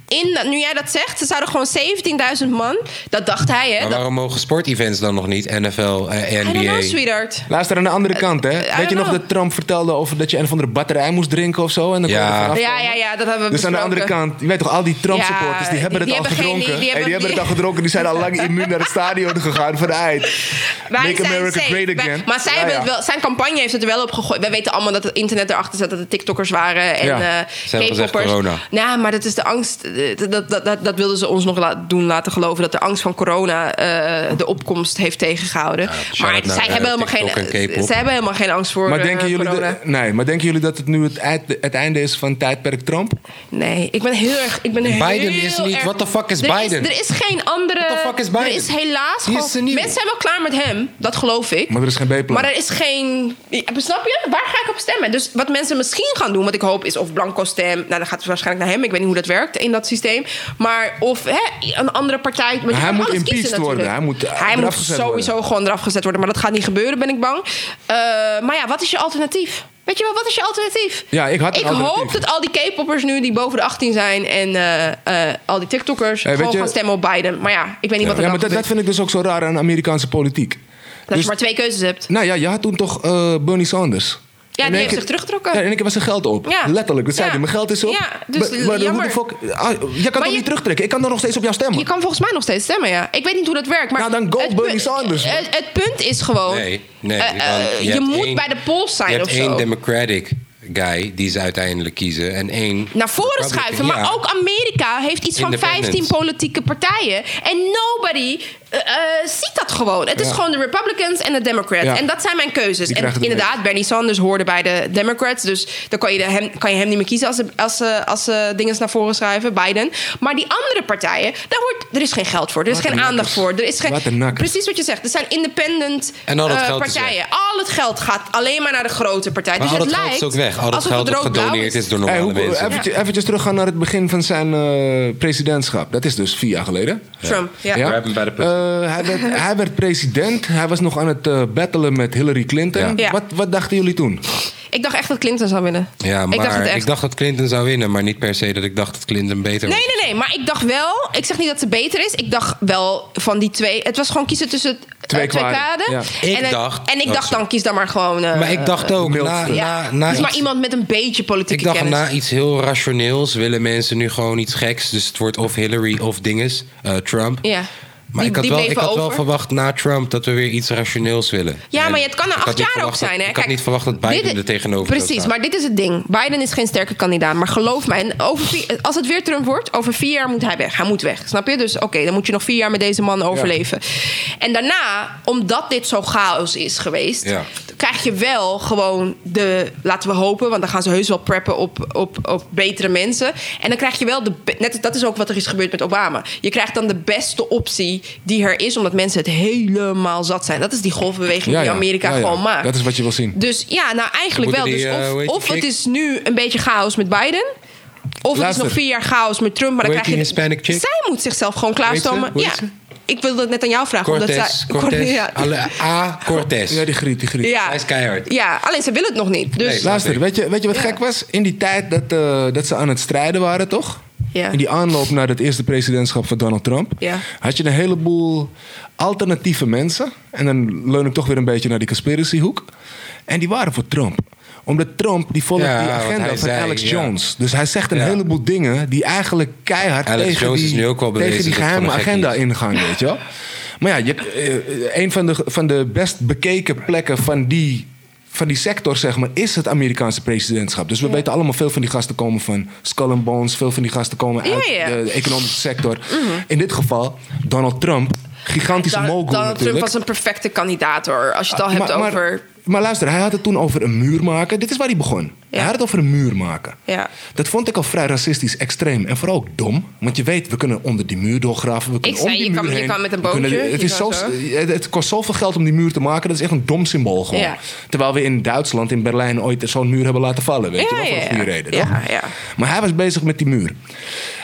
B: in. dat- Nu jij dat zegt, ze zouden gewoon 17.000 man. Dat dacht hij, hè?
A: Maar
B: Dat,
A: waarom mogen sportevents dan nog niet? NFL, eh,
B: I don't know,
A: NBA.
B: sweetheart.
C: Luister aan de andere kant, hè.
B: Eh, I
C: Weet
B: don't
C: je nog
B: know.
C: dat Trump vertelde over dat je een van de batterij moest drinken of zo? En dan kon je
A: Ja.
C: er vanaf
B: Ja,
C: komen?
B: ja, ja, dat hebben we
C: Dus aan de andere
B: besproken.
C: kant, je weet toch, al die Trump-supporters,
B: Ja,
C: die hebben het
B: die- die
C: al
B: hebben geen- die-
C: gedronken. Hey, Die,
B: die hebben-
C: hebben het al
B: die-
C: gedronken, die zijn al lang immuun naar het stadion gegaan vanuit.
B: Wij
C: Make
B: zijn
C: America
B: safe.
C: great
B: Wij-
C: again.
B: maar zij
C: Ja,
B: hebben
C: ja.
B: het wel, zijn campagne heeft het er wel op gegooid. Wij weten allemaal dat het internet erachter zat, dat het TikTokkers waren en
C: Ja.
B: eh
C: Ze
A: hebben gezegd
B: K-poppers.
A: corona.
B: Nou, maar dat is de angst. eh, Dat, dat, dat, dat wilden ze ons nog la- doen laten geloven dat de angst van corona eh, de opkomst heeft tegengehouden. maar
A: shout-out naar,
B: zij
A: eh,
B: hebben helemaal geen.
A: TikTok en K-pop.
B: Ze hebben helemaal geen angst voor.
C: Maar
B: eh,
C: denken, jullie
B: corona.
C: dat, nee, maar denken jullie dat het nu het, eind- het einde is van tijdperk Trump?
B: Nee, ik ben heel erg. Ik ben
A: Biden
B: heel
A: is niet-
B: erg-
A: what the fuck is
B: er
A: Biden?
B: Er is geen andere.
A: What the fuck is Biden?
B: Er is helaas.
A: Die is
B: gewoon-
A: er niet.
B: mensen zijn wel klaar met hem, dat geloof ik.
C: Maar er is geen B-plan.
B: Maar er is geen. Snap je? Waar ga ik op stemmen? Dus wat mensen misschien gaan doen, wat ik hoop, is of blanco stem. Nou, dan gaat het waarschijnlijk naar hem. Ik weet niet hoe dat werkt in dat systeem. Maar of hè, een andere partij. want je
C: hij
B: kan
C: moet
B: alles kiezen
C: impeached worden.
B: natuurlijk.
C: Hij moet, eh,
B: hij
C: eraf
B: moet
C: gezet worden.
B: sowieso gewoon eraf gezet worden. Maar dat gaat niet gebeuren, ben ik bang. Eh, maar ja, wat is je alternatief? Weet je wel, wat is je alternatief?
C: Ja, ik had een
B: Ik
C: alternatief.
B: hoop dat al die K-poppers nu die boven de 18 zijn en eh, eh, al die TikTokkers
C: Hey, weet
B: gewoon
C: je-
B: gaan stemmen op Biden. Maar ja, ik weet niet wat er
C: ja,
B: dan
C: maar dat,
B: gebeurt.
C: dat vind ik dus ook zo raar aan Amerikaanse politiek.
B: Dat
C: dus-
B: je maar twee keuzes hebt.
C: Nou ja, je had toen toch eh, Bernie Sanders?
B: die
C: In één
B: heeft
C: keer-
B: zich teruggetrokken.
C: Ja, in één keer was zijn geld op.
B: Ja.
C: Letterlijk, dat zei
B: Ja.
C: hij. Mijn geld is op.
B: Ja, dus
C: Maar- maar
B: jammer.
C: hoe de fuck... ah, jij kan toch
B: je-
C: niet terugtrekken? Ik kan dan nog steeds op jou stemmen.
B: Je kan volgens mij nog steeds stemmen, ja. Ik weet niet hoe dat werkt. Maar
C: Nou, dan go
B: het
C: Bernie
B: punt-
C: Sanders, man.
B: Het, het punt is gewoon...
A: Nee, nee.
B: eh, eh,
A: want
B: je
A: hebt
B: moet
A: één-
B: bij de polls zijn
A: Je hebt
B: of
A: één
B: zo.
A: Democratic guy die ze uiteindelijk kiezen. En één...
B: naar voren
A: Republican,
B: schuiven.
A: ja.
B: Maar ook Amerika heeft iets van
A: Independent.
B: 15 politieke partijen. En nobody eh, eh, ziet dat gewoon. Het is
C: Ja.
B: gewoon de Republicans en de Democrats.
C: Ja.
B: En dat zijn mijn keuzes.
C: Die
B: En
C: krijgen het
B: inderdaad, Bernie Sanders hoorde bij de Democrats. Dus dan kan je, de hem, kan je hem niet meer kiezen als ze, als, ze, als ze dingen naar voren schuiven, Biden. Maar die andere partijen, daar wordt, er is geen geld voor. Er is
C: Wat
B: geen
C: een
B: aandacht
C: nakkers.
B: voor. Er is geen,
C: Wat een nakkers.
B: precies wat je zegt. Er zijn independent
A: En al dat
B: eh,
A: geld is
B: partijen. Al het geld gaat alleen maar naar de grote partijen.
A: Maar
B: dus
A: al dat
B: het
A: geld
B: lijkt
A: is ook weg. Al dat
B: alsof
A: geld
B: het
A: dat
B: rood-blauw
A: gedoneerd
B: is.
A: is door
C: Hey,
A: normale
C: Eh, hoe,
A: mensen.
C: eventjes, eventjes teruggaan naar het begin van zijn eh, presidentschap. Dat is dus vier jaar geleden.
B: Trump, ja.
A: Grab him by the pussy.
C: Eh, hij, werd, hij werd president. Hij was nog aan het eh, battelen met Hillary Clinton.
A: Ja.
B: Ja.
C: Wat, wat dachten jullie toen?
B: Ik dacht echt dat Clinton zou winnen.
A: Ja, maar
B: ik dacht het echt.
A: dat Clinton zou winnen. Maar niet per se dat ik dacht dat Clinton beter was.
B: Nee, nee, nee. Maar ik dacht wel... Ik zeg niet dat ze beter is. Ik dacht wel van die twee... Het was gewoon kiezen tussen eh,
C: Twee
B: twee
C: kwaden.
B: kwaden.
A: Ja. Ik
B: en, het-
A: dacht-
B: en ik
A: Oh,
B: dacht
A: sorry.
B: dan kies dan maar gewoon... eh,
A: Maar ik dacht ook, na,
C: eh, mildste.
A: na,
B: ja,
A: na
B: kies maar
A: iets-
B: iemand met een beetje
A: Ik
B: politieke
A: dacht
B: kennis.
A: na iets heel rationeels willen mensen nu gewoon iets geks. Dus het wordt of Hillary of dinges, eh, Trump.
B: Ja.
A: Maar
B: Die-
A: ik had,
B: die
A: wel, ik
B: bleven
A: had wel
B: over.
A: verwacht na Trump dat we weer iets rationeels willen.
B: Ja,
A: En
B: maar het kan na
A: ik had
B: acht
A: niet
B: jaar ook
A: verwacht dat-
B: zijn. Hè?
A: Ik
B: Kijk,
A: had niet verwacht dat Biden
B: dit-
A: er tegenover zou
B: Precies,
A: staan.
B: maar dit is het ding. Biden is geen sterke kandidaat. Maar geloof mij, en over vier- als het weer Trump wordt, over vier jaar moet hij weg. Hij moet weg, snap je? Dus oké, dan moet je nog vier jaar met deze man overleven. En daarna, omdat dit zo chaos is geweest...
A: Ja.
B: krijg je wel gewoon de... laten we hopen, want dan gaan ze heus wel preppen op, op, op betere mensen. En dan krijg je wel de... be- Net, dat is ook wat er is gebeurd met Obama. Je krijgt dan de beste optie die er is... omdat mensen het helemaal zat zijn. Dat is die golfbeweging die Amerika
C: Ja, ja.
B: gewoon maakt.
C: Dat is wat je wil zien.
B: Dus ja, nou eigenlijk
A: Dan
B: wel.
A: moeten
B: Dus
A: die, eh, hoe heet
B: of
A: die
B: of het
A: chick?
B: is nu een beetje chaos met Biden. Of het is
C: Luister.
B: nog vier jaar chaos met Trump. Maar dan
A: Hoe heet
B: krijg je.
A: die Hispanic chick?
B: Zij moet zichzelf gewoon
A: Hoe heet ze?
B: klaarstomen.
A: Hoe
B: Ja.
A: heet ze?
B: ik wilde dat net aan jou vragen. omdat
A: Cortez,
B: zij-
A: Cortez.
B: ja.
A: Alle- A. Cortez.
C: Ja, die griet, die griet.
B: Ja.
A: Hij is keihard.
B: Ja, alleen ze wil het nog niet. Dus
A: Nee.
C: Luister, weet je, weet je wat
B: Ja.
C: gek was? In die tijd dat, eh, dat ze aan het strijden waren, toch?
B: Ja.
C: In die aanloop naar het eerste presidentschap van Donald Trump...
B: Ja.
C: had je een heleboel alternatieve mensen. En dan leun ik toch weer een beetje naar die conspiracyhoek. En die waren voor Trump. Omdat Trump, die volgt
A: Ja,
C: die
A: want
C: agenda
A: hij
C: van
A: zei,
C: Alex
A: ja.
C: Jones. Dus hij zegt een
A: Ja.
C: heleboel dingen die eigenlijk keihard
A: Alex
C: tegen,
A: Jones
C: die,
A: is nu ook wel
C: tegen
A: bewezen
C: die
A: dat het
C: geheime
A: gewoon een gek
C: agenda
A: is.
C: ingaan, weet je wel. Maar ja, je, eh, een van de, van de best bekeken plekken van die, van die sector, zeg maar, is het Amerikaanse presidentschap. Dus we weten allemaal, veel van die gasten komen van Skull and Bones, veel van die gasten komen
B: Ja,
C: uit
B: ja. Mhm.
C: de economische sector. In dit geval Donald Trump, gigantische
B: Don-
C: mogul
B: Donald Trump
C: natuurlijk.
B: was een perfecte kandidaat hoor. Als je het al
A: Ah,
B: hebt
C: maar, maar-
B: over.
C: maar luister, hij had het toen over een muur maken. Dit is waar hij begon. Hij had het over een muur maken.
B: Ja.
C: Dat vond ik al vrij racistisch, extreem en vooral ook dom. Want je weet, we kunnen onder die muur doorgraven. We kunnen
B: zei,
C: om die
B: je
C: muur
B: kan- je
C: heen.
B: kan met een
C: We kunnen-
B: bootje,
C: het,
B: je
C: is zo,
B: kan zo.
C: het- het kost zoveel geld om die muur te maken. Dat is echt een dom symbool gewoon.
B: Ja.
C: Terwijl we in Duitsland, in Berlijn, ooit zo'n muur hebben laten vallen. Weet
B: Ja,
C: je wel, voor
B: ja,
C: een goede
B: ja.
C: reden.
B: Ja,
C: toch?
B: ja.
C: Maar hij was bezig met die muur.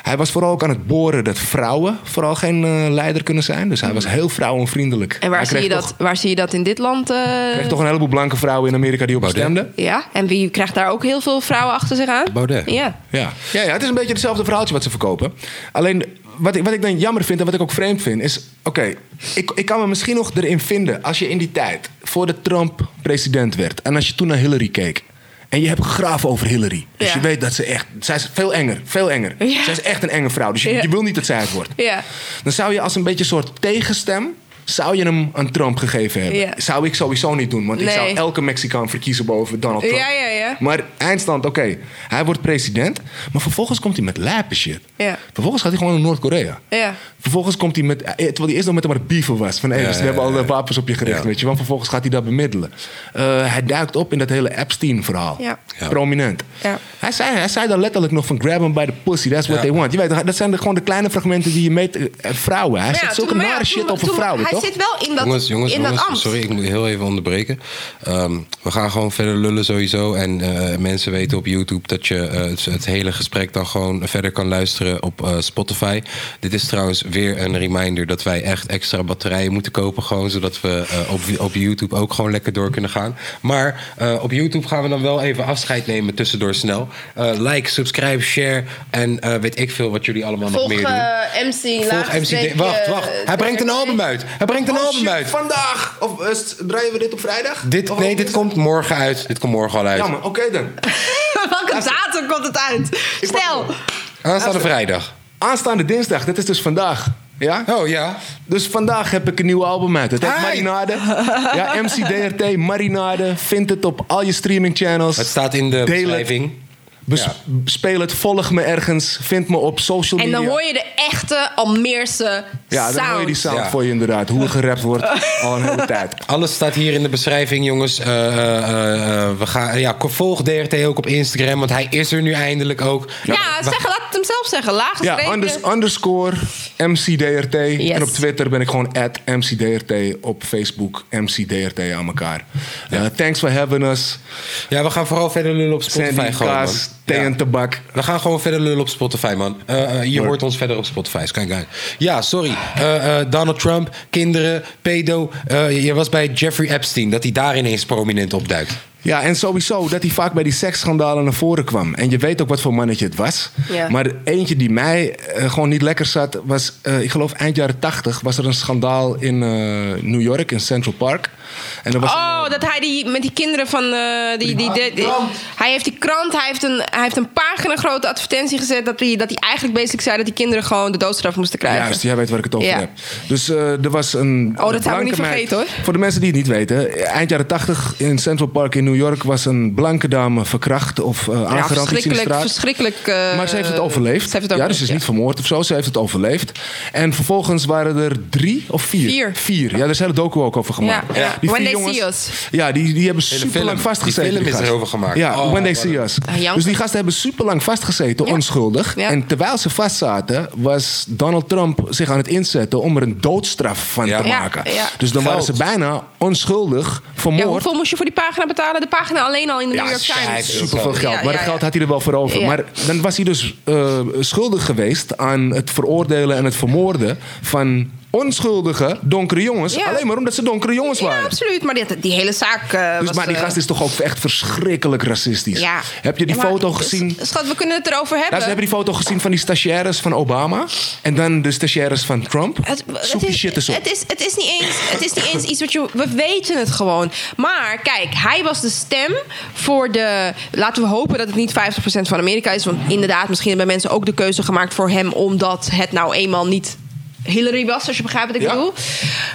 C: Hij was vooral ook aan het boren dat vrouwen vooral geen eh, leider kunnen zijn. Dus hij was heel vrouwenvriendelijk.
B: Mm. En waar
C: Hij
B: zie, je
C: kreeg
B: dat, waar zie je dat in dit land? eh?
C: er toch een heleboel blanke vrouwen in Amerika die op hem
A: Baudet.
C: stemden.
B: Ja, en wie krijgt daar ook heel veel vrouwen achter zich aan?
A: Baudet.
B: Ja.
C: Ja. Ja, ja, het is een beetje hetzelfde verhaaltje wat ze verkopen. Alleen wat ik, wat ik dan jammer vind en wat ik ook vreemd vind is: oké, ik, ik kan me misschien nog erin vinden als je in die tijd, voordat Trump president werd en als je toen naar Hillary keek. En je hebt graven over Hillary. Dus
B: Ja.
C: je weet dat ze echt. Zij is veel enger. Veel enger.
B: Ja.
C: Zij is echt een enge vrouw. Dus je,
B: Ja.
C: je wil niet dat zij het wordt.
B: Ja.
C: Dan zou je als een beetje een soort tegenstem. Zou je hem aan Trump gegeven hebben?
B: Ja.
C: Zou ik sowieso niet doen, want ik zou
B: Nee.
C: elke Mexicaan verkiezen boven Donald Trump.
B: Ja, ja, ja.
C: Maar eindstand, oké, hij wordt president. Maar vervolgens komt hij met lijpe shit.
B: Ja.
C: Vervolgens gaat hij gewoon naar Noord-Korea.
B: Ja.
C: Vervolgens komt hij met. eh, Terwijl hij eerst nog met hem maar bieven was. Van hé,
A: Ja,
C: dus we
A: ja,
C: hebben al de
A: ja.
C: wapens op je gericht,
A: Ja.
C: weet je. Want vervolgens gaat hij dat bemiddelen. Eh, hij duikt op in dat hele Epstein-verhaal.
B: Ja.
A: Ja.
C: Prominent.
B: Ja.
C: Hij, zei, hij zei dan letterlijk nog van grab him by the pussy, that's what
A: Ja.
C: they want. Je weet, dat zijn de, gewoon de kleine fragmenten die je meet. eh, eh, vrouwen. Hij
B: Maar
C: zegt
B: Nou ja,
C: zulke
B: toen- maar ja,
C: nare
B: toen-
C: shit over
B: toen-
C: vrouwen,
B: Hij
C: toch?
B: zit wel in dat,
A: jongens, jongens,
B: in dat
A: jongens,
B: ambt.
A: sorry, ik moet heel even onderbreken. Ehm, we gaan gewoon verder lullen sowieso. En eh, mensen weten op YouTube dat je eh, het, het hele gesprek dan gewoon verder kan luisteren op eh, Spotify. Dit is trouwens weer een reminder dat wij echt extra batterijen moeten kopen. Gewoon zodat we eh, op, op YouTube ook gewoon lekker door kunnen gaan. Maar eh, op YouTube gaan we dan wel even afscheid nemen tussendoor snel. Eh, like, subscribe, share en eh, weet ik veel wat jullie allemaal nog
B: Volg
A: meer doen.
B: eh, MC
A: Volg MC
B: laagstreepje,
A: Wacht, wacht. Hij
B: eh,
A: brengt een album uit. Hij brengt
B: Oh,
A: een album uit.
C: vandaag! Of eh, draaien we dit op vrijdag?
A: Dit, nee, dit komt morgen uit. Dit komt morgen al uit.
C: Jammer, oké dan.
B: Welke datum komt het uit? Stel.
A: Aanstaande vrijdag.
C: Aanstaande dinsdag, dat is dus vandaag. Ja?
A: Oh ja.
C: Dus vandaag heb ik een nieuw album uit. Het heet
A: Hi.
C: Marinade. Ja, MCDRT, Marinade. Vind het op al je streaming channels.
A: Het staat in de
C: Deel het.
A: beschrijving.
C: Bes-
A: Ja.
C: Speel het, volg me ergens. Vind me op social
B: En
C: media.
B: dan hoor je de echte Almeerse
C: ja, dan hoor je die
B: sound.
C: sound
A: Ja.
C: voor je inderdaad. Hoe er gerapt wordt al een hele tijd.
A: Alles staat hier in de beschrijving, jongens. Eh, eh, eh, eh, we gaan, ja, volg DRT ook op Instagram, want hij is er nu eindelijk ook.
B: Ja,
A: We-
B: zeg, laat het hem zelf zeggen. eh, Laagstreepje.
C: Ja, unders- underscore MCDRT.
B: Yes.
C: En op Twitter ben ik gewoon at MCDRT. Op Facebook MCDRT aan elkaar. Eh, thanks for having us.
A: Ja, we gaan vooral verder lullen op Spotify.
C: Sandy,
A: Gewoon,
C: Kaas,
A: man.
C: thee
A: Ja.
C: en tabak.
A: We gaan gewoon verder lullen op Spotify, man. Eh, eh, je
C: Word.
A: hoort ons verder op Spotify. Sky Guy. Ja, sorry. Eh, eh, Donald Trump, kinderen, pedo. Eh, je was bij Jeffrey Epstein, dat hij daar ineens prominent opduikt.
C: Ja, en sowieso dat hij vaak bij die seksschandalen naar voren kwam. En je weet ook wat voor mannetje het was.
B: Ja.
C: Maar eentje die mij eh, gewoon niet lekker zat, was, eh, ik geloof eind jaren tachtig, was er een schandaal in eh, New York, in Central Park. En er was
B: Oh, dat hij die, met die kinderen van... eh, die, die, die- die- hij heeft die krant, hij heeft een, hij heeft een pagina grote advertentie gezet... Dat hij, dat hij eigenlijk basic zei dat die kinderen gewoon de doodstraf moesten krijgen.
C: Juist, jij weet waar ik het over
B: Ja. Oh,
C: heb. Dus eh, er was een.
B: dat zouden we
C: blanke
B: niet
C: meid-
B: vergeten, hoor.
C: Voor de mensen die het niet weten, eind jaren 80 in Central Park in New York was een blanke dame verkracht of eh
B: Ja,
C: aangerand. iets in de
B: verschrikkelijk,
C: straat.
B: verschrikkelijk... eh,
C: Maar ze heeft het overleefd.
B: Ze heeft het
C: ja, dus
B: overleefd,
C: ze is
B: ja.
C: niet vermoord of zo. Ze heeft het overleefd. En vervolgens waren er drie of vier.
B: Vier.
C: Ja, daar is een hele docu ook over gemaakt.
B: Ja, ja.
C: Die
B: When
C: vier
B: they
C: jongens-
B: see us.
C: Ja, die, die hebben
A: de
C: super
A: film.
C: lang
A: Die
C: vastgezeten.
A: film is
C: gasten.
A: erover gemaakt.
C: Ja,
A: Oh,
C: When They
A: wat
C: See
A: een-
C: Us.
B: Ah, janken.
C: dus die gasten hebben super lang vastgezeten,
B: Ja.
C: onschuldig.
B: Ja.
C: En terwijl ze vastzaten, was Donald Trump zich aan het inzetten om er een doodstraf van
A: Ja.
C: te
A: Ja,
C: maken.
B: ja.
C: Dus dan waren ze
A: Geld.
C: bijna onschuldig vermoord.
B: Ja, hoeveel moest je voor die pagina betalen? De pagina alleen al in de
C: Ja,
B: New York
A: schijt.
B: Times.
C: super veel
A: Ja,
C: geld.
B: ja,
C: Maar dat
B: ja.
C: geld had hij er wel voor over.
B: Ja.
C: Maar dan was hij dus eh, schuldig geweest aan het veroordelen en het vermoorden van onschuldige donkere jongens.
B: Ja.
C: Alleen maar omdat ze donkere jongens
B: Ja,
C: waren.
B: absoluut. Maar die, die hele zaak eh,
C: Dus,
B: was...
C: maar die
B: eh,
C: gast is toch ook echt verschrikkelijk racistisch.
B: ja.
C: Heb je die
B: Ja, maar-
C: foto gezien?
B: Schat, we kunnen het erover hebben.
C: Ja, ze hebben die foto gezien van die stagiaires van Obama. En dan de stagiaires van Trump.
B: Het,
C: Zoek
B: het
C: die
B: is,
C: shit eens op.
B: Het is, het, is niet eens, het is niet eens iets wat je... We weten het gewoon. Maar kijk, hij was de stem voor de... Laten we hopen dat het niet 50% van Amerika is. Want inderdaad, misschien hebben mensen ook de keuze gemaakt voor hem... omdat het nou eenmaal niet Hillary was, als je begrijpt wat ik
C: Ja.
B: bedoel.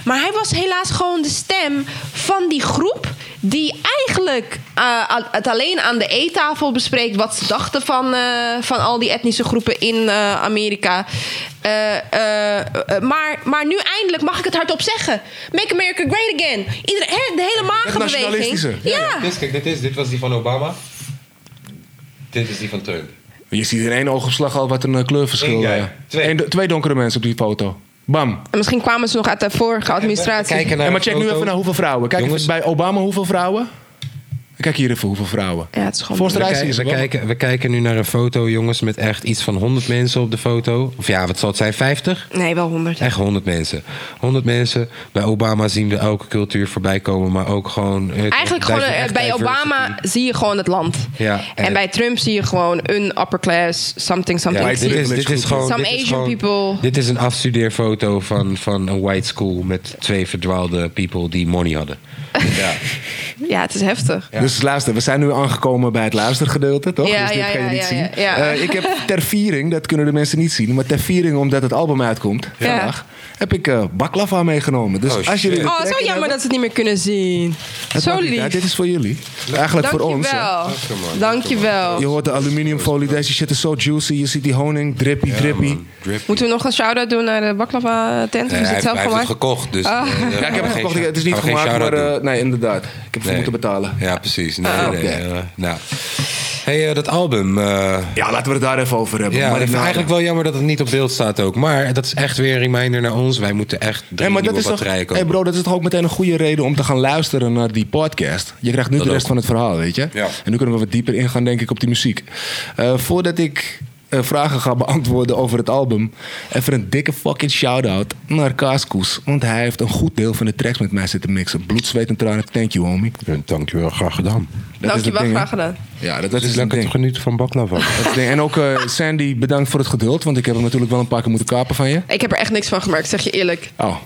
B: Maar hij was helaas gewoon de stem van die groep... die eigenlijk eh, al- het alleen aan de eettafel bespreekt... wat ze dachten van, eh, van al die etnische groepen in eh, Amerika... Eh, eh, eh, maar, maar nu eindelijk mag ik het hardop zeggen. Make America Great Again. Iedere, hè, de hele magenbeweging.
C: nationalistische.
B: Ja,
A: Dit is, kijk, dit, is, dit was die van Obama. Dit is die van Trump.
C: Je ziet in één oogopslag al wat een eh, kleurverschil.
A: Eén guy.
C: eh.
A: Twee.
C: Eén do- twee donkere mensen op die foto. Bam.
B: En misschien kwamen ze nog uit de vorige administratie.
A: Kijken naar
C: en maar
A: de
C: check nu
A: foto.
C: even naar hoeveel vrouwen. Kijk
A: Jongens.
C: even bij Obama hoeveel vrouwen. Kijk hier even hoeveel vrouwen.
B: Ja, het is gewoon...
C: Voorstel-
A: We,
C: Rijs
A: kijken- we
C: is er wel.
A: kijken, we kijken nu naar een foto, jongens, met echt iets van 100 mensen op de foto. Of ja, wat zal het zijn, 50?
B: Nee, wel 100.
A: Echt 100 mensen. 100 mensen. Bij Obama zien we elke cultuur voorbij komen, maar ook gewoon... eh,
B: Eigenlijk
A: daar
B: gewoon,
A: is
B: eh,
A: echt
B: bij
A: diversity.
B: Obama zie je gewoon het land.
A: Ja,
B: en,
A: en-
B: bij Trump zie je gewoon een upper class, something,
A: Ja,
B: something.
A: dit, is, dit is gewoon...
B: Some
A: dit is
B: Asian
A: gewoon-
B: people.
A: Dit is een afstudeerfoto van, van een white school met twee verdwaalde people die money hadden. Ja.
B: Ja, het is heftig.
C: Dus luister, we zijn nu aangekomen bij het luistergedeelte, toch?
B: Ja,
C: dus dit
B: ja,
C: kan je
B: ja,
C: niet
B: ja,
C: zien.
B: ja, ja.
C: Eh, ik heb ter viering, dat kunnen de mensen niet zien, maar ter viering omdat het album uitkomt
B: Ja.
C: vandaag, heb ik eh baklava meegenomen.
A: Oh,
C: Dus als jullie
A: shit.
C: de
B: Oh,
C: trek
B: zo
C: in
B: jammer
C: hebben-
B: dat ze het niet meer kunnen zien.
C: Het
B: zo
C: maakt niet
B: lief.
C: uit, Dit is voor jullie. Eigenlijk voor ons. hè.
B: Dankjewel.
A: man.
B: Dankjewel.
C: Je hoort de aluminiumfolie, deze shit is zo juicy. Je ziet die honing, drippy, drippy.
B: Moeten we nog een shout-out doen naar de baklava
A: Nee,
B: tent?
C: Dus
B: of is
A: hij,
B: het zelf
A: hij heeft het
B: gemaakt?
A: gekocht, dus...
B: Ah.
A: eh, daar
C: Ja,
A: gaan
C: ik
A: we
C: heb
A: geen
C: het gekocht,
A: shout-
C: het is niet
A: gaan we geen
C: gemaakt, maar
A: shout-out doen.
C: eh, nee, inderdaad. Ik heb ervoor
A: Nee.
C: moeten betalen.
A: Ja, precies. Nee,
B: Ah,
A: nee,
C: oké.
A: eh, nou. hey, eh, dat album. eh,
C: Ja, laten we het daar even over hebben.
A: ja,
C: maar nou-
A: ik vind
C: even
A: eigenlijk wel jammer dat het niet op beeld staat ook. Maar dat is echt weer een reminder naar ons. Wij moeten echt drie
C: Hey, maar dat
A: nieuwe
C: is toch,
A: batterijen
C: hey
A: kopen.
C: bro, dat is toch ook meteen een goede reden om te gaan luisteren naar die podcast. Je krijgt nu
A: Dat
C: de rest
A: ook.
C: van het verhaal, weet je?
A: Ja.
C: En nu kunnen we wat dieper ingaan, denk ik, op die muziek. Eh, voordat ik eh, vragen ga beantwoorden over het album, even een dikke fucking shout-out naar Kaaskoes. Want hij heeft een goed deel van de tracks met mij zitten mixen. Bloed, zweet en tranen. Thank you, homie. Dat
A: Ja, Dankjewel, graag gedaan.
C: is het
B: Dankjewel,
C: ding, hè?
B: graag gedaan.
C: Ja, dat, dat
A: Het is
C: is het
A: lekker
C: ding.
A: te genieten van baklava.
C: Dat is het ding. En ook eh, Sandy, bedankt voor het geduld, want ik heb hem natuurlijk wel een paar keer moeten kapen van je.
B: Ik heb er echt niks van gemerkt, zeg je eerlijk.
C: Oh.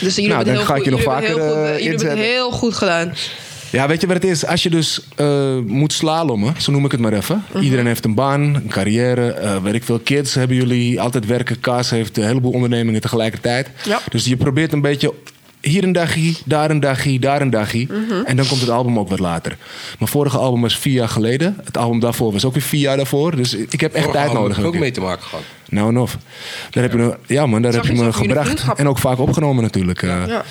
B: Dus jullie
C: Nou,
B: hebben
C: dan
B: het
C: ga
B: heel
C: ik
B: goed-
C: je nog
B: jullie hebben
C: vaker,
B: heel goed-
C: eh,
B: jullie hebben het
C: inzetten.
B: heel goed gedaan.
C: Ja, weet je wat het is? Als je dus eh, moet slalommen, zo noem ik het maar even.
B: Mhm.
C: Iedereen heeft een baan, een carrière, eh weet ik veel. Kids hebben jullie, altijd werken. Kaas heeft een heleboel ondernemingen tegelijkertijd.
B: Ja.
C: Dus je probeert een beetje hier een dagje, daar een dagje, daar een dagje.
B: Mhm.
C: En dan komt het album ook wat later. Mijn vorige album was vier jaar geleden. Het album daarvoor was ook weer vier jaar daarvoor. Dus ik heb echt tijd nodig.
A: ook
C: een
A: mee
C: keer.
A: te maken gehad.
C: Nou en of. Daar heb je, me- ja man, daar
B: Zag
C: heb je
B: je
C: me
B: zelf jullie
C: gebracht.
B: vriendschap?
C: En ook vaak opgenomen natuurlijk. eh.
B: Ja.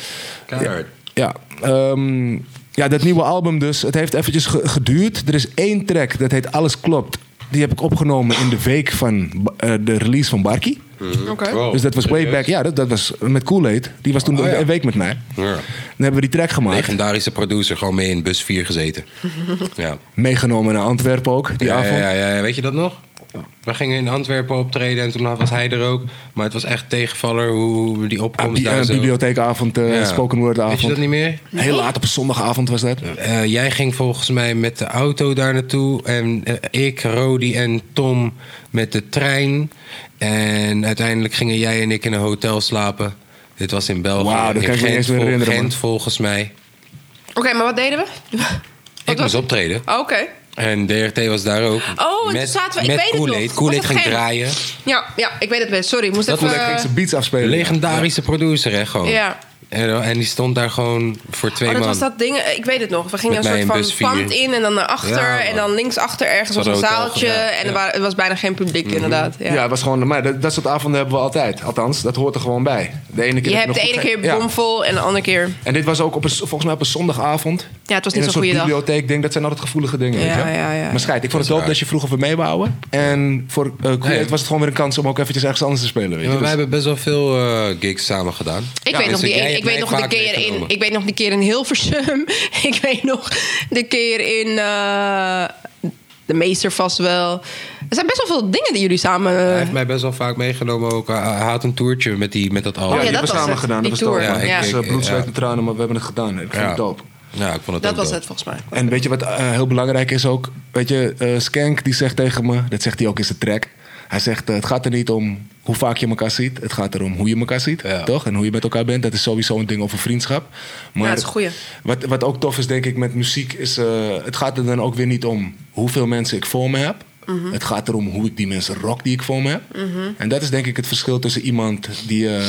A: Keihard.
C: Ja, ehm, ja, dat nieuwe album dus. Het heeft eventjes ge- geduurd. Er is één track, dat heet Alles Klopt. Die heb ik opgenomen in de week van ba- eh, de release van Barkie.
A: Hmm.
B: Oké.
A: Wow.
C: dus dat was way back. Ja, dat, dat was met Kool-Aid. Die was toen
A: Oh, ja.
C: een week met mij.
A: Ja.
C: Dan hebben we die track gemaakt.
A: Legendarische producer, gewoon mee in bus 4 gezeten. ja.
C: Meegenomen naar Antwerpen ook, die
A: ja,
C: avond.
A: ja, ja, ja. weet je dat nog? We gingen in Antwerpen optreden en toen was hij er ook. Maar het was echt tegenvaller hoe die
C: Ah,
A: opkomst
C: bi-
A: daar
C: eh,
A: zo.
C: bibliotheekavond, eh,
A: Ja.
C: spoken word
A: Weet je dat
C: avond.
A: niet meer?
C: Heel laat op een zondagavond was dat.
A: Eh, jij ging volgens mij met de auto daar naartoe. En eh, ik, Rodi en Tom met de trein. En uiteindelijk gingen jij en ik in een hotel slapen. Dit was in België.
C: Wauw, dat
A: in
C: kan ik me
A: Gent,
C: eens
A: vol-
C: herinneren, man.
A: Gent volgens mij.
B: Oké, maar wat deden we?
A: Ik
B: was
A: moest
B: het?
A: optreden.
B: Oké.
A: En DRT was daar ook.
B: Oh, en toen zaten we- ik
A: met
B: weet het
A: Kool-Aid.
B: nog.
A: Kool-Aid
B: Was het
A: ging
B: Gent?
A: draaien.
B: Ja, ja, ik weet het best. Sorry, ik moest
A: Dat
B: even...
A: moet ik
B: eh,
A: niks
C: Ze beats afspelen.
A: Legendarische producer, hè, gewoon.
B: Ja.
A: En, en die stond daar gewoon voor twee
B: Oh, dat
A: man.
B: was dat ding. eh, Ik weet het nog. We gingen
A: Met mij
B: een
A: in
B: soort
A: bus
B: van
A: vier.
B: pand in en dan naar achter.
A: Ja, man.
B: en dan linksachter ergens
A: Ze
B: was een
A: hadden hotel
B: zaaltje.
A: gedaan,
B: En
A: ja. Mhm.
B: er, wa- er was bijna geen publiek, inderdaad. Ja.
C: Ja, het was gewoon, maar dat, dat soort avonden hebben we altijd. Althans, dat hoort er gewoon bij. De ene keer
B: Je
C: dat
B: hebt
C: nog
B: de
C: goed
B: ene
C: ging.
B: keer
C: Ja.
B: bomvol en de andere keer...
C: En dit was ook op een, volgens mij op een zondagavond.
B: Ja, het was
C: In
B: niet
C: een
B: zo'n
C: soort
B: goede dag.
C: bibliotheek. Ik denk dat zijn altijd gevoelige dingen.
B: Ja,
C: weet je?
B: ja, ja.
C: Maar schijt, ik vond het wel dat je vroeg of we mee wou houden. En voor eh Kool-Aid
A: Nee.
C: was het gewoon weer een kans om ook eventjes ergens anders te spelen.
A: Ja,
C: Weet je?
A: maar wij
C: Dus-
A: hebben best wel veel eh, gigs samen gedaan. dus
B: Ik, weet nog die, ene- ik, weet nog de keer in, ik weet nog die keer in Hilversum. ik weet nog de keer in... eh, de meester vast wel. Er zijn best wel veel dingen die jullie samen... eh,
A: Hij heeft mij best wel vaak meegenomen ook. Hij hij had een toertje met, die, met dat album.
B: Oh, ja, dat
C: die hebben we
B: was het.
C: samen gedaan.
B: Die
C: dat was
B: tour.
C: dope.
B: Ja,
A: ik-
C: Het is, eh,
A: ik-
C: bloed,
A: ja.
C: zweet en tranen, maar we hebben het gedaan. Ik vind
A: Ja.
C: het dope.
A: Ja, ik vond het
B: dat
A: ook
B: was
A: dope.
B: het volgens mij.
C: En weet je wat eh, heel belangrijk is ook? Weet je, eh, Skank die zegt tegen me, dat zegt hij ook in zijn track. Hij zegt, eh, het gaat er niet om hoe vaak je elkaar ziet. Het gaat erom hoe je elkaar ziet,
A: Ja.
C: toch? En hoe je met elkaar bent. Dat is sowieso een ding over vriendschap. Maar
B: Ja, dat is een goeie.
C: Wat, wat ook tof is, denk ik, met muziek is... eh, het gaat er dan ook weer niet om hoeveel mensen ik voor me heb.
B: Mhm.
C: Het gaat erom hoe ik die mensen rock die ik voor me heb. En dat is denk ik het verschil tussen iemand die... eh,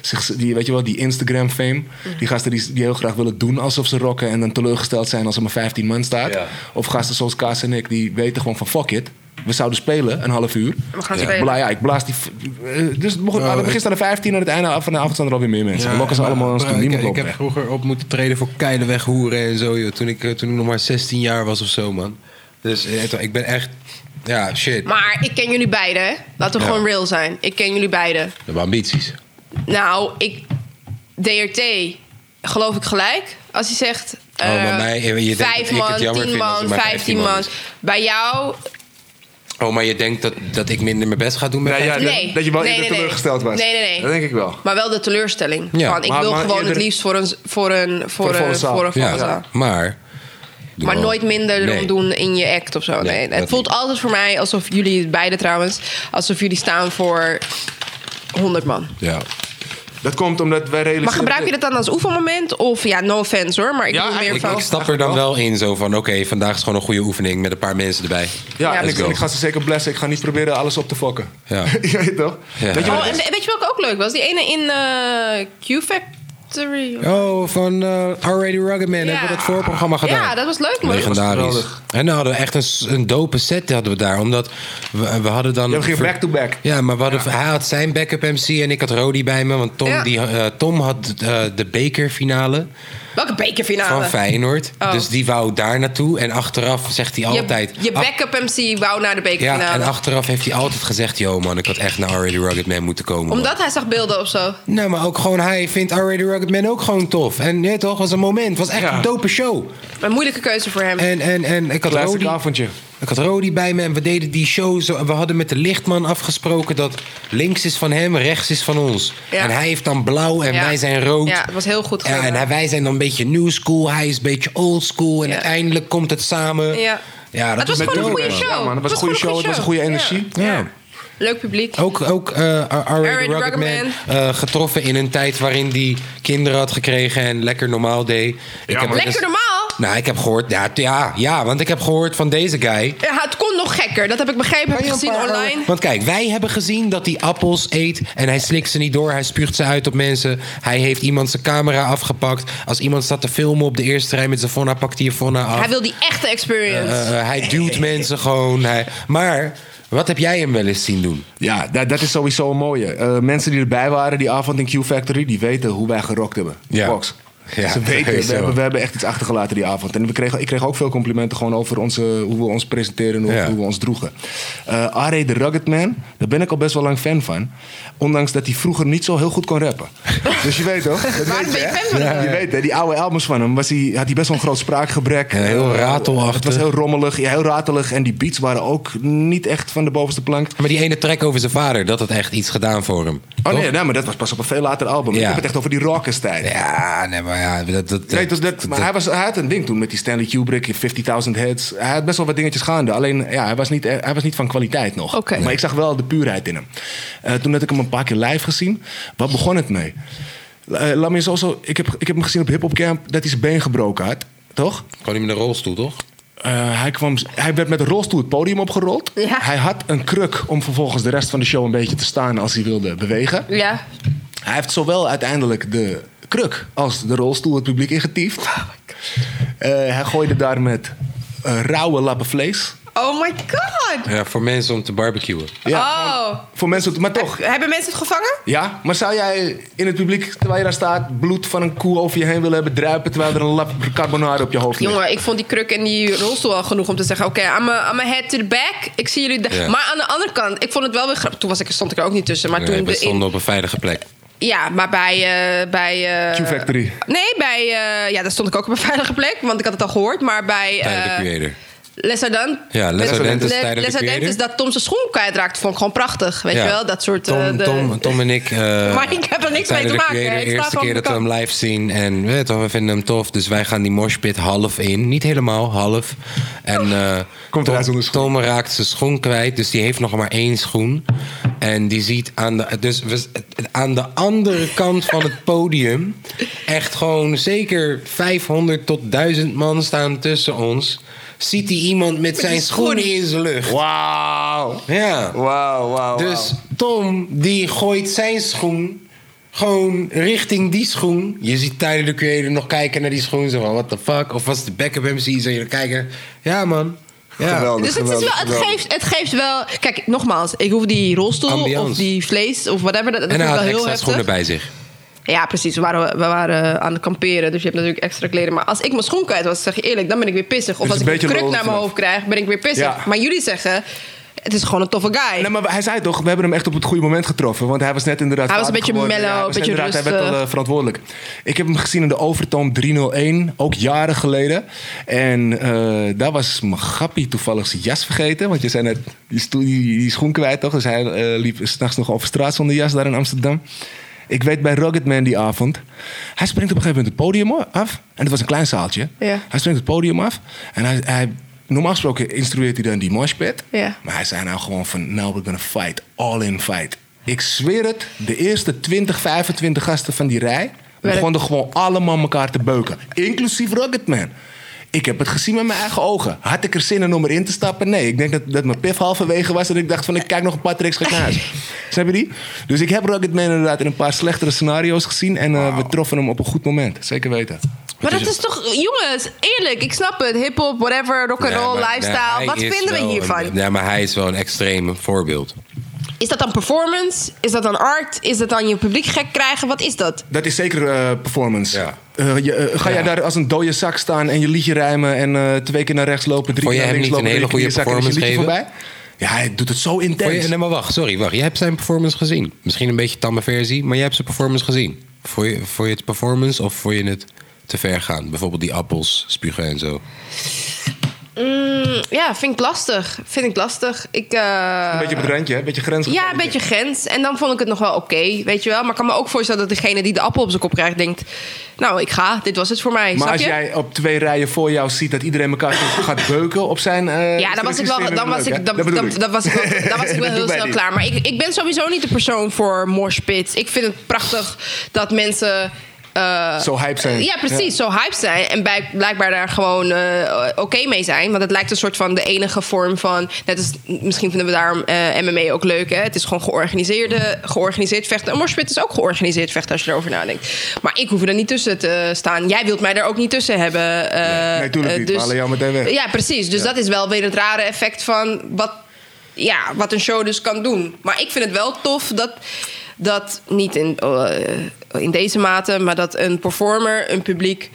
C: zich, die weet je wel, die Instagram fame.
B: Mhm.
C: Die gasten die, die heel graag willen doen alsof ze rocken... en dan teleurgesteld zijn als er maar 15 man staat.
A: Ja.
C: Of gasten zoals Kaas en ik, die weten gewoon van fuck it. We zouden spelen een half uur.
B: We gaan
C: Ik
B: spelen.
C: bla- ja, ik blaas die... f- eh, Dus het mocht, aan het begin staan er 15 en aan het einde van de avond staan er alweer meer mensen.
A: Ja,
C: we lokken ze
A: maar-
C: allemaal
A: maar
C: een
A: ik,
C: niemand
A: ik
C: loopt
A: heb
C: weg.
A: vroeger op moeten treden voor Keilenweg hoeren en zo, joh. Toen ik, eh, toen ik nog maar 16 jaar was of zo, man. Dus eh, het- ik ben echt... Ja, shit.
B: Maar ik ken jullie beiden, hè? Laten we
A: Ja.
B: gewoon real zijn. Ik ken jullie beiden.
A: We hebben ambities.
B: Nou, ik... DRT geloof ik gelijk. Als hij zegt...
A: Oh, maar
B: eh,
A: mij- je denkt dat ik
B: vijf
A: het
B: man,
A: jammer
B: tien
A: vind als er
B: man,
A: maar 15
B: vijftien
A: man
B: man.
A: is.
B: Bij jou...
A: Oh, maar je denkt dat, dat ik minder mijn best ga doen met
C: Nee, ja,
A: vijftien?
B: Nee.
C: dat, dat je wel
B: Nee,
C: eerder
B: nee, nee.
C: teleurgesteld was.
B: Nee, nee, nee.
C: Dat denk ik wel.
B: Maar wel de teleurstelling.
A: Oh. Ja,
B: van, ik
C: maar-
B: wil
C: maar
B: gewoon het
C: eerder-
B: liefst voor een, voor een, voor
C: een
B: een,
C: volle zaal.
B: Voor een volle
A: Ja,
B: zaal.
A: maar... doe
B: Maar
A: wel.
B: nooit minder erom
A: Nee.
B: doen in je act of zo. Nee,
A: Nee,
B: het
A: dat
B: voelt
A: niet.
B: altijd voor mij alsof jullie, beide trouwens, alsof jullie staan voor 100 man.
A: Ja.
C: Dat komt omdat wij realiseren...
B: Maar gebruik je dat dan als oefenmoment? Of ja, no offense hoor, maar ik
C: Ja,
B: doe meer
A: Ik,
B: van.
A: ik stap er dan wel in zo van, oké, vandaag is gewoon een goede oefening met een paar mensen erbij.
C: Ja, en
A: Let's
C: ik,
A: go.
C: en ik ga ze zeker blessen. Ik ga niet proberen alles op te fokken.
A: Ja.
C: je weet toch?
A: Ja.
C: Weet je
B: Oh,
C: wat
B: en
C: het is?
B: we- weet je welke ook leuk was? Die ene in eh, Q-Factory.
A: Oh, van eh, Already Rugged Man hebben we dat voorprogramma gedaan.
B: Ja, dat was leuk man.
A: Legendarisch.
C: Dat was
A: en dan hadden we echt een, s- een dope set hadden we daar. Omdat we, we hadden dan...
C: Je hebt geen
A: ver-
C: back-to-back.
A: Ja, maar we hadden, hij had zijn backup MC en ik had Rody bij me. Want Tom,
B: Ja.
A: die, eh, Tom had eh, de bekerfinale
B: Welke
A: van
B: bekerfinale?
A: Feyenoord.
B: Oh.
A: Dus die wou daar naartoe. En achteraf zegt hij
B: je,
A: altijd...
B: je
A: "Ach,
B: backup MC wou naar de
A: ja, en
B: bekerfinale.
A: achteraf heeft hij altijd gezegd... Yo man, ik had echt naar Already Rugged Man moeten komen. man."
B: Omdat hij zag beelden of zo.
A: Nee, maar ook gewoon hij vindt Already Rugged Man ook gewoon tof. En ja, toch, was een moment. was echt
C: Ja.
A: een dope show.
B: Een moeilijke keuze voor hem.
A: En, en, en ik had
C: Classic
A: Rody...
C: avondje.
A: Ik had Rody bij me en we deden die show. Zo, we hadden met de lichtman afgesproken dat links is van hem, rechts is van ons.
B: Ja.
A: En hij heeft dan blauw en
B: Ja.
A: wij zijn rood.
B: Ja, het was heel goed
A: Ja,
B: gedaan.
A: en hij- wij zijn dan een beetje new school, hij is een beetje old school. En
B: Ja.
A: uiteindelijk komt het samen.
B: Ja.
A: Ja,
B: Het
A: dat
B: was
A: is
B: gewoon een
A: dope,
B: goede
A: man.
B: show.
C: Ja, man, het was een goede show, het was een goede energie.
B: Ja.
A: Ja.
B: Ja. Leuk publiek.
A: Ook, ook eh Already
B: Rugged
A: Rugged Man,
B: Man.
A: eh, getroffen in een tijd waarin hij kinderen had gekregen en lekker normaal deed. ik heb
B: Lekker normaal.
A: Nou, ik heb gehoord, ja, t- ja, ja, want ik heb gehoord van deze guy.
B: Ja, het kon nog gekker. Dat heb ik begrepen. Heb ik gezien online.
A: Want kijk, wij hebben gezien dat hij appels eet en hij slikt ze niet door. Hij spuugt ze uit op mensen. Hij heeft iemand zijn camera afgepakt. Als iemand staat te filmen op de eerste rij met zijn Vonna, pakt hij je Vonna af.
B: Hij wil die echte experience.
A: Eh, eh, hij duwt mensen gewoon. Hij, maar wat heb jij hem wel eens zien doen?
C: Ja, dat, dat is sowieso een mooie. Eh, mensen die erbij waren die avond in Q-Factory, die weten hoe wij gerokt hebben.
A: Ja.
C: Box.
A: Ja,
C: Ze weten,
A: sowieso.
C: we hebben, we hebben echt iets achtergelaten die avond. En we kregen, ik kreeg ook veel complimenten gewoon over onze, hoe we ons presenteren, hoe,
A: Ja.
C: hoe we ons droegen. Eh Are the Rugged Man, daar ben ik al best wel lang fan van. Ondanks dat hij vroeger niet zo heel goed kon rappen. dus je weet toch? Dat
B: Waarom
C: weet
B: ben je
C: hè?
B: fan van hem?
C: Je weet hè, die oude albums van hem was hij, had hij best wel een groot spraakgebrek.
A: Ja, heel
C: Eh,
A: ratelachtig.
C: Het was heel rommelig, ja, heel ratelig. En die beats waren ook niet echt van de bovenste plank.
A: Maar die ene track over zijn vader, dat had echt iets gedaan voor hem.
C: Oh
A: toch?
C: nee, nee, maar dat was pas op een veel later album.
A: Ja.
C: Ik heb het echt over die rockers-tijd.
A: Ja, nee, maar ja, dat... dat,
C: Nee, dus dat,
A: dat-
C: maar hij, was, hij had een ding toen met die Stanley Kubrick, 50.000 heads. Hij had best wel wat dingetjes gaande. Alleen, ja, hij was niet, e- hij was niet van kwaliteit nog.
B: Oké.
C: Maar ik zag wel de puurheid in hem. Eh, toen had ik hem een paar keer live gezien. Wat begon het mee? Eh, laat me eens also, ik, heb, ik heb hem gezien op hip-hop camp dat hij zijn been gebroken had. Toch?
A: Gewoon niet met een rolstoel, toch?
C: Eh, hij, kwam, hij werd met een rolstoel het podium opgerold.
B: Ja.
C: Hij had een kruk om vervolgens de rest van de show een beetje te staan als hij wilde bewegen.
B: Ja.
C: Hij heeft zowel uiteindelijk de kruk als de rolstoel het publiek ingetiefd.
B: Oh
C: Eh, hij gooide daar met eh, rauwe lappen vlees.
B: Oh my god.
A: Ja, voor mensen om te barbecuen.
B: oh.
C: Voor mensen, maar toch.
B: Hebben mensen het gevangen?
C: Ja, maar zou jij in het publiek, terwijl je daar staat, bloed van een koe over je heen willen hebben druipen, terwijl er een lap carbonade op je hoofd ligt?
B: Jongen, ik vond die kruk en die rolstoel al genoeg om te zeggen... oké, I'm, a- I'm a head to the back. Ik zie jullie... daar.
A: Ja.
B: Maar aan de andere kant, ik vond het wel weer grappig. Toen was ik, stond ik er ook niet tussen. Maar
A: nee,
B: toen
A: we
B: de in-
A: stonden op een veilige plek.
B: Ja, maar bij... eh, bij eh,
C: Q-Factory.
B: Nee, bij... eh, ja, daar stond ik ook op een veilige plek. Want ik had het al gehoord. Maar bij... eh,
A: Tijdelijk creator.
B: Lessardant.
A: Ja, Lessardant is tijdelijk creator.
B: is dat Tom zijn schoen kwijtraakt. Vond ik gewoon prachtig. Weet
A: Ja.
B: je wel? Dat soort. eh,
A: Tom,
B: de-
A: Tom, Tom en ik. eh,
B: Maar ik heb er niks
A: zijn
B: mee te
A: de
B: maken,
A: creator
B: hè. Ik
A: De
B: sta
A: eerste
B: gewoon
A: keer
B: aan de
A: dat we hem live zien. En weet je toch, we vinden hem tof. Dus wij gaan die moshpit half in. Niet helemaal, half. En eh, Tom,
C: Komt eruit zonder schoen.
A: Tom raakt zijn schoen kwijt. Dus die heeft nog maar één schoen. En die ziet aan de, dus we, aan de andere kant van het podium... echt gewoon zeker 500 tot 1000 man staan tussen ons... ziet hij iemand met zijn schoenen in zijn lucht.
D: Wauw.
A: Ja.
D: Wauw, wauw.
A: Dus Tom die gooit zijn schoen gewoon richting die schoen. Je ziet Tyler de Creator nog kijken naar die schoen. Zo van, what the fuck? Of was de backup MC? Zo je kijken. Ja, man. Ja.
D: Geweldig,
B: Dus het, is wel,
D: geweldig,
B: het,
D: geweldig.
B: geeft, het geeft wel. Kijk, nogmaals, ik hoef die rolstoel
A: Ambiance.
B: of die vlees of whatever. Dat, dat
A: En
B: vind
A: hij
B: ik
A: had
B: wel
A: extra
B: heel heftig.
A: schoenen bij zich.
B: Ja, precies. We waren, we waren aan het kamperen, dus je hebt natuurlijk extra kleren. Maar als ik mijn schoen kwijt was, zeg je eerlijk, dan ben ik weer pissig. Of
D: Dus
B: als
D: een
B: ik een
D: beetje
B: kruk naar mijn
D: lol vanaf.
B: hoofd krijg, ben ik weer pissig.
C: Ja.
B: Maar jullie zeggen, het is gewoon een toffe guy.
C: Nee, maar hij zei toch, we hebben hem echt op het goede moment getroffen. Want hij was net inderdaad.
B: Hij was een
C: vader
B: beetje
C: geworden.
B: mellow,
C: hij
B: een beetje
C: inderdaad- Hij werd
B: rustig.
C: wel eh, verantwoordelijk. Ik heb hem gezien in de Overtoom 301, ook jaren geleden. En eh, daar was mijn grappie toevallig zijn jas vergeten. Want je zei net, die, stoel- die, die schoen kwijt toch? Dus hij eh, liep s'nachts nog over straat zonder jas daar in Amsterdam. Ik weet bij Rocketman die avond. Hij springt op een gegeven moment het podium af. En het was een klein zaaltje.
B: Ja.
C: Hij springt het podium af. En hij, hij, normaal gesproken instrueert hij dan die moshpit.
B: Ja.
C: Maar hij zei nou gewoon van, nou, we're gonna fight. All in fight. Ik zweer het, de eerste 20, 25 gasten van die rij...
B: Werk.
C: begonnen gewoon allemaal elkaar te beuken. Inclusief Rocketman. Ik heb het gezien met mijn eigen ogen. Had ik er zin in om erin te stappen? Nee. Ik denk dat, dat mijn pif halverwege was en ik dacht van... ik kijk nog een paar tricks, ga ik naar huis. Snap je die? Dus ik heb Rocketman inderdaad in een paar slechtere scenario's gezien... en eh, we troffen hem op een goed moment. Zeker weten.
B: Maar dat is toch, jongens, eerlijk, ik snap het. Hip-hop, whatever, rock'n'roll,
A: Nee, maar-
B: lifestyle.
A: nee, hij
B: Wat
A: is
B: vinden we
A: wel
B: hiervan?
A: een- ja, maar hij is wel een extreem voorbeeld.
B: Is dat dan performance? Is dat dan art? Is dat dan je publiek gek krijgen? Wat is dat?
C: Dat is zeker eh, performance.
A: Ja.
C: Eh, je, eh, ga jij daar als een dode zak staan en je liedje rijmen en eh, twee keer naar rechts lopen, drie
A: Vond
C: keer
A: je
C: naar
A: hem
C: links
A: niet een
C: lopen,
A: hele
C: drie keer
A: goede
C: naar je zak en is je liedje
A: performance
C: voorbij? Ja, hij doet het zo
A: Vond je-
C: intens.
A: nee, maar wacht, sorry, wacht. Jij hebt zijn performance gezien. Misschien een beetje tamme versie, maar jij hebt zijn performance gezien. Vond je, vond je het performance of vond je het te ver gaan? Bijvoorbeeld die appels spugen en zo.
B: Mm, ja, vind ik lastig. Vind ik lastig. Ik, eh,
C: Een beetje op het randje, hè? een beetje grens.
B: Ja, een beetje grens. En dan vond ik het nog wel oké, weet je wel. Maar ik kan me ook voorstellen dat degene die de appel op zijn kop krijgt, denkt... Nou, ik ga, dit was het voor mij,
C: Maar
B: snap
C: als
B: je?
C: jij op twee rijen voor jou ziet dat iedereen elkaar gaat beuken op zijn. eh,
B: Ja, dan was ik wel, dan was
C: leuk,
B: ik,
C: hè?
B: dan,
C: Dat
B: dan,
C: bedoel ik.
B: dan was ik wel, dan was ik wel
C: Dat
B: heel
C: doen wij
B: snel
C: niet.
B: klaar. Maar ik, ik ben sowieso niet de persoon voor morspits. Ik vind het prachtig dat mensen... eh,
C: Zo hype zijn.
B: Ja, precies. Zo hyped zijn. En bij- blijkbaar daar gewoon eh, oké mee zijn. Want het lijkt een soort van de enige vorm van... Net als, misschien vinden we daarom eh, MMA ook leuk. Hè? Het is gewoon georganiseerde, georganiseerd vechten. Een morspit is ook georganiseerd vechten als je erover nadenkt. Maar ik hoef er niet tussen te staan. Jij wilt mij daar ook niet tussen hebben. eh,
C: nee, tuurlijk
B: eh,
C: niet. We halen jou meteen weg.
B: Ja, precies. Dus dat is wel weer het rare effect van... Wat, ja, wat een show dus kan doen. Maar ik vind het wel tof dat, dat niet in, eh, in deze mate, maar dat een performer, een publiek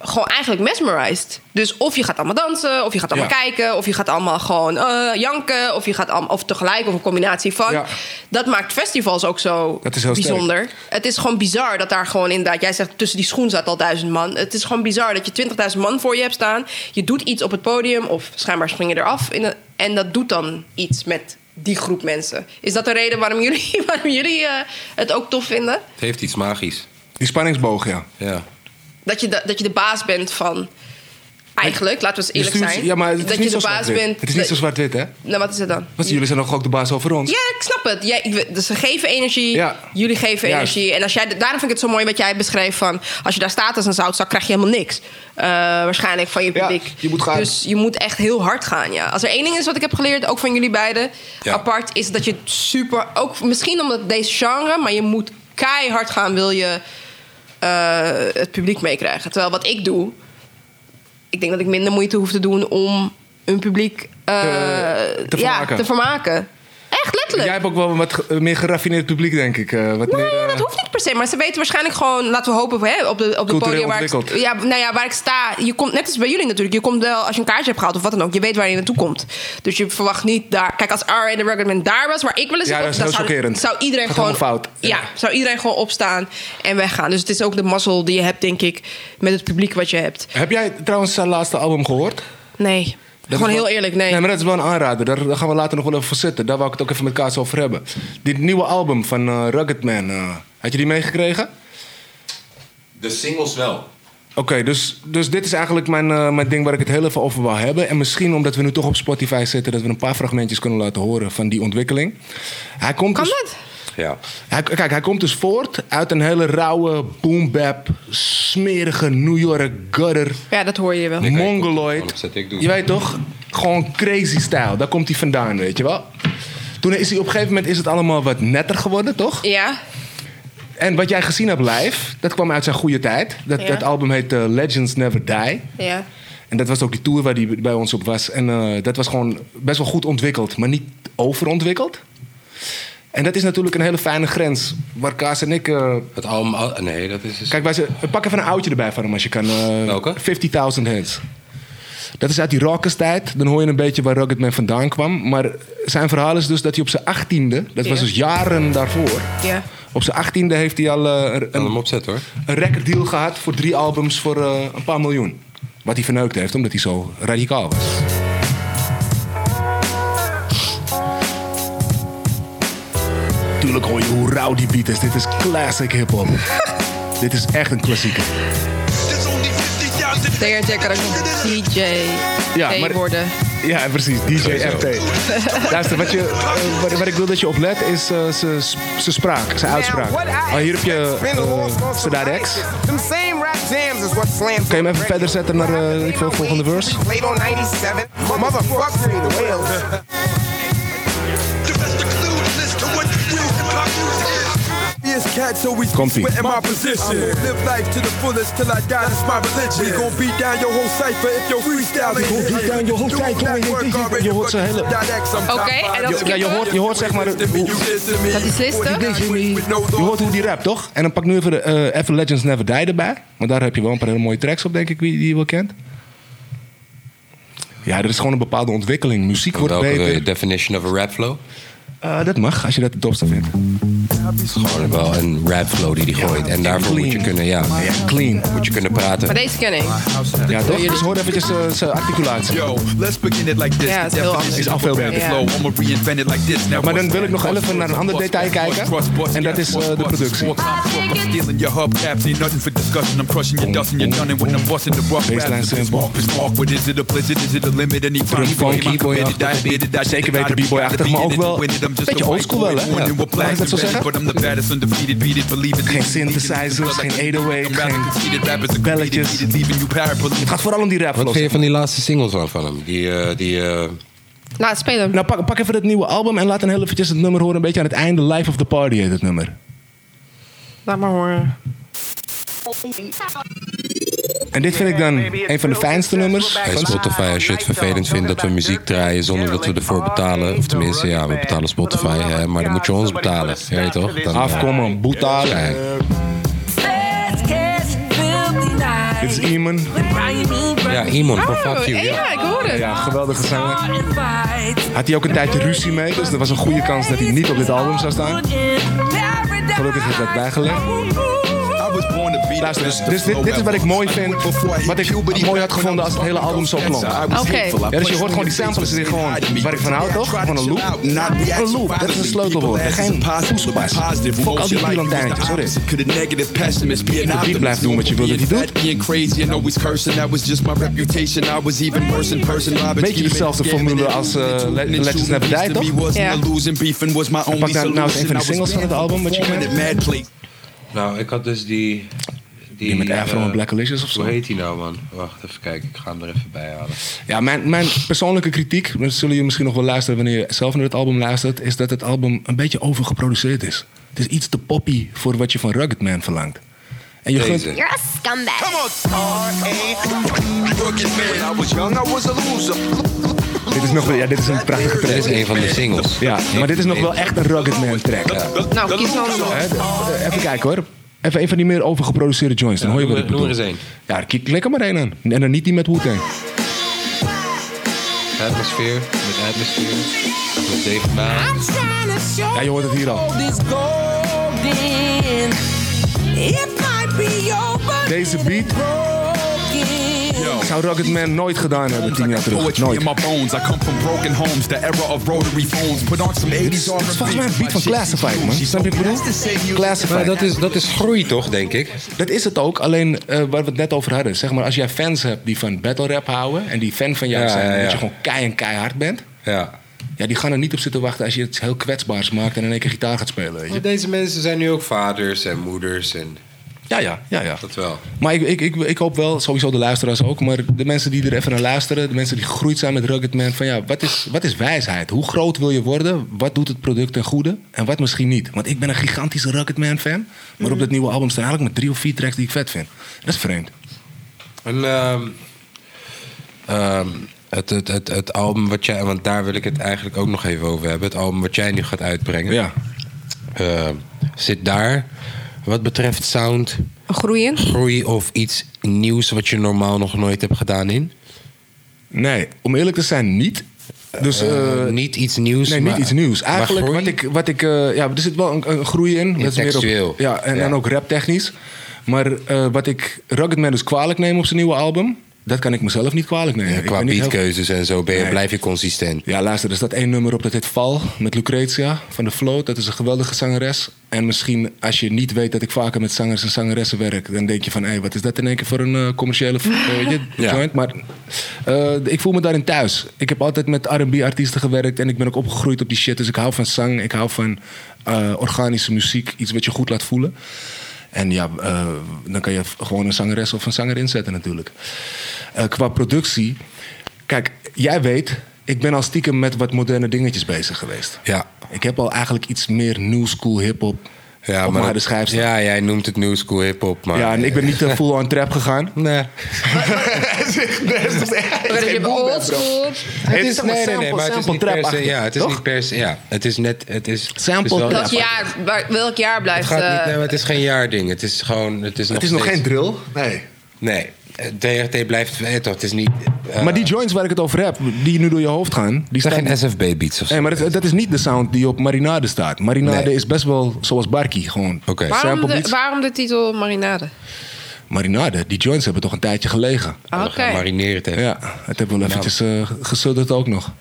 B: gewoon eigenlijk mesmerized. Dus of je gaat allemaal dansen, of je gaat allemaal
C: Ja.
B: kijken, of je gaat allemaal gewoon eh, janken, of je gaat allemaal, of tegelijk, of een combinatie van.
C: Ja.
B: Dat maakt festivals ook zo
C: Dat is heel sterk.
B: bijzonder. Het is gewoon bizar dat daar gewoon inderdaad... Jij zegt tussen die schoen zat al duizend man. Het is gewoon bizar dat je 20.000 man voor je hebt staan. Je doet iets op het podium of schijnbaar spring je eraf. In de- en dat doet dan iets met die groep mensen. Is dat de reden waarom jullie, waarom jullie eh, het ook tof vinden?
A: Het heeft iets magisch.
C: Die spanningsboog, ja.
A: Ja.
B: Dat je de, dat je de baas bent van... Eigenlijk, laten we eens eerlijk
C: Je stuurt-
B: zijn.
C: Ja, maar het is
B: dat
C: niet
B: je
C: zo
B: de baas
C: zwart-wit.
B: bent...
C: Het is niet zo zwart-wit, hè?
B: Nou, wat is het dan?
C: Want jullie zijn nog ook de baas over ons.
B: Ja, ik snap het. Jij, ik- dus ze geven energie,
C: Ja.
B: jullie geven
C: Juist.
B: energie. En als jij, daarom vind ik het zo mooi wat jij beschreef van... als je daar staat als een zoutzak, krijg je helemaal niks. eh, waarschijnlijk van je
C: Ja,
B: publiek.
C: je moet gaan.
B: Dus je moet echt heel hard gaan, ja. Als er één ding is wat ik heb geleerd, ook van jullie beiden...
A: Ja.
B: apart, is dat je super... ook misschien omdat deze genre, maar je moet keihard gaan... wil je eh, het publiek meekrijgen. Terwijl wat ik doe... ik denk dat ik minder moeite hoef te doen om een publiek... eh,
C: Te- te
B: ja,
C: vermaken.
B: te vermaken. Echt letterlijk.
C: Jij hebt ook wel een wat ge- meer geraffineerd publiek, denk ik. eh, wat meer,
B: Nou ja,
C: eh,
B: dat hoeft niet per se. Maar ze weten waarschijnlijk gewoon, laten we hopen, hè, op de, op de
C: Cultureel
B: podium waar ik,
C: ontwikkeld.
B: ja, nou ja, waar ik sta. Je komt, net als bij jullie natuurlijk, je komt wel, als je een kaartje hebt gehaald of wat dan ook, je weet waar je naartoe komt. Dus je verwacht niet daar. Kijk, als R en de Ruggedman daar was, waar ik wel eens
C: Ja,
B: op-
C: dat is
B: dan
C: heel
B: zou,
C: chockerend.
B: zou iedereen
C: Gaat
B: gewoon.
C: helemaal fout.
B: Ja,
C: Ja.
B: zou iedereen gewoon opstaan en weggaan. Dus het is ook de mazzel die je hebt, denk ik, met het publiek wat je hebt.
C: Heb jij trouwens zijn laatste album gehoord?
B: Nee.
C: is
B: Gewoon heel
C: wel-
B: eerlijk, nee.
C: Nee, maar dat is wel een aanrader. Daar, daar gaan we later nog wel even voor zitten. Daar wou ik het ook even met Kaas over hebben. Dit nieuwe album van eh, Rugged Man. eh, had je die meegekregen?
A: De singles wel.
C: Oké, dus, dus dit is eigenlijk mijn, eh, mijn ding waar ik het heel even over wil hebben. En misschien omdat we nu toch op Spotify zitten... dat we een paar fragmentjes kunnen laten horen van die ontwikkeling. Hij komt
B: Kan
C: dus-
B: dat?
A: Ja.
C: Hij, kijk, hij komt dus voort uit een hele rauwe, boom-bap, smerige New York gutter,
B: Ja, dat hoor je wel.
A: ik op-
C: mongoloid.
A: anders zet ik doen.
C: Je weet toch? Gewoon crazy stijl. Daar komt hij vandaan, weet je wel? Toen is hij op een gegeven moment is het allemaal wat netter geworden, toch?
B: Ja,
C: En wat jij gezien hebt live, dat kwam uit zijn goede tijd. Dat,
B: Ja.
C: dat album heet eh, Legends Never Die.
B: ja.
C: En dat was ook die tour waar hij bij ons op was. En eh, dat was gewoon best wel goed ontwikkeld, maar niet overontwikkeld. En dat is natuurlijk een hele fijne grens. Waar Kaas en ik. eh,
A: Het album... al- Nee, dat is...
C: kijk, wij ze, pak even een oudje erbij van hem als je kan. eh,
A: Welke?
C: 50.000 Hands. Dat is uit die rockers tijd. Dan hoor je een beetje waar Rocketman vandaan kwam. Maar zijn verhaal is dus dat hij op zijn achttiende... Dat was
B: Ja.
C: dus jaren daarvoor.
B: ja.
C: Op zijn achttiende heeft hij al eh, een,
A: Ik kan hem opzetten hoor.
C: een recorddeal gehad voor drie albums voor eh, een paar miljoen. Wat hij verneukt heeft, omdat hij zo radicaal was. Tuurlijk hoor je hoe rauw die beat is. Dit is classic hip-hop. Dit is echt een klassieker.
B: Denk dat jij kan ook nog DJ
C: Ja, maar-
B: worden.
C: Ja, precies. DJ FT. Luister, wat, je, eh, wat, wat ik wil dat je oplet is eh, zijn zijn spraak, zijn uitspraak. Oh, hier heb je eh, Sedadex.
D: Kan je hem even verder zetten naar, eh, ik wil volgende verse?
C: Komt-ie.
E: We're in my position. I live life to the fullest till I die. That's my religion. We gon' beat down your whole cipher if your freestyle. We gon' beat down your whole cipher.
C: Je hoort ze hele-
B: Oké, en dat
C: Ja, je hoort, je hoort zeg maar... hoe-
B: Dat is listig.
E: Je
C: Je hoort hoe die rapt, toch? En dan pak nu even, de, eh, even Legends Never Die erbij. Want daar heb je wel een paar hele mooie tracks op, denk ik, wie- die je wel kent. Ja, er is gewoon een bepaalde ontwikkeling. Muziek wordt
A: Welke
C: beter.
A: eh, definition of a rap flow?
C: Eh, dat mag, als je dat het topste vindt.
A: Gewoon wel Oh, een rap flow die die gooit. En daarvoor moet je
C: clean.
A: kunnen, ja,
C: Ja, clean.
A: moet je kunnen
B: Maar
A: praten.
B: deze ken ik.
C: Ja, toch? Dus hoor eventjes eh, zijn articulatie.
F: Yo, let's begin it like this.
B: Ja, het is heel
F: Definition
B: anders.
C: Is al veel
F: of a
C: beter.
F: flow. I'ma reinvent it like this. Now
C: Maar dan
F: what's
C: wil ik
F: that?
C: nog even naar een ander
F: Bust,
C: detail
F: bust,
C: kijken.
F: bust, bust,
C: En dat
F: yes,
C: is,
F: bust,
C: eh, de
F: bust.
C: productie.
F: Four times four, I'm stealing your hubcaps. Ain't nothing for discussion. I'm crushing your dust and you're done. And when I'm busting the rough
C: Baseline
F: raps, it's
C: sample.
F: mark, it's mark. But is it a pleasure? Is it a limit? Any
C: Drum funky, boy-achtige beat. Zeker weten b-boy-achtig, maar ook wel beetje oldschool wel, hè? Ja. Mag ik dat zo zeggen?
F: Geen
C: Geen synthesizers, geen 808, geen belletjes. Het gaat vooral om die rap.
A: Wat vind je van die laatste singles dan van hem? Die, eh, die, eh,
B: Laat het spelen.
C: Nou, pak, pak even dat nieuwe album en laat dan heel eventjes het nummer horen. Een beetje aan het einde. Life of the Party heet het nummer.
B: Laat maar horen.
C: En dit vind ik dan een van de fijnste nummers.
A: Hey Spotify, als je het vervelend vindt dat we muziek draaien zonder dat we ervoor betalen. Of tenminste, ja, we betalen Spotify, hè, maar dan moet je ons betalen. Ja, je toch? Dan, eh,
C: Afkomen, boetalen.
A: Ja.
C: Dit is Iman.
A: Ja, iemand voor
B: Oh,
A: fuck you. Ja.
B: ja, ik hoor het.
C: Ja, geweldige zanger. Had hij ook een tijdje ruzie mee, dus er was een goede kans dat hij niet op dit album zou staan. Gelukkig is dat bijgelegd. Luister, dus, dus dit, dit is wat ik mooi vind. Wat ik mooi had gevonden als het hele album zo klonk.
B: Oké.
F: Ja, dus je hoort gewoon die samples die gewoon waar ik van hou toch? Gewoon een loop. Een loop, dat is een sleutelwoord. En Geen poespas. Fuck al die pilantijntjes, hoor dit. De beat blijft doen wat je wil dat hij doet. Beetje dezelfde formule als eh, Le- Legends Never Die, toch?
B: Ja.
F: En Pak daar nou eens een van de singles van het album, wat je kent.
A: Nou, ik had dus die... Die,
C: Die met Afro en
A: eh,
C: Black Alicious of zo?
A: Hoe heet die nou, man? Wacht even kijken, ik ga hem er even bij halen.
C: Ja, mijn, mijn persoonlijke kritiek, dat zullen jullie misschien nog wel luisteren wanneer je zelf naar het album luistert, is dat het album een beetje overgeproduceerd is. Het is iets te poppy voor wat je van Rugged Man verlangt. En je gunt,
A: Deze.
G: You're a scumbag.
C: dit is nog wel, ja, dit is een prachtige track.
A: Dit is een van de singles.
C: Ja, maar dit is nog wel echt een Rugged Man track.
B: Nou, kies dan.
C: Hè, d- eh, Even kijken hoor. Even een van die meer overgeproduceerde joints. Dan hoor je wat ik
A: Noem er
C: bedoel.
A: eens één.
C: Ja, kijk, klik er maar één aan. En dan niet die met Wu-Tang.
A: Atmosfeer, met atmosfeer. Met Dave Maan.
C: Ja, je hoort het hier al. Deze beat Zou Rugged Man nooit gedaan hebben tien jaar terug.
F: Poetry
C: Nooit.
F: in my bones. I come from broken homes. The era of rotary phones. Put on some 80s
C: Het is volgens mij een beat van
F: R&B.
C: Classified, man. Snap je wat ik bedoel?
A: Maar
C: Classified.
A: dat is, dat is groei toch, denk ik?
C: Dat is het ook, alleen eh, waar we het net over hadden. Zeg maar, als jij fans hebt die van battle rap houden en die fan van jou
A: Ja,
C: zijn,
A: ja, ja.
C: dat je gewoon kei en keihard bent.
A: Ja.
C: Ja, die gaan er niet op zitten wachten als je iets heel kwetsbaars maakt en in één keer gitaar gaat spelen. Weet je?
A: Deze mensen zijn nu ook vaders en moeders en
C: Ja, ja, ja, ja.
A: dat wel.
C: Maar ik, ik, ik, ik hoop wel, sowieso de luisteraars ook, maar de mensen die er even naar luisteren, de mensen die gegroeid zijn met Rugged Man, van ja, wat is, wat is wijsheid? Hoe groot wil je worden? Wat doet het product ten goede? En wat misschien niet? Want ik ben een gigantische Rugged Man fan, maar op dat nieuwe album staan eigenlijk maar drie of vier tracks die ik vet vind. Dat is vreemd.
A: En, ehm, ehm, het, het, het, het album wat jij, want daar wil ik het eigenlijk ook nog even over hebben. Het album wat jij nu gaat uitbrengen,
C: Ja.
A: ehm, zit daar wat betreft sound,
B: Groeien?
A: groei of iets nieuws wat je normaal nog nooit hebt gedaan in?
C: Nee, om eerlijk te zijn, niet. Dus eh,
A: Eh, niet iets nieuws.
C: Nee,
A: maar-
C: niet iets nieuws.
A: maar
C: Eigenlijk
A: groei?
C: wat ik... Wat ik eh, ja, er zit wel een, een groei in. Dat is meer op-
A: textueel.
C: ja, en,
A: Ja.
C: en ook raptechnisch. Maar eh, wat ik Rugged Man dus kwalijk neem op zijn nieuwe album... dat kan ik mezelf niet kwalijk nemen.
A: Ja,
C: Ik
A: qua
C: ben niet heel-
A: beatkeuzes en zo ben je,
C: Nee.
A: blijf je consistent.
C: Ja, luister, er staat één nummer op, dat heet Val, met Lucretia van de Float. Dat is een geweldige zangeres. En misschien als je niet weet dat ik vaker met zangers en zangeressen werk... dan denk je van, hé, wat is dat in één keer voor een eh, commerciële eh, weet je,
A: Ja.
C: joint? Maar eh, ik voel me daarin thuis. Ik heb altijd met R&B-artiesten gewerkt en ik ben ook opgegroeid op die shit. Dus ik hou van zang, ik hou van eh, organische muziek, iets wat je goed laat voelen. En ja, eh, dan kan je v- gewoon een zangeres of een zanger inzetten natuurlijk. Eh, qua productie, kijk, jij weet, ik ben al stiekem met wat moderne dingetjes bezig geweest.
A: Ja.
C: Ik heb al eigenlijk iets meer new school hip-hop
A: Ja,
C: op
A: maar
C: mijn
A: dat-
C: schijf staan.
A: Ja, jij noemt het new school hip-hop, maar.
C: Ja, en ik ben niet eh, full on trap gegaan.
A: Nee.
B: Maar je hebt old school.
A: Het is,
C: zeg maar
A: nee, nee, nee,
C: sample-
A: maar het is niet per
C: sample trap-achtig,
A: se. Ja, het is
C: toch?
A: niet per se. Ja, het is net. Het is.
C: Sample
A: het is wel-
C: trap.
B: Dat jaar, waar- welk jaar
A: Het
B: blijft...
A: gaat niet.
B: eh,
A: Nee, maar het is geen jaarding. Het is gewoon. Het is nog,
C: Het is nog geen
A: steeds-
C: drill. Nee.
A: Nee. eh, DRT blijft. eh, toch, het is niet. eh,
C: Maar die joints waar ik het over heb, die nu door je hoofd gaan, die
A: het
C: staan
A: zijn geen SFB beats of zo.
C: Nee, maar dat, dat is niet de sound die op Marinade staat. Marinade
A: Nee.
C: is best wel zoals Barkie, gewoon.
A: Oké.
B: waarom,
C: Sample
B: de,
C: beats.
B: waarom de titel Marinade?
C: Marinade, die joints hebben toch een tijdje gelegen.
B: Ah,
A: We
B: Oké.
A: gaan marineren het even.
C: Ja, het hebben we wel eventjes eh, gesudderd ook nog.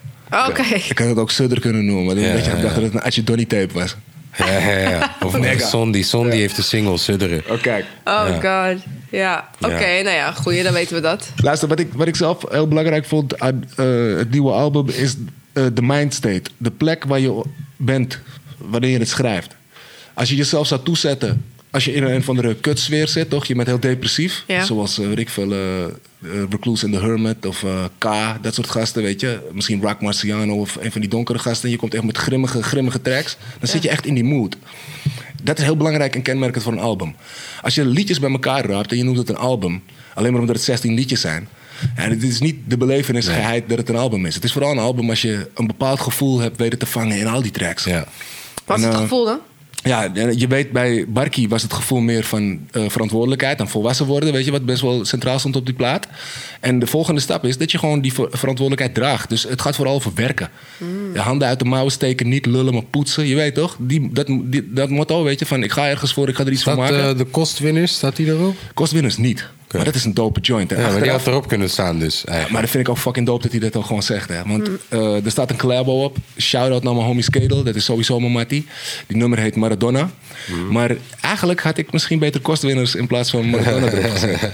B: Oké.
C: Ik had het ook sudder kunnen noemen, maar dan
A: Ja,
C: weet je, ik
A: ja,
C: dacht dat het een Atje Donny tape was.
A: Ja, ja, ja. Of
C: Mega.
A: Sondi. Sondi heeft de single Sudderen.
C: Oh, kijk.
B: Oh god. Ja. Oké, nou ja, goeie, dan weten we dat.
C: Luister, wat ik, wat ik zelf heel belangrijk vond aan eh, het nieuwe album is eh, de mindstate. De plek waar je bent wanneer je het schrijft. Als je jezelf zou toezetten, als je in een van de kutsfeer zit, toch? Je bent heel depressief.
B: Ja.
C: Zoals eh, weet ik veel, eh, eh, Recluse and the Hermit of eh, K, dat soort gasten, weet je. Misschien Rock Marciano of een van die donkere gasten. En je komt echt met grimmige, grimmige tracks. Dan zit je echt in die mood. Dat is heel belangrijk en kenmerkend voor een album. Als je liedjes bij elkaar raapt en je noemt het een album, alleen maar omdat het 16 liedjes zijn. En het is niet de belevenisgeheid dat het een album is. Het is vooral een album als je een bepaald gevoel hebt weten te vangen in al die tracks.
A: Ja.
B: Wat is
C: En,
B: het
C: eh,
B: gevoel dan?
C: Ja, eh, je weet, bij Barkie was het gevoel meer van eh, verantwoordelijkheid en volwassen worden, weet je, wat best wel centraal stond op die plaat. En de volgende stap is dat je gewoon die ver- verantwoordelijkheid draagt. Dus het gaat vooral over werken. Je handen uit de mouwen steken, niet lullen, maar poetsen. Je weet toch? Die, dat, die- dat motto, weet je, van ik ga ergens voor, ik ga er iets
A: Staat
C: van maken.
A: eh, de kostwinner, staat die erop?
C: Kostwinners niet. Maar dat is een dope joint. hè.
A: Ja, maar die
C: Achteraf-
A: had erop kunnen staan dus.
C: ja,
A: Eigenlijk.
C: maar dat vind ik ook fucking dope dat hij dat ook gewoon zegt. Hè? Want eh, er staat een collabo op. Shout-out naar mijn homie Skedel. Dat is sowieso mijn mattie. Die nummer heet Maradona. Maar eigenlijk had ik misschien beter Kostwinners in plaats van Maradona erop gezet.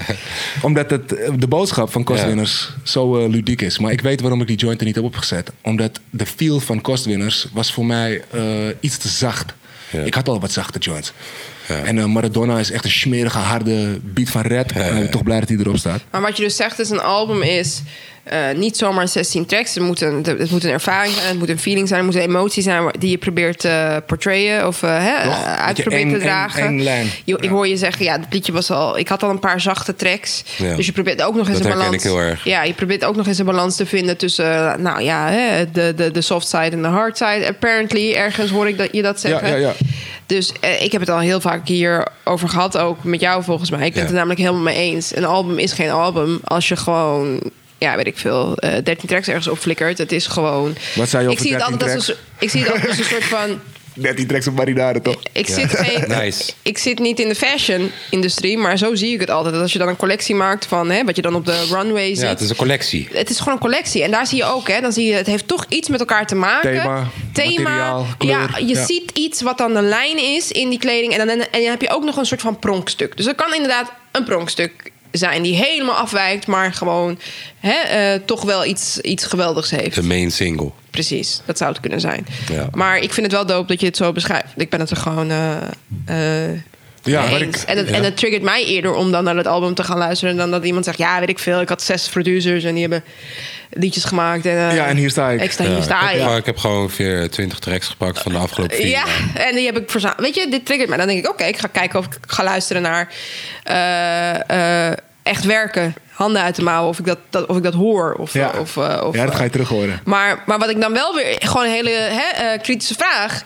C: Omdat het, eh, de boodschap van Kostwinners zo eh, ludiek is. Maar ik weet waarom ik die joint er niet heb opgezet. Omdat de feel van Kostwinners was voor mij eh, iets te zacht.
A: Ja.
C: Ik had al wat zachte joints. En eh, Maradona is echt een smerige, harde beat van rap. En ik ben toch blij dat hij erop staat.
B: Maar wat je dus zegt is, een album is eh, niet zomaar 16 tracks. Het moet, een, het moet een ervaring zijn, het moet een feeling zijn, het moet een emotie zijn die je probeert te portrayen of eh, hè,
C: Toch?
B: eh,
C: Met
B: uit
C: je
B: probeert
C: één-
B: te
C: één-
B: dragen.
C: één lijn.
B: Je- Ik hoor je zeggen, ja, het liedje was al. Ik had al een paar zachte tracks.
A: Ja.
B: Dus je probeert ook nog eens
A: Dat
B: een
A: herken
B: balans.
A: ik heel erg.
B: Ja, je probeert ook nog eens een balans te vinden tussen, eh, nou ja, hè, de, de, de soft side en de hard side. Apparently, ergens hoor ik dat je dat zeggen.
C: ja, ja.
B: Dus eh, ik heb het al heel vaak hierover gehad, ook met jou volgens mij. Ik ben
A: Ja.
B: het er namelijk helemaal mee eens. Een album is geen album als je gewoon, ja, weet ik veel, eh 13 tracks ergens op flikkert. Het is gewoon.
C: Wat zei je
B: ik
C: over
B: zie het
C: 13
B: altijd als een,
C: tracks?
B: soort- Ik zie het altijd als een soort van.
C: Net die trekt zijn marinade toch?
B: Ik, zit geen,
A: Nice.
B: ik zit niet in de fashion-industrie, maar zo zie ik het altijd. Dat als je dan een collectie maakt van hè, wat je dan op de runway ziet.
A: Ja, het is een collectie.
B: het is gewoon een collectie. En daar zie je ook, hè, dan zie je, het heeft toch iets met elkaar te maken.
C: Thema, materiaal, kleur,
B: ja, je
C: ja.
B: ziet iets wat dan de lijn is in die kleding. En dan, en dan heb je ook nog een soort van pronkstuk. Dus dat kan inderdaad een pronkstuk zijn die helemaal afwijkt, maar gewoon hè, eh, toch wel iets, iets geweldigs heeft.
A: De main single.
B: Precies, dat zou het kunnen zijn.
A: Ja.
B: Maar ik vind het wel dope dat je het zo beschrijft. Ik ben het er gewoon eh, eh,
C: Ja,
B: mee
C: maar
B: eens.
C: ik-
B: en, dat, en dat triggert mij eerder om dan naar het album te gaan luisteren... dan dat iemand zegt, ja, weet ik veel, ik had zes producers... en die hebben liedjes gemaakt. En, eh,
C: Ja, en hier sta ik.
B: sta, hier
A: Ja,
B: sta
A: ik, heb,
B: ik.
A: gewoon- ik heb gewoon weer 20 tracks gepakt van de afgelopen vier
B: Ja,
A: maanden.
B: en die heb ik verzameld. Weet je, dit triggert mij. Dan denk ik, oké, ik ga kijken of ik ga luisteren naar eh, eh, echt werken. Handen uit de mouwen, of ik dat, dat, of ik dat hoor. Of,
C: Ja.
B: of, eh, of,
C: ja, dat ga je terug horen.
B: Maar, maar wat ik dan wel weer gewoon een hele hè, eh, kritische vraag.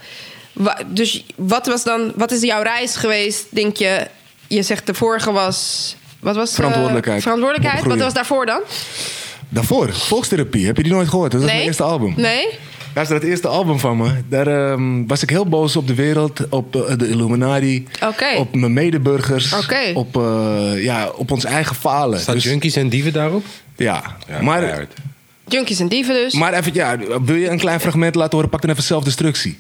B: Wa- dus wat was dan, wat is jouw reis geweest? Denk je, je zegt de vorige was. Wat was de-
C: Verantwoordelijkheid.
B: verantwoordelijkheid? Wat was
C: Opgroeien.
B: daarvoor dan?
C: Daarvoor, Volkstherapie, heb je die nooit gehoord? Dat was mijn eerste album.
B: Nee?
C: Luister, dat eerste album van me, daar ehm, was ik heel boos op de wereld, op eh, de Illuminati,
B: Oké.
C: op mijn medeburgers,
B: Oké.
C: op, eh, ja, op ons eigen falen.
A: Staan
C: Dus-
A: junkies en dieven daarop?
C: ja. maar,
A: keihard.
B: Junkies en dieven dus.
C: maar even, ja, wil je een klein fragment laten horen, pak dan even zelfdestructie.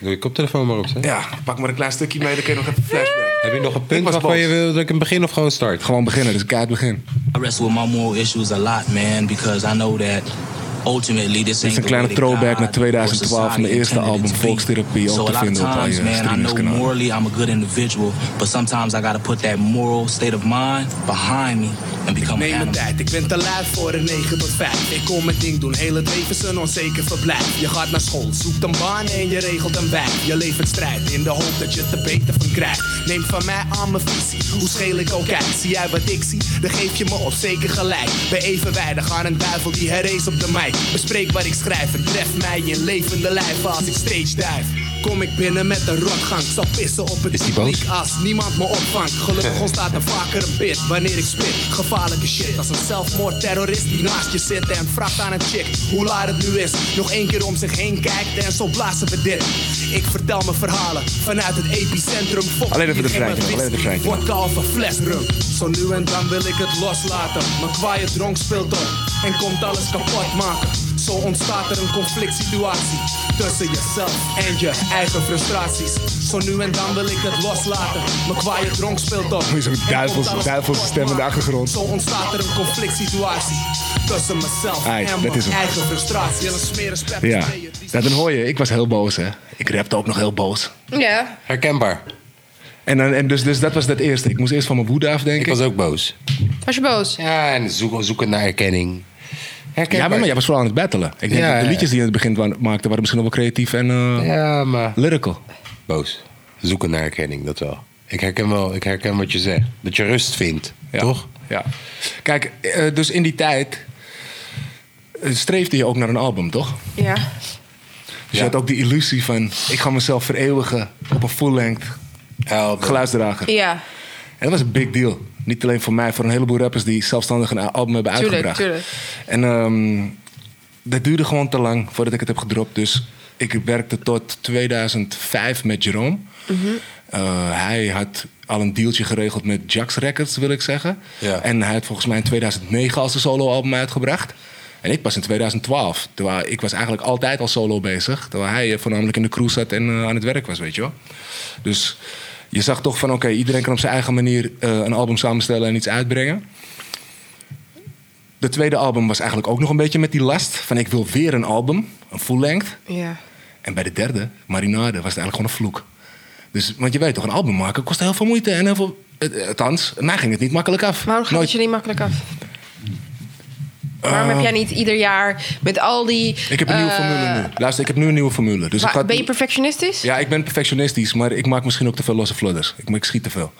A: Doe je koptelefoon maar op, zeg.
C: Ja, pak maar een klein stukje mee, dan kun je nog even flashback.
A: Heb je nog een
C: Ik
A: punt
C: was
A: waarvan
C: boos.
A: je wil dat ik een begin of gewoon start?
C: Gewoon beginnen, dus kaart begin.
G: I wrestle with my moral issues a lot, man, because I know that ultimately this
C: is
G: ain't
C: een kleine
G: the way that
C: throwback
G: God
C: naar 2012
G: or society
C: van mijn eerste
G: intended it
C: album,
G: to be.
C: Volkstherapie, ook
G: So
C: te
G: a lot of
C: vinden op al
G: times,
C: je
G: man, I know
C: streamingskanalen.
G: morally I'm a good individual, but sometimes I gotta put that moral state of mind behind me and become an
H: Neem mijn
G: animal.
H: tijd, ik ben te laat voor een 9 tot 5. Ik kom mijn ding doen, heel het leven is een onzeker verblijf. Je gaat naar school, zoekt een baan en je regelt een wijk. Je levert strijd in de hoop dat je het er beter van krijgt. Neem van mij aan mijn visie, hoe scheel ik ook uit. Zie jij wat ik zie, dan geef je me op zeker gelijk. Bij even weinig aan een duivel die herrees op de mic. Bespreek wat ik schrijf en tref mij in levende lijf als ik stage dive. Kom ik binnen met een rotgang, zal pissen op het
A: Is die boos?
H: publiek als niemand me opvangt. Gelukkig ontstaat er vaker een bit wanneer ik spit. Gevaarlijke shit als een zelfmoordterrorist die naast je zit en vraagt aan een chick hoe laat het nu is. Nog één keer om zich heen kijkt en zo blazen we dit. Ik vertel mijn verhalen vanuit het epicentrum. Fok,
C: Alleen even
H: hier
C: de
H: geen
C: vrijheid,
H: whisky,
C: alleen de vrijheid.
H: Vodka of een fles rum. Zo nu en dan wil ik het loslaten. Mijn kwaaie dronk speelt op en komt alles kapot maken. Zo ontstaat er een conflict situatie tussen jezelf en je eigen frustraties. Zo nu en dan wil ik het loslaten. Mijn kwaaie dronk speelt op.
C: Zo'n
H: en
C: duivels-
H: komt alles
C: duivelse
H: kapot
C: stem in de
H: maken.
C: achtergrond.
H: Zo ontstaat er een conflict situatie tussen mezelf
C: Ai,
H: en
C: dat
H: mijn
C: is hem.
H: eigen frustratie. En een smerenspep.
C: Ja, Ja, dan hoor je, ik was heel boos hè. Ik rapte ook nog heel boos.
B: ja.
A: Herkenbaar.
C: En, dan, en dus, dus dat was dat eerste. Ik moest eerst van mijn woede
A: Ik
C: afdenken.
A: was ook boos.
B: Was je boos?
A: Ja, en zoeken, zoeken naar erkenning.
C: ja,
A: Herkenbaar.
C: maar, maar jij was vooral aan het battelen. Ik denk
A: Ja,
C: dat de
A: ja.
C: liedjes die je in het begin wa- maakte waren misschien wel creatief en eh,
A: Ja, maar...
C: lyrical.
A: Boos. Zoeken naar erkenning, dat wel. Ik herken wel, ik herken wat je zegt. Dat je rust vindt,
C: Ja.
A: toch?
C: Ja. Kijk, eh, dus in die tijd eh, streefde je ook naar een album, toch?
B: Ja.
C: Dus
A: Ja.
C: je had ook die illusie van, ik ga mezelf vereeuwigen op een full-length
A: Help.
C: geluidsdrager.
B: Ja,
C: En dat was een big deal. Niet alleen voor mij, voor een heleboel rappers die zelfstandig een album hebben
B: Tuurlijk,
C: uitgebracht.
B: tuurlijk.
C: En ehm, dat duurde gewoon te lang voordat ik het heb gedropt. Dus ik werkte tot 2005 met Jerome.
B: Mhm.
C: Eh, hij had al een dealtje geregeld met Jax Records, wil ik zeggen.
A: Ja.
C: En hij had volgens mij in 2009 als een soloalbum uitgebracht. En ik pas in 2012. Terwijl ik was eigenlijk altijd al solo bezig. Terwijl hij eh, voornamelijk in de crew zat en eh, aan het werk was, weet je wel. Dus je zag toch van, oké, iedereen kan op zijn eigen manier eh, een album samenstellen en iets uitbrengen. De tweede album was eigenlijk ook nog een beetje met die last. Van ik wil weer een album, een full length.
B: ja.
C: En bij de derde, Marinade, was het eigenlijk gewoon een vloek. Dus, want je weet toch, een album maken kost heel veel moeite en heel veel... eh, eh, Althans, mij ging het niet makkelijk af.
B: Waarom gaat
C: Nooit- Eh.
B: het je niet makkelijk af? Waarom heb jij niet ieder jaar met al die...
C: Ik heb een nieuwe
B: eh,
C: formule nu. Luister, ik heb nu een nieuwe formule. Dus ik
B: wa-
C: ga...
B: Ben je perfectionistisch?
C: Ja, ik ben perfectionistisch, maar ik maak misschien ook te veel losse flodders. Ik, ik schiet te veel.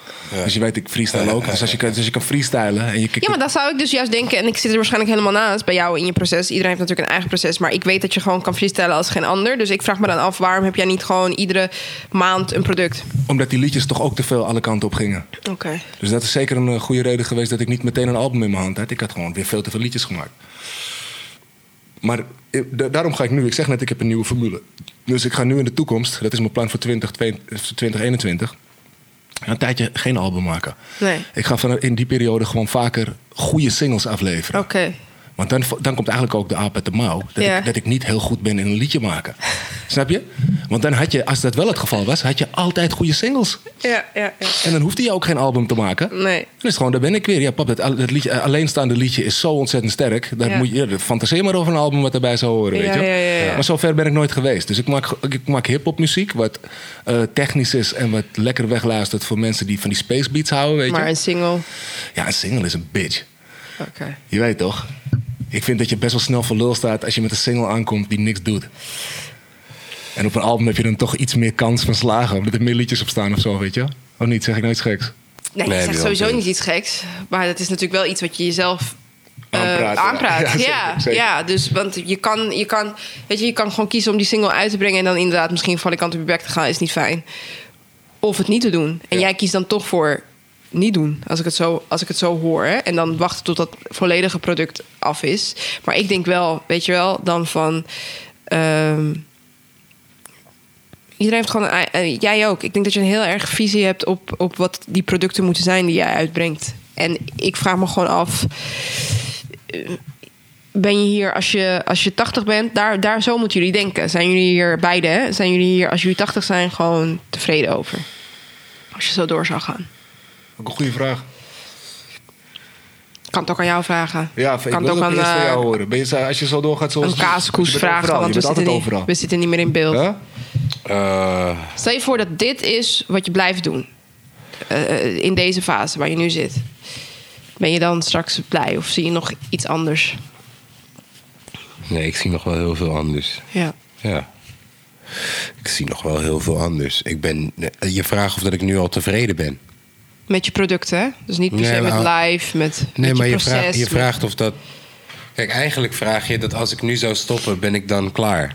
C: Dus je weet, ik freestyle ook. Dus als je, kan- dus je kan freestylen en je kikt
B: Ja, maar dan zou ik dus juist denken, en ik zit er waarschijnlijk helemaal naast bij jou in je proces. Iedereen heeft natuurlijk een eigen proces, maar ik weet dat je gewoon kan freestylen als geen ander. Dus ik vraag me dan af, waarom heb jij niet gewoon iedere maand een product?
C: Omdat die liedjes toch ook te veel alle kanten op gingen.
B: Oké.
C: Dus dat is zeker een eh, goede reden geweest dat ik niet meteen een album in mijn hand had. Ik had gewoon weer veel te veel liedjes gemaakt. Maar eh, da- daarom ga ik nu, ik zeg net, ik heb een nieuwe formule. Dus ik ga nu in de toekomst, dat is mijn plan voor 20, 2021, een tijdje geen album maken.
B: Nee.
C: Ik ga van eh, in die periode gewoon vaker goede singles afleveren.
B: Oké.
C: Want dan, dan komt eigenlijk ook de aap uit de mouw. Dat,
B: Oh. Ja.
C: ik, dat ik niet heel goed ben in een liedje maken. Snap je? Want dan had je, als dat wel het geval was, had je altijd goede singles.
B: Ja, ja, ja.
C: En dan hoefde je ook geen album te maken.
B: Nee.
C: Dan is het gewoon, daar ben ik weer. Ja, pap, dat, al- dat liedje, eh, alleenstaande liedje is zo ontzettend sterk. Daar
B: Ja.
C: moet je, ja, fantaseer maar over een album wat daarbij zou horen, weet
B: Ja,
C: je.
B: ja, ja, ja.
C: Maar zover ben ik nooit geweest. Dus ik maak, ik maak hip-hop muziek, wat eh, technisch is en wat lekker wegluistert voor mensen die van die space beats houden, weet
B: Maar
C: je.
B: een single.
C: Ja, een single is een bitch.
B: Oké.
C: Je weet toch? Ik vind dat je best wel snel voor lul staat als je met een single aankomt die niks doet. En op een album heb je dan toch iets meer kans van slagen. Omdat er meer liedjes op staan of zo, weet je? Of niet? Zeg ik nooit geks.
B: Nee,
A: Nee, heb
B: je zegt
A: je
B: sowieso
A: wel
B: niet iets geks. Maar dat is natuurlijk wel iets wat je jezelf eh,
C: Aanpraat,
B: aanpraat.
C: ja. Ja,
B: Ja,
C: zeker,
B: ja,
C: zeker.
B: dus want je kan, je, kan, weet je, je kan gewoon kiezen om die single uit te brengen. En dan inderdaad misschien van de kant op je bek te gaan is niet fijn. Of het niet te doen. En jij kiest dan toch voor niet doen, als ik het zo, als ik het zo hoor. Hè? En dan wachten tot dat volledige product af is. Maar ik denk wel, weet je wel, dan van... ehm, Iedereen heeft gewoon. een- eh, jij ook. Ik denk dat je een heel erg visie hebt op, op wat die producten moeten zijn die jij uitbrengt. En ik vraag me gewoon af. eh, Ben je hier als je, als je 80 bent? Daar, daar zo moeten jullie denken. Zijn jullie hier beide? hè? Zijn jullie hier als jullie 80 zijn gewoon tevreden over? Als je zo door zou gaan.
C: Ook een goede vraag.
B: Ik Kan het ook aan jou vragen.
C: Ja,
B: kan
C: ik wil ook eerst
B: eh,
C: van jou horen. Ben je, zo- als je zo doorgaat zoals...
B: een kaaskoes
C: Je bent
B: vragen.
C: overal,
B: Want
C: je
B: we
C: bent
B: zitten,
C: altijd
B: niet,
C: overal.
B: we zitten niet meer in beeld.
C: Huh?
A: Eh,
B: Stel je voor dat dit is wat je blijft doen. Eh, in deze fase waar je nu zit. Ben je dan straks blij of zie je nog iets anders?
A: nee, ik zie nog wel heel veel anders.
B: Ja.
A: Ja. Ik zie nog wel heel veel anders. Ik ben, eh, je vraagt of dat ik nu al tevreden ben.
B: Met je producten, hè? Dus niet per se
A: Nee,
B: met
C: nou,
A: maar-
B: live, met,
A: Nee,
B: met
A: maar je,
B: je proces.
A: vraagt, je
B: met-
A: vraagt of dat. Kijk, eigenlijk vraag je dat als ik nu zou stoppen, ben ik dan klaar?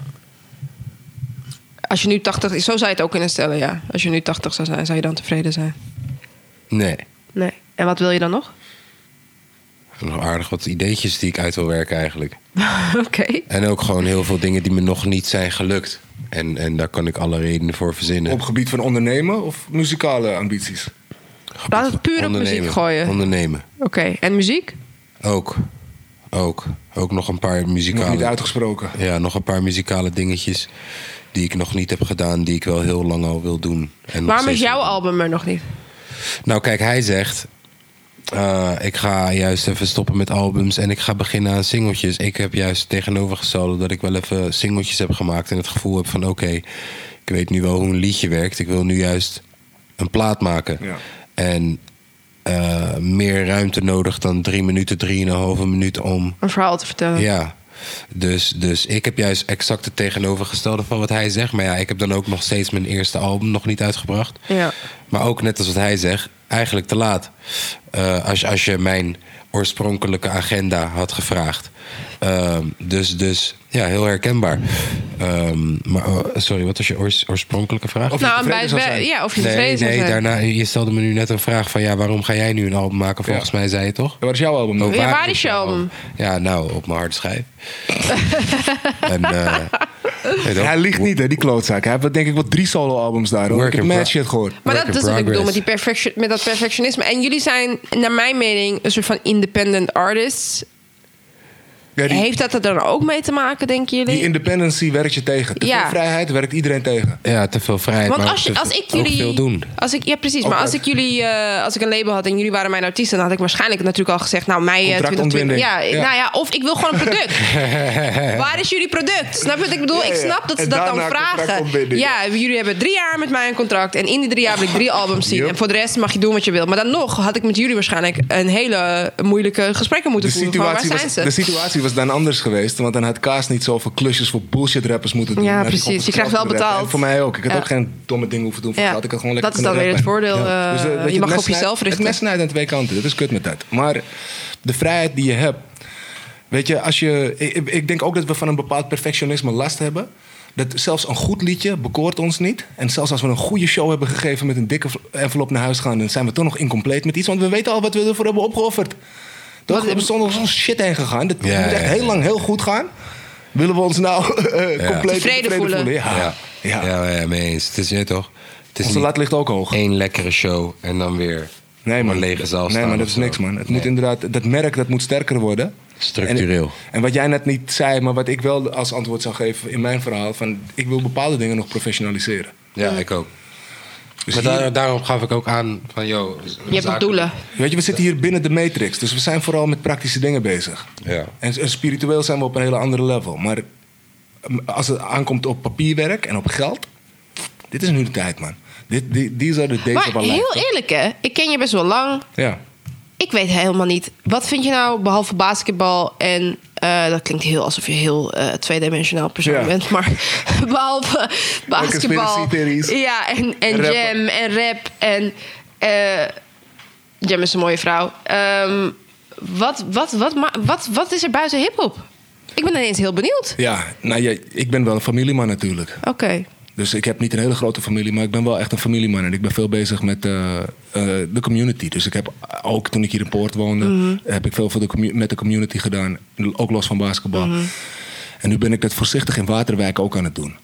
B: Als je nu 80 is, zo zou je het ook kunnen stellen, ja. Als je nu 80 zou zijn, zou je dan tevreden zijn?
A: Nee.
B: Nee. En wat wil je dan nog?
A: Nog aardig wat ideetjes die ik uit wil werken eigenlijk.
B: Oké.
A: En ook gewoon heel veel dingen die me nog niet zijn gelukt. En, en daar kan ik alle redenen voor verzinnen.
C: Op gebied van ondernemen of muzikale ambities?
B: Laat het puur op muziek gooien. Oké.
A: Ondernemen.
B: En muziek?
A: Ook. Ook. Ook nog een paar
C: Nog niet
A: muzikale...
C: uitgesproken.
A: Ja, nog een paar muzikale dingetjes die ik nog niet heb gedaan, die ik wel heel lang al wil doen. En nog
B: Waarom is
A: steeds wil
B: jouw
A: doen.
B: album er nog niet?
A: Nou, kijk, hij zegt. eh, ik ga juist even stoppen met albums en ik ga beginnen aan singeltjes. Ik heb juist tegenovergestelde dat ik wel even singeltjes heb gemaakt. En het gevoel heb van: oké, ik weet nu wel hoe een liedje werkt. Ik wil nu juist een plaat maken.
C: Ja.
A: En eh, meer ruimte nodig dan drie minuten, drieënhalve minuut om
B: Een verhaal te vertellen?
A: ja. Dus, dus ik heb juist exact het tegenovergestelde van wat hij zegt. Maar ja, ik heb dan ook nog steeds mijn eerste album nog niet uitgebracht.
B: Ja.
A: Maar ook net als wat hij zegt, eigenlijk te laat. Eh, als, je- als je mijn oorspronkelijke agenda had gevraagd. Ehm, dus, dus ja, heel herkenbaar. Ehm, maar, eh, sorry, wat was je oors- oorspronkelijke vraag?
C: Of je
B: Nou,
C: tevreden
B: bij,
C: zou
B: bij-
C: zijn.
B: ja, of je tevreden
A: nee,
B: zou
A: nee
B: zijn.
A: daarna, je stelde me nu net een vraag van... ja, waarom ga jij nu een album maken? Volgens mij zei je toch?
C: Waar is jouw album dan?
A: Oh,
B: Ja, waar is je album?
A: Ja, nou, op mijn harde schijf. en, eh, weet je
C: Hij
A: wel,
C: ligt niet, hè, die klootzak. Hij heeft wat, denk ik wel drie solo-albums daar. hoor.
A: Work
C: Ik heb
A: in
C: mad
A: pro-
C: shit gehoord.
B: Maar
A: Work
B: dat
A: in
B: is wat ik bedoel
A: progress.
B: met, die perfectio- met dat perfectionisme. En jullie zijn, naar mijn mening, een soort van independent artists.
C: Ja, die,
B: Heeft dat er dan ook mee te maken, denken jullie?
C: die independency werkt je tegen. Te veel
B: Ja.
C: vrijheid werkt iedereen tegen.
A: Ja, te veel vrijheid.
B: Want
A: maar
B: als, je,
A: te
B: als
A: veel-
B: ik
A: ook veel
B: jullie.
A: doen.
B: Als ik, ja, precies. Maar
C: Ook
B: als
C: uit.
B: ik jullie. eh, als ik een label had en jullie waren mijn artiesten. dan had ik waarschijnlijk natuurlijk al gezegd. Nou, mij. eh,
C: Contractontbinding.
B: ja,
C: Ja.
B: nou ja. Of ik wil gewoon een product. Waar is jullie product? Snap je wat ik bedoel?
C: Ja,
B: Ik
C: ja.
B: snap dat ze
C: En
B: dat dan
C: daarna
B: vragen.
C: contractontbinding.
B: Ja, jullie hebben drie jaar met mij een contract. En in die drie jaar wil ik drie albums zien.
C: Yep.
B: En voor de rest mag je doen wat je wil. Maar dan nog had ik met jullie waarschijnlijk. een hele moeilijke gesprekken
C: De
B: moeten voeren. Van,
C: situatie,
B: waar zijn
C: was,
B: ze?
C: de situatie was dan anders geweest. Want dan had Kaas niet zoveel klusjes voor bullshit rappers moeten doen.
B: Ja,
C: Dan had ik
B: precies.
C: gewoon
B: Je krijgt wel
C: kunnen rappen.
B: betaald.
C: En voor mij ook. Ik had
B: Ja.
C: ook geen domme dingen hoeven doen. voor
B: Ja.
C: geld. Ik had gewoon lekker
B: Dat is
C: kunnen
B: dan weer het
C: rappen.
B: voordeel, eh,
C: eh, weet
B: je mag
C: het mes
B: op jezelf
C: snijdt-
B: richten.
C: Het mes snijdt aan twee kanten. Dat is kut met dat. Maar de vrijheid die je hebt. Weet je, als je, ik, ik- ik denk ook dat we van een bepaald perfectionisme last hebben. Dat zelfs een goed liedje bekoort ons niet. En zelfs als we een goede show hebben gegeven met een dikke envelop naar huis gaan, dan zijn we toch nog incompleet met iets. Want we weten al wat we ervoor hebben opgeofferd. Toch? We hebben zonder zo'n shit heen gegaan. Dat
A: Ja,
C: moet echt
A: ja, ja.
C: heel lang heel goed gaan. Willen we ons nou eh,
A: Ja.
C: compleet
B: Tevreden voelen.
C: Ja.
A: Ja,
C: Ja.
A: ja. ja, mee eens. Het is je toch? Het is
C: Onze
A: niet
C: lat ligt ook hoog.
A: één lekkere show en dan weer
C: Nee,
A: op
C: man.
A: een lege zaal
C: nee,
A: staan
C: maar
A: of
C: dat is
A: zo.
C: niks, man. Het
A: Nee.
C: moet inderdaad, dat merk dat moet sterker worden.
A: Structureel.
C: En, en wat jij net niet zei, maar wat ik wel als antwoord zou geven in mijn verhaal: van ik wil bepaalde dingen nog professionaliseren.
A: Ja, ik ook.
C: Dus
A: Maar
C: hier-
A: daar, daarom gaf ik ook aan van, joh...
B: Je hebt nog doelen.
C: Weet je, we zitten hier binnen de matrix, dus we zijn vooral met praktische dingen bezig.
A: Ja.
C: En, en spiritueel zijn we op een hele andere level. Maar mm, als het aankomt op papierwerk en op geld, dit is nu de tijd, man. Dit, die, these are the days of
B: Maar
C: our life.
B: heel eerlijk, hè? Ik ken je best wel lang.
C: Ja.
B: Ik weet helemaal niet. Wat vind je nou, behalve basketbal en... eh, dat klinkt heel alsof je heel eh, tweedimensionaal persoon
C: Ja.
B: bent. Maar behalve basketbal...
C: conspiracy theories.
B: Ja, en, en
C: En rappen.
B: jam en rap en... eh, jam is een mooie vrouw. Ehm, wat, wat, wat, ma- wat, wat is er buiten hiphop? Ik ben ineens heel benieuwd.
C: ja, nou ja, ik ben wel een familieman natuurlijk.
B: Oké.
C: Dus ik heb niet een hele grote familie, maar ik ben wel echt een familieman. En ik ben veel bezig met eh, eh, de community. Dus ik heb ook toen ik hier in Poort woonde,
B: Mhm.
C: heb ik veel voor de commu- met de community gedaan. Ook los van basketbal.
B: Mhm.
C: En nu ben ik dat voorzichtig in Waterwijk ook aan het doen.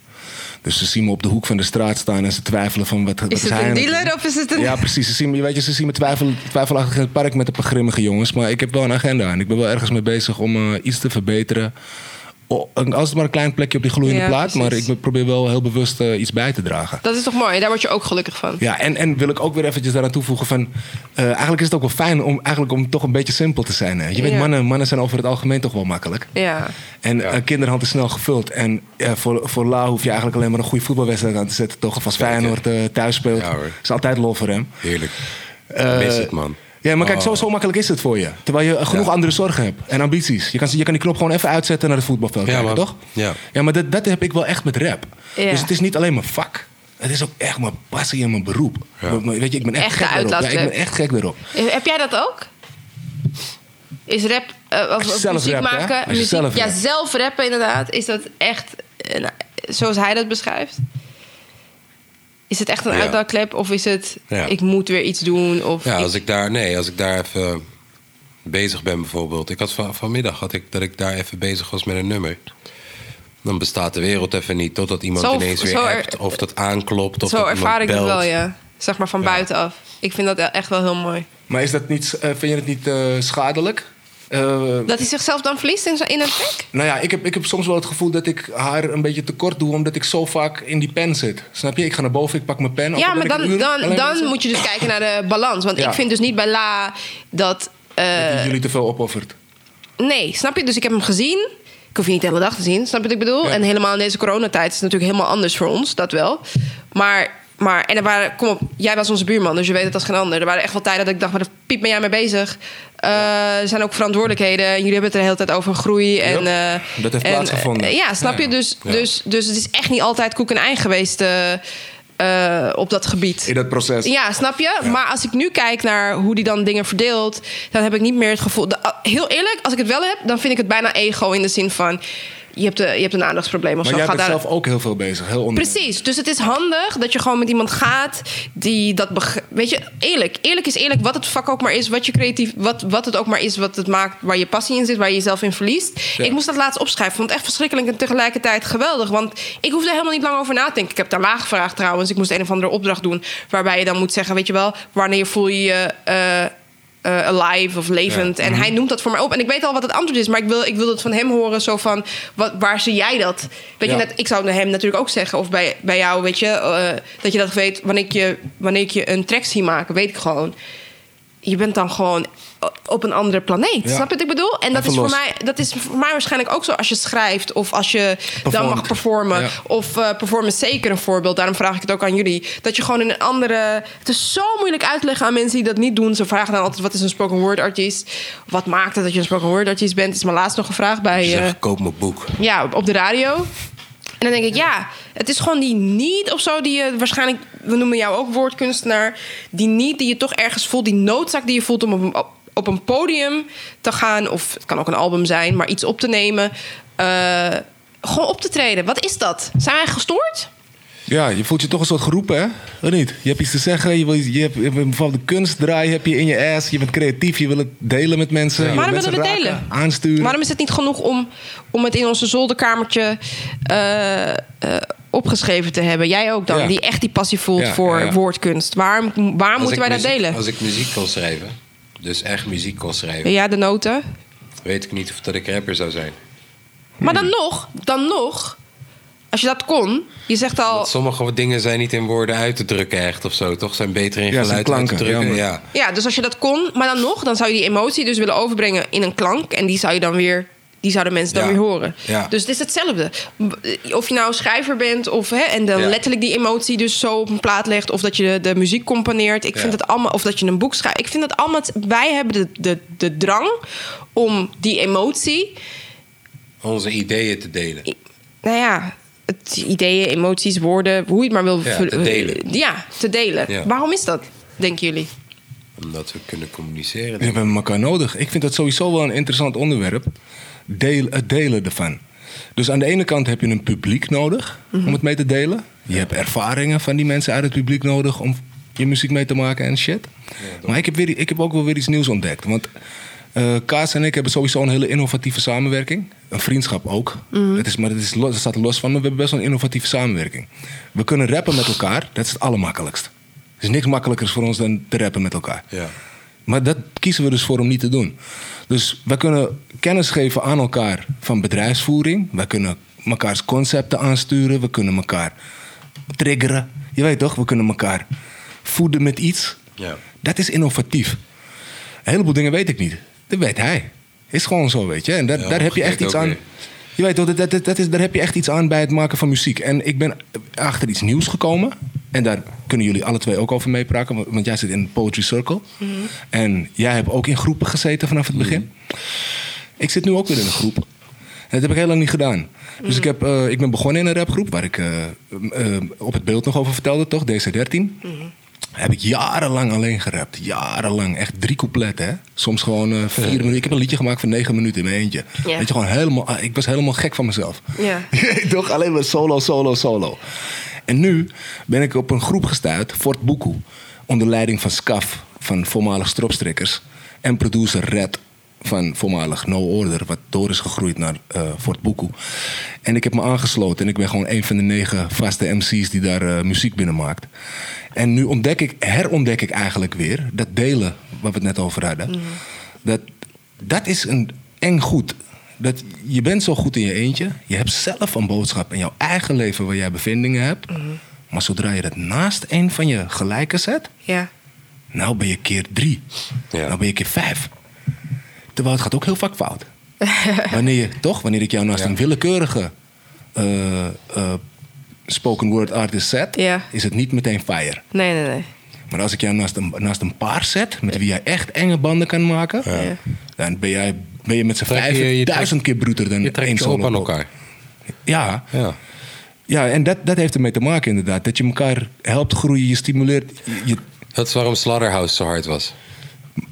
C: Dus ze zien me op de hoek van de straat staan en ze twijfelen van wat, wat
B: Is het
C: hij
B: een
C: aan het doen?
B: dealer of is het een...
C: Ja, precies. Ze zien me, je weet je, ze zien me twijfel, twijfelachtig in het park met een paar grimmige jongens. Maar ik heb wel een agenda en ik ben wel ergens mee bezig om eh, iets te verbeteren. O- als het maar Oh, een klein plekje op die gloeiende
B: Ja,
C: plaat. Maar
B: precies.
C: ik probeer wel heel bewust eh, iets bij te dragen.
B: Dat is toch mooi? Daar word je ook gelukkig van.
C: Ja, en, en wil ik ook weer eventjes daaraan toevoegen van... eh, eigenlijk is het ook wel fijn om, eigenlijk om toch een beetje simpel te zijn. Hè. Je weet,
B: Ja.
C: mannen, mannen zijn over het algemeen toch wel makkelijk.
B: Ja.
C: En eh, kinderhand is snel gevuld. En eh, voor, voor La hoef je eigenlijk alleen maar een goede voetbalwedstrijd aan te zetten. Toch, of als Feyenoord eh, thuis speelt.
A: Ja, hoor.
C: is altijd lol voor hem.
A: Heerlijk.
C: Eh,
A: Mis het, man.
C: Ja, maar kijk, zo, zo makkelijk is het voor je. Terwijl je genoeg
A: Oh. Ja.
C: andere zorgen hebt en ambities. Je kan, je kan die knop gewoon even uitzetten naar het voetbalveld.
A: Ja,
C: kijken,
A: man.
C: toch?
A: Ja.
C: ja maar dat, dat heb ik wel echt met rap.
B: Ja.
C: Dus het is niet alleen mijn vak. Het is ook echt mijn passie en mijn beroep. Maar- maar Weet je, ik ben echt
B: Echte
C: gek daarop. Ja, ik
B: uitlaatklep.
C: ben echt gek daarop.
B: Eh, Heb jij dat ook? Is rap, eh, of,
C: je
B: of
C: zelf
B: muziek
C: rapt, hè?
B: maken,
C: Als je
B: muziek,
C: zelf
B: ja,
C: rapt.
B: zelf rappen inderdaad, is dat echt, eh, nou, zoals hij dat beschrijft? Is het echt een
A: Ja.
B: uitlaatklep of is het,
A: Ja.
B: ik moet weer iets doen? Of
A: Ja,
B: ik-
A: als ik daar, nee, als ik daar even bezig ben bijvoorbeeld. Ik had van, vanmiddag had ik dat ik daar even bezig was met een nummer. Dan bestaat de wereld even niet totdat iemand
B: Zo-
A: ineens weer
B: zo er-
A: appt of dat aanklopt of
B: zo
A: dat
B: ervaar ik
A: iemand
B: dat
A: belt.
B: wel, ja. Zeg maar van buitenaf. Ik vind dat echt wel heel mooi.
C: Maar is dat niet, eh, vind je het niet eh, schadelijk? Eh,
B: Dat hij zichzelf dan verliest in, zo- in een track?
C: nou ja, ik heb, ik heb soms wel het gevoel dat ik haar een beetje tekort doe... omdat ik zo vaak in die pen zit. Snap je? Ik ga naar boven, ik pak mijn pen.
B: Ja,
C: Ook al
B: maar
C: ben ik een
B: dan,
C: uur
B: dan,
C: alleen
B: dan
C: bezig.
B: moet je dus kijken naar de balans. Want
C: Ja.
B: ik vind dus niet bij La dat... eh,
C: Dat die jullie te veel opoffert.
B: Nee, snap je? Dus ik heb hem gezien. Ik hoef je niet de hele dag te zien, snap je wat ik bedoel? En helemaal in deze coronatijd is het natuurlijk helemaal anders voor ons, dat wel. Maar, maar en er waren, kom op, jij was onze buurman, dus je weet het als geen ander. Er waren echt wel tijden dat ik dacht, waar de piep ben jij mee bezig? Eh, er zijn ook verantwoordelijkheden. Jullie hebben het er de hele tijd over groei. En,
C: Yup,
B: eh,
C: dat heeft
B: en,
C: plaatsgevonden.
B: eh, ja, snap je? Dus, dus, dus het is echt niet altijd koek en ei geweest eh, eh, op dat gebied.
C: In dat proces.
B: Ja, snap je? Maar als ik nu kijk naar hoe die dan dingen verdeelt, dan heb ik niet meer het gevoel. de- ah, heel eerlijk, als ik het wel heb, dan vind ik het bijna ego in de zin van je hebt, eh, je hebt een aandachtsprobleem of
C: Maar
B: zo.
C: jij
B: Ga
C: bent
B: daar-
C: zelf ook heel veel bezig. Heel onder...
B: Precies. Dus het is handig dat je gewoon met iemand gaat die dat beg- weet je, eerlijk, eerlijk is eerlijk wat het vak ook maar is, wat je creatief wat, wat het ook maar is wat het maakt waar je passie in zit, waar je jezelf in verliest. Ik moest dat laatst opschrijven, vond het echt verschrikkelijk en tegelijkertijd geweldig, want ik hoefde helemaal niet lang over na te denken. Ik heb daar laag gevraagd trouwens. Ik moest een of andere opdracht doen waarbij je dan moet zeggen, weet je wel, wanneer voel je je eh, eh, alive of levend. En
C: Mhm.
B: hij noemt dat voor mij op. En ik weet al wat het antwoord is, maar ik wil, ik wil het van hem horen. Zo van, wat, waar zie jij dat? Weet je,
C: Ja.
B: net, ik zou hem natuurlijk ook zeggen, of bij, bij jou, weet je, eh, dat je dat weet. Wanneer ik je, wanneer ik je een track zie maken, weet ik gewoon. Je bent dan gewoon op een andere planeet. Snap je wat ik bedoel? En dat
C: Even
B: is, voor
C: los.
B: mij, dat is voor mij waarschijnlijk ook zo als je schrijft of als je dan
C: Performt.
B: mag performen.
C: Ja.
B: Of eh perform is zeker een voorbeeld. Daarom vraag ik het ook aan jullie. Dat je gewoon in een andere... Het is zo moeilijk uitleggen aan mensen die dat niet doen. Ze vragen dan altijd, wat is een spoken word artiest? Wat maakt het dat je een spoken word artiest bent? Is me laatst nog gevraagd bij...
A: Ik
B: eh,
A: zeg, koop mijn boek.
B: ja, op de radio. En dan denk ik, ja, het is gewoon die niet of zo die je waarschijnlijk... We noemen jou ook woordkunstenaar. Die niet die je toch ergens voelt. Die noodzaak die je voelt om op een, op een podium te gaan. Of het kan ook een album zijn, maar iets op te nemen. eh, gewoon op te treden. Wat is dat? Zijn wij gestoord?
C: Ja, je voelt je toch een soort geroepen, hè? Of niet? Je hebt iets te zeggen, je, wil, je, hebt, je hebt een bepaalde kunstdraai heb je in je ass. Je bent creatief, je wil het delen met mensen. je wil
B: Waarom
C: mensen
B: willen we het
C: raken,
B: delen?
C: Aansturen.
B: Waarom is het niet genoeg om, om het in onze zolderkamertje eh, eh, opgeschreven te hebben? Jij ook dan,
C: Ja.
B: die echt die passie voelt
C: Ja,
B: voor
C: ja, ja.
B: woordkunst. Waarom, waarom
A: Als
B: moeten wij
A: ik
B: dat
A: muziek-
B: delen?
A: Als ik muziek kon schrijven, dus echt muziek kon schrijven,
B: Ja, de noten.
A: weet ik niet of dat ik rapper zou zijn.
B: Maar
C: Hmm.
B: dan nog, dan nog, als je dat kon, je zegt al...
A: Want sommige dingen zijn niet in woorden uit te drukken echt of zo, toch? Zijn beter in
C: Ja, zijn
A: geluid uit te
C: klanken,
A: drukken.
C: ja,
A: Ja,
B: Ja, dus als je dat kon, maar dan nog, dan zou je die emotie dus willen overbrengen in een klank. En die zou je dan weer, die zouden mensen dan
A: Ja.
B: weer horen.
A: Ja.
B: Dus het is hetzelfde. Of je nou schrijver bent of hè, en dan
A: Ja.
B: letterlijk die emotie dus zo op een plaat legt. Of dat je de, de muziek componeert. Ik
A: Ja.
B: vind het allemaal, of dat je een boek schrijft. Ik vind dat allemaal, wij hebben de, de, de drang om die emotie,
A: onze ideeën te delen.
B: nou ja, het, ideeën, emoties, woorden, hoe je het maar wil
A: Ja,
B: ver-
A: te delen.
B: Ja, te delen.
A: Ja.
B: Waarom is dat, denken jullie?
A: Omdat we kunnen communiceren.
C: Ja, we hebben elkaar nodig. Ik vind dat sowieso wel een interessant onderwerp. Deel, het delen ervan. Dus aan de ene kant heb je een publiek nodig om het mee te delen. Je hebt ervaringen van die mensen uit het publiek nodig om je muziek mee te maken en shit. maar ik heb, weer, ik heb ook wel weer iets nieuws ontdekt. Want eh, Kaas en ik hebben sowieso een hele innovatieve samenwerking. Een vriendschap ook. Het is, maar het, is los, het staat los van, maar we hebben best wel een innovatieve samenwerking. We kunnen rappen met elkaar, dat is het allermakkelijkst. Er is niks makkelijkers voor ons dan te rappen met elkaar.
A: Ja.
C: Maar dat kiezen we dus voor om niet te doen. Dus wij kunnen kennis geven aan elkaar van bedrijfsvoering. Wij kunnen mekaars concepten aansturen. We kunnen elkaar triggeren. Je weet toch, we kunnen elkaar voeden met iets.
A: Ja.
C: Dat is innovatief. Een heleboel dingen weet ik niet. Dat weet hij. Is gewoon zo, weet je. En daar,
A: Ja,
C: daar heb je echt
A: vergeet
C: iets
A: ook
C: aan.
A: weer.
C: Je weet toch, dat, dat, dat is, daar heb je echt iets aan bij het maken van muziek. En ik ben achter iets nieuws gekomen. En daar kunnen jullie alle twee ook over meepraten. want- Want jij zit in Poetry Circle. En jij hebt ook in groepen gezeten vanaf het begin.
A: Mhm.
C: Ik zit nu ook weer in een groep. En dat heb ik heel lang niet gedaan. Dus ik, heb, eh, ik ben begonnen in een rapgroep, waar ik eh, eh, op het beeld nog over vertelde, toch? DC13. Heb ik jarenlang alleen gerapt. Jarenlang. Echt drie coupletten, hè? Soms gewoon eh, vier minuten. Ik heb een liedje gemaakt van negen minuten in mijn eentje.
B: Ja.
C: Weet je, gewoon helemaal... ah, ik was helemaal gek van mezelf.
B: Ja.
C: Toch? Alleen maar solo, solo, solo. En nu ben ik op een groep gestuurd, Fort Boekoe. Onder leiding van Skaf, van voormalig Stropstrikkers. En producer Red, van voormalig No Order. Wat door is gegroeid naar eh, Fort Boekoe. En ik heb me aangesloten. En ik ben gewoon een van de negen vaste MC's die daar eh, muziek binnen maakt. En nu ontdek ik, herontdek ik eigenlijk weer dat delen waar we het net over hadden. Dat, dat is een eng goed. Dat je bent zo goed in je eentje. Je hebt zelf een boodschap in jouw eigen leven waar jij bevindingen hebt. Maar zodra je dat naast een van je gelijken zet,
B: Ja.
C: nou ben je keer drie.
A: Ja.
C: Nou ben je keer vijf. Terwijl het gaat ook heel vaak fout. wanneer je, toch? Wanneer ik jou naast een willekeurige eh, eh, spoken word artist zet,
B: Ja.
C: is het niet meteen fire.
B: Nee, nee, nee.
C: Maar als ik jou naast een, naast een paar zet, met wie jij echt enge banden kan maken,
B: Ja.
C: dan ben, jij, ben je met z'n
A: Trek je- je
C: vijf
A: trekt-
C: duizend keer broeder dan
A: Je trekt
C: één
A: je op
C: solo
A: aan
C: pop.
A: elkaar.
C: Ja,
A: Ja.
C: ja en dat, dat heeft ermee te maken inderdaad. Dat je elkaar helpt groeien, je stimuleert. Je,
A: Dat is waarom Slaughterhouse zo hard was.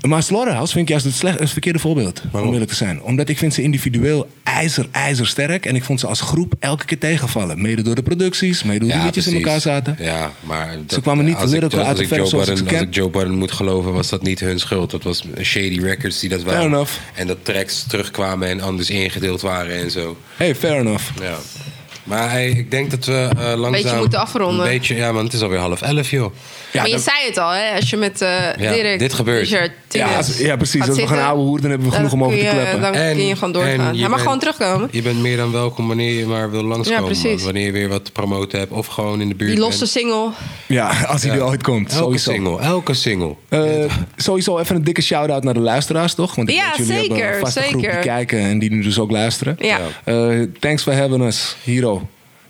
C: maar Slaughterhouse vind ik juist het, slecht, het verkeerde voorbeeld, om eerlijk te zijn. Omdat ik vind ze individueel ijzer, ijzersterk. En ik vond ze als groep elke keer tegenvallen. Mede door de producties, mede hoe die liedjes in
A: precies.
C: elkaar zaten.
A: Ja, maar dat-
C: Ze kwamen niet
A: als ik-
C: lyrical
A: als
C: uit de
A: ik
C: verf
A: Joe
C: zoals ik
A: Budden-
C: ze
A: Als
C: ken.
A: ik Joe Budden moet geloven, was dat niet hun schuld. Dat was Shady Records die dat waren.
C: enough.
A: En dat tracks terugkwamen en anders ingedeeld waren en zo.
C: Hey, fair enough.
A: Ja. Maar hey, ik denk dat we eh, langzaam...
B: moeten afronden.
A: Een beetje, ja, want het is alweer half elf, joh.
C: Ja,
B: maar je
C: dan-
B: zei het al, hè? Als je met eh
A: Ja,
B: direct
A: dit gebeurt.
B: t-shirt,
C: ja,
B: tennis
C: als- ja, precies.
B: gaat
C: Als we gaan
B: zitten,
C: ouwe hoer, dan hebben we genoeg
B: dan
C: om over te
B: kun je-
C: kleppen.
B: Dan kun je gewoon doorgaan.
A: en
B: Hij
A: je
B: mag
A: bent-
B: gewoon terugkomen.
A: Je bent meer dan welkom wanneer je maar wil langskomen.
B: Ja, precies.
A: Wanneer je weer wat te promoten hebt of gewoon in de buurt
B: Die losse
A: bent.
B: single.
C: Ja, als hij
A: Ja.
C: er ooit komt.
A: Elke
C: Sowieso.
A: single, elke single.
C: Eh, sowieso even een dikke shout-out naar de luisteraars, toch? Want ik
B: Ja,
C: weet jullie
B: zeker,
C: hebben een vaste groep
B: zeker.
C: die kijken en die nu dus ook luisteren.
B: Ja.
C: Eh, thanks for having us, Hero.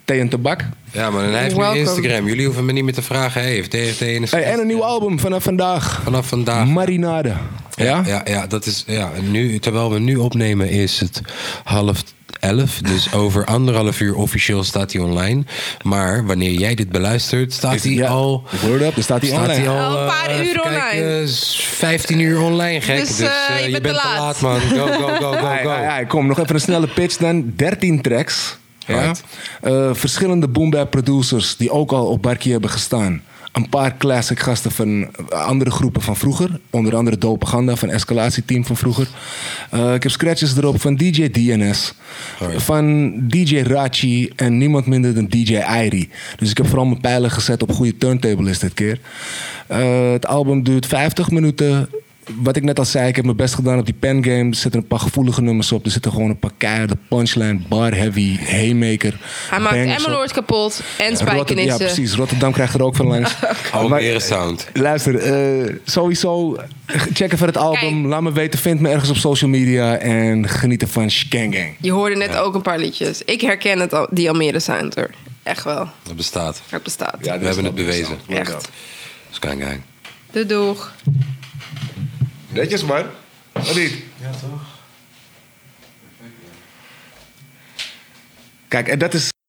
C: Thee en tabak.
A: Ja, maar hij heeft nu
B: Welcome.
A: Instagram. Jullie hoeven me niet meer te vragen. Hey, heeft DFT in de
C: Hey, en een nieuw album vanaf vandaag.
A: Vanaf vandaag.
C: Marinade. Ja?
A: Ja, ja, dat is, ja en nu, terwijl we nu opnemen is het half elf. Dus over anderhalf uur officieel staat hij online. Maar wanneer jij dit beluistert, staat
C: Is het-
A: hij
C: ja.
A: al...
C: Word up, dan staat hij online.
B: Al een
A: eh,
B: paar
A: even
B: uur
A: kijken,
B: online.
A: eh, s- 15 uur online, gek.
B: Dus,
A: Dus,
B: eh,
A: eh,
B: je
A: je,
B: bent
A: bent
B: te
A: te
B: laat.
A: laat, man. Go, go, go, go,
C: Hey,
A: go.
C: hey, hey, kom, nog even een snelle pitch dan. 13 tracks. Ja? Eh, verschillende boombap producers die ook al op Barkie hebben gestaan. Een paar classic gasten van eh, andere groepen van vroeger. Onder andere Dopaganda van Escalatieteam van vroeger. Eh, ik heb scratches erop van DJ DNS.
A: Oh,
C: Van DJ Rachi en niemand minder dan DJ Airi. Dus ik heb vooral mijn pijlen gezet op goede turntable is dit keer. Eh, het album duurt 50 minuten wat ik net al zei, ik heb mijn best gedaan op die pen game. Er zitten een paar gevoelige nummers op. Er zitten gewoon een paar keiharde punchline, bar heavy, haymaker.
B: Hij maakt
C: bangers op.
B: Emmeloord kapot en
C: Rotter- Ja,
B: spijkenissen.
C: precies. Rotterdam krijgt er ook van langs.
A: Ook
C: Maar-
A: weer een sound.
C: Luister, eh, sowieso check even het album.
B: Kijk.
C: Laat me weten, vind me ergens op social media en geniet ervan. Gang gang.
B: Je hoorde net ook een paar liedjes. Ik herken het al, die Almere Center. Echt wel.
A: Dat bestaat.
B: Het bestaat.
A: We hebben het bewezen.
B: Echt.
A: Skygang. gang.
B: Doei doeg.
C: Netjes man. Wat niet? Ja, toch? Kijk, en dat is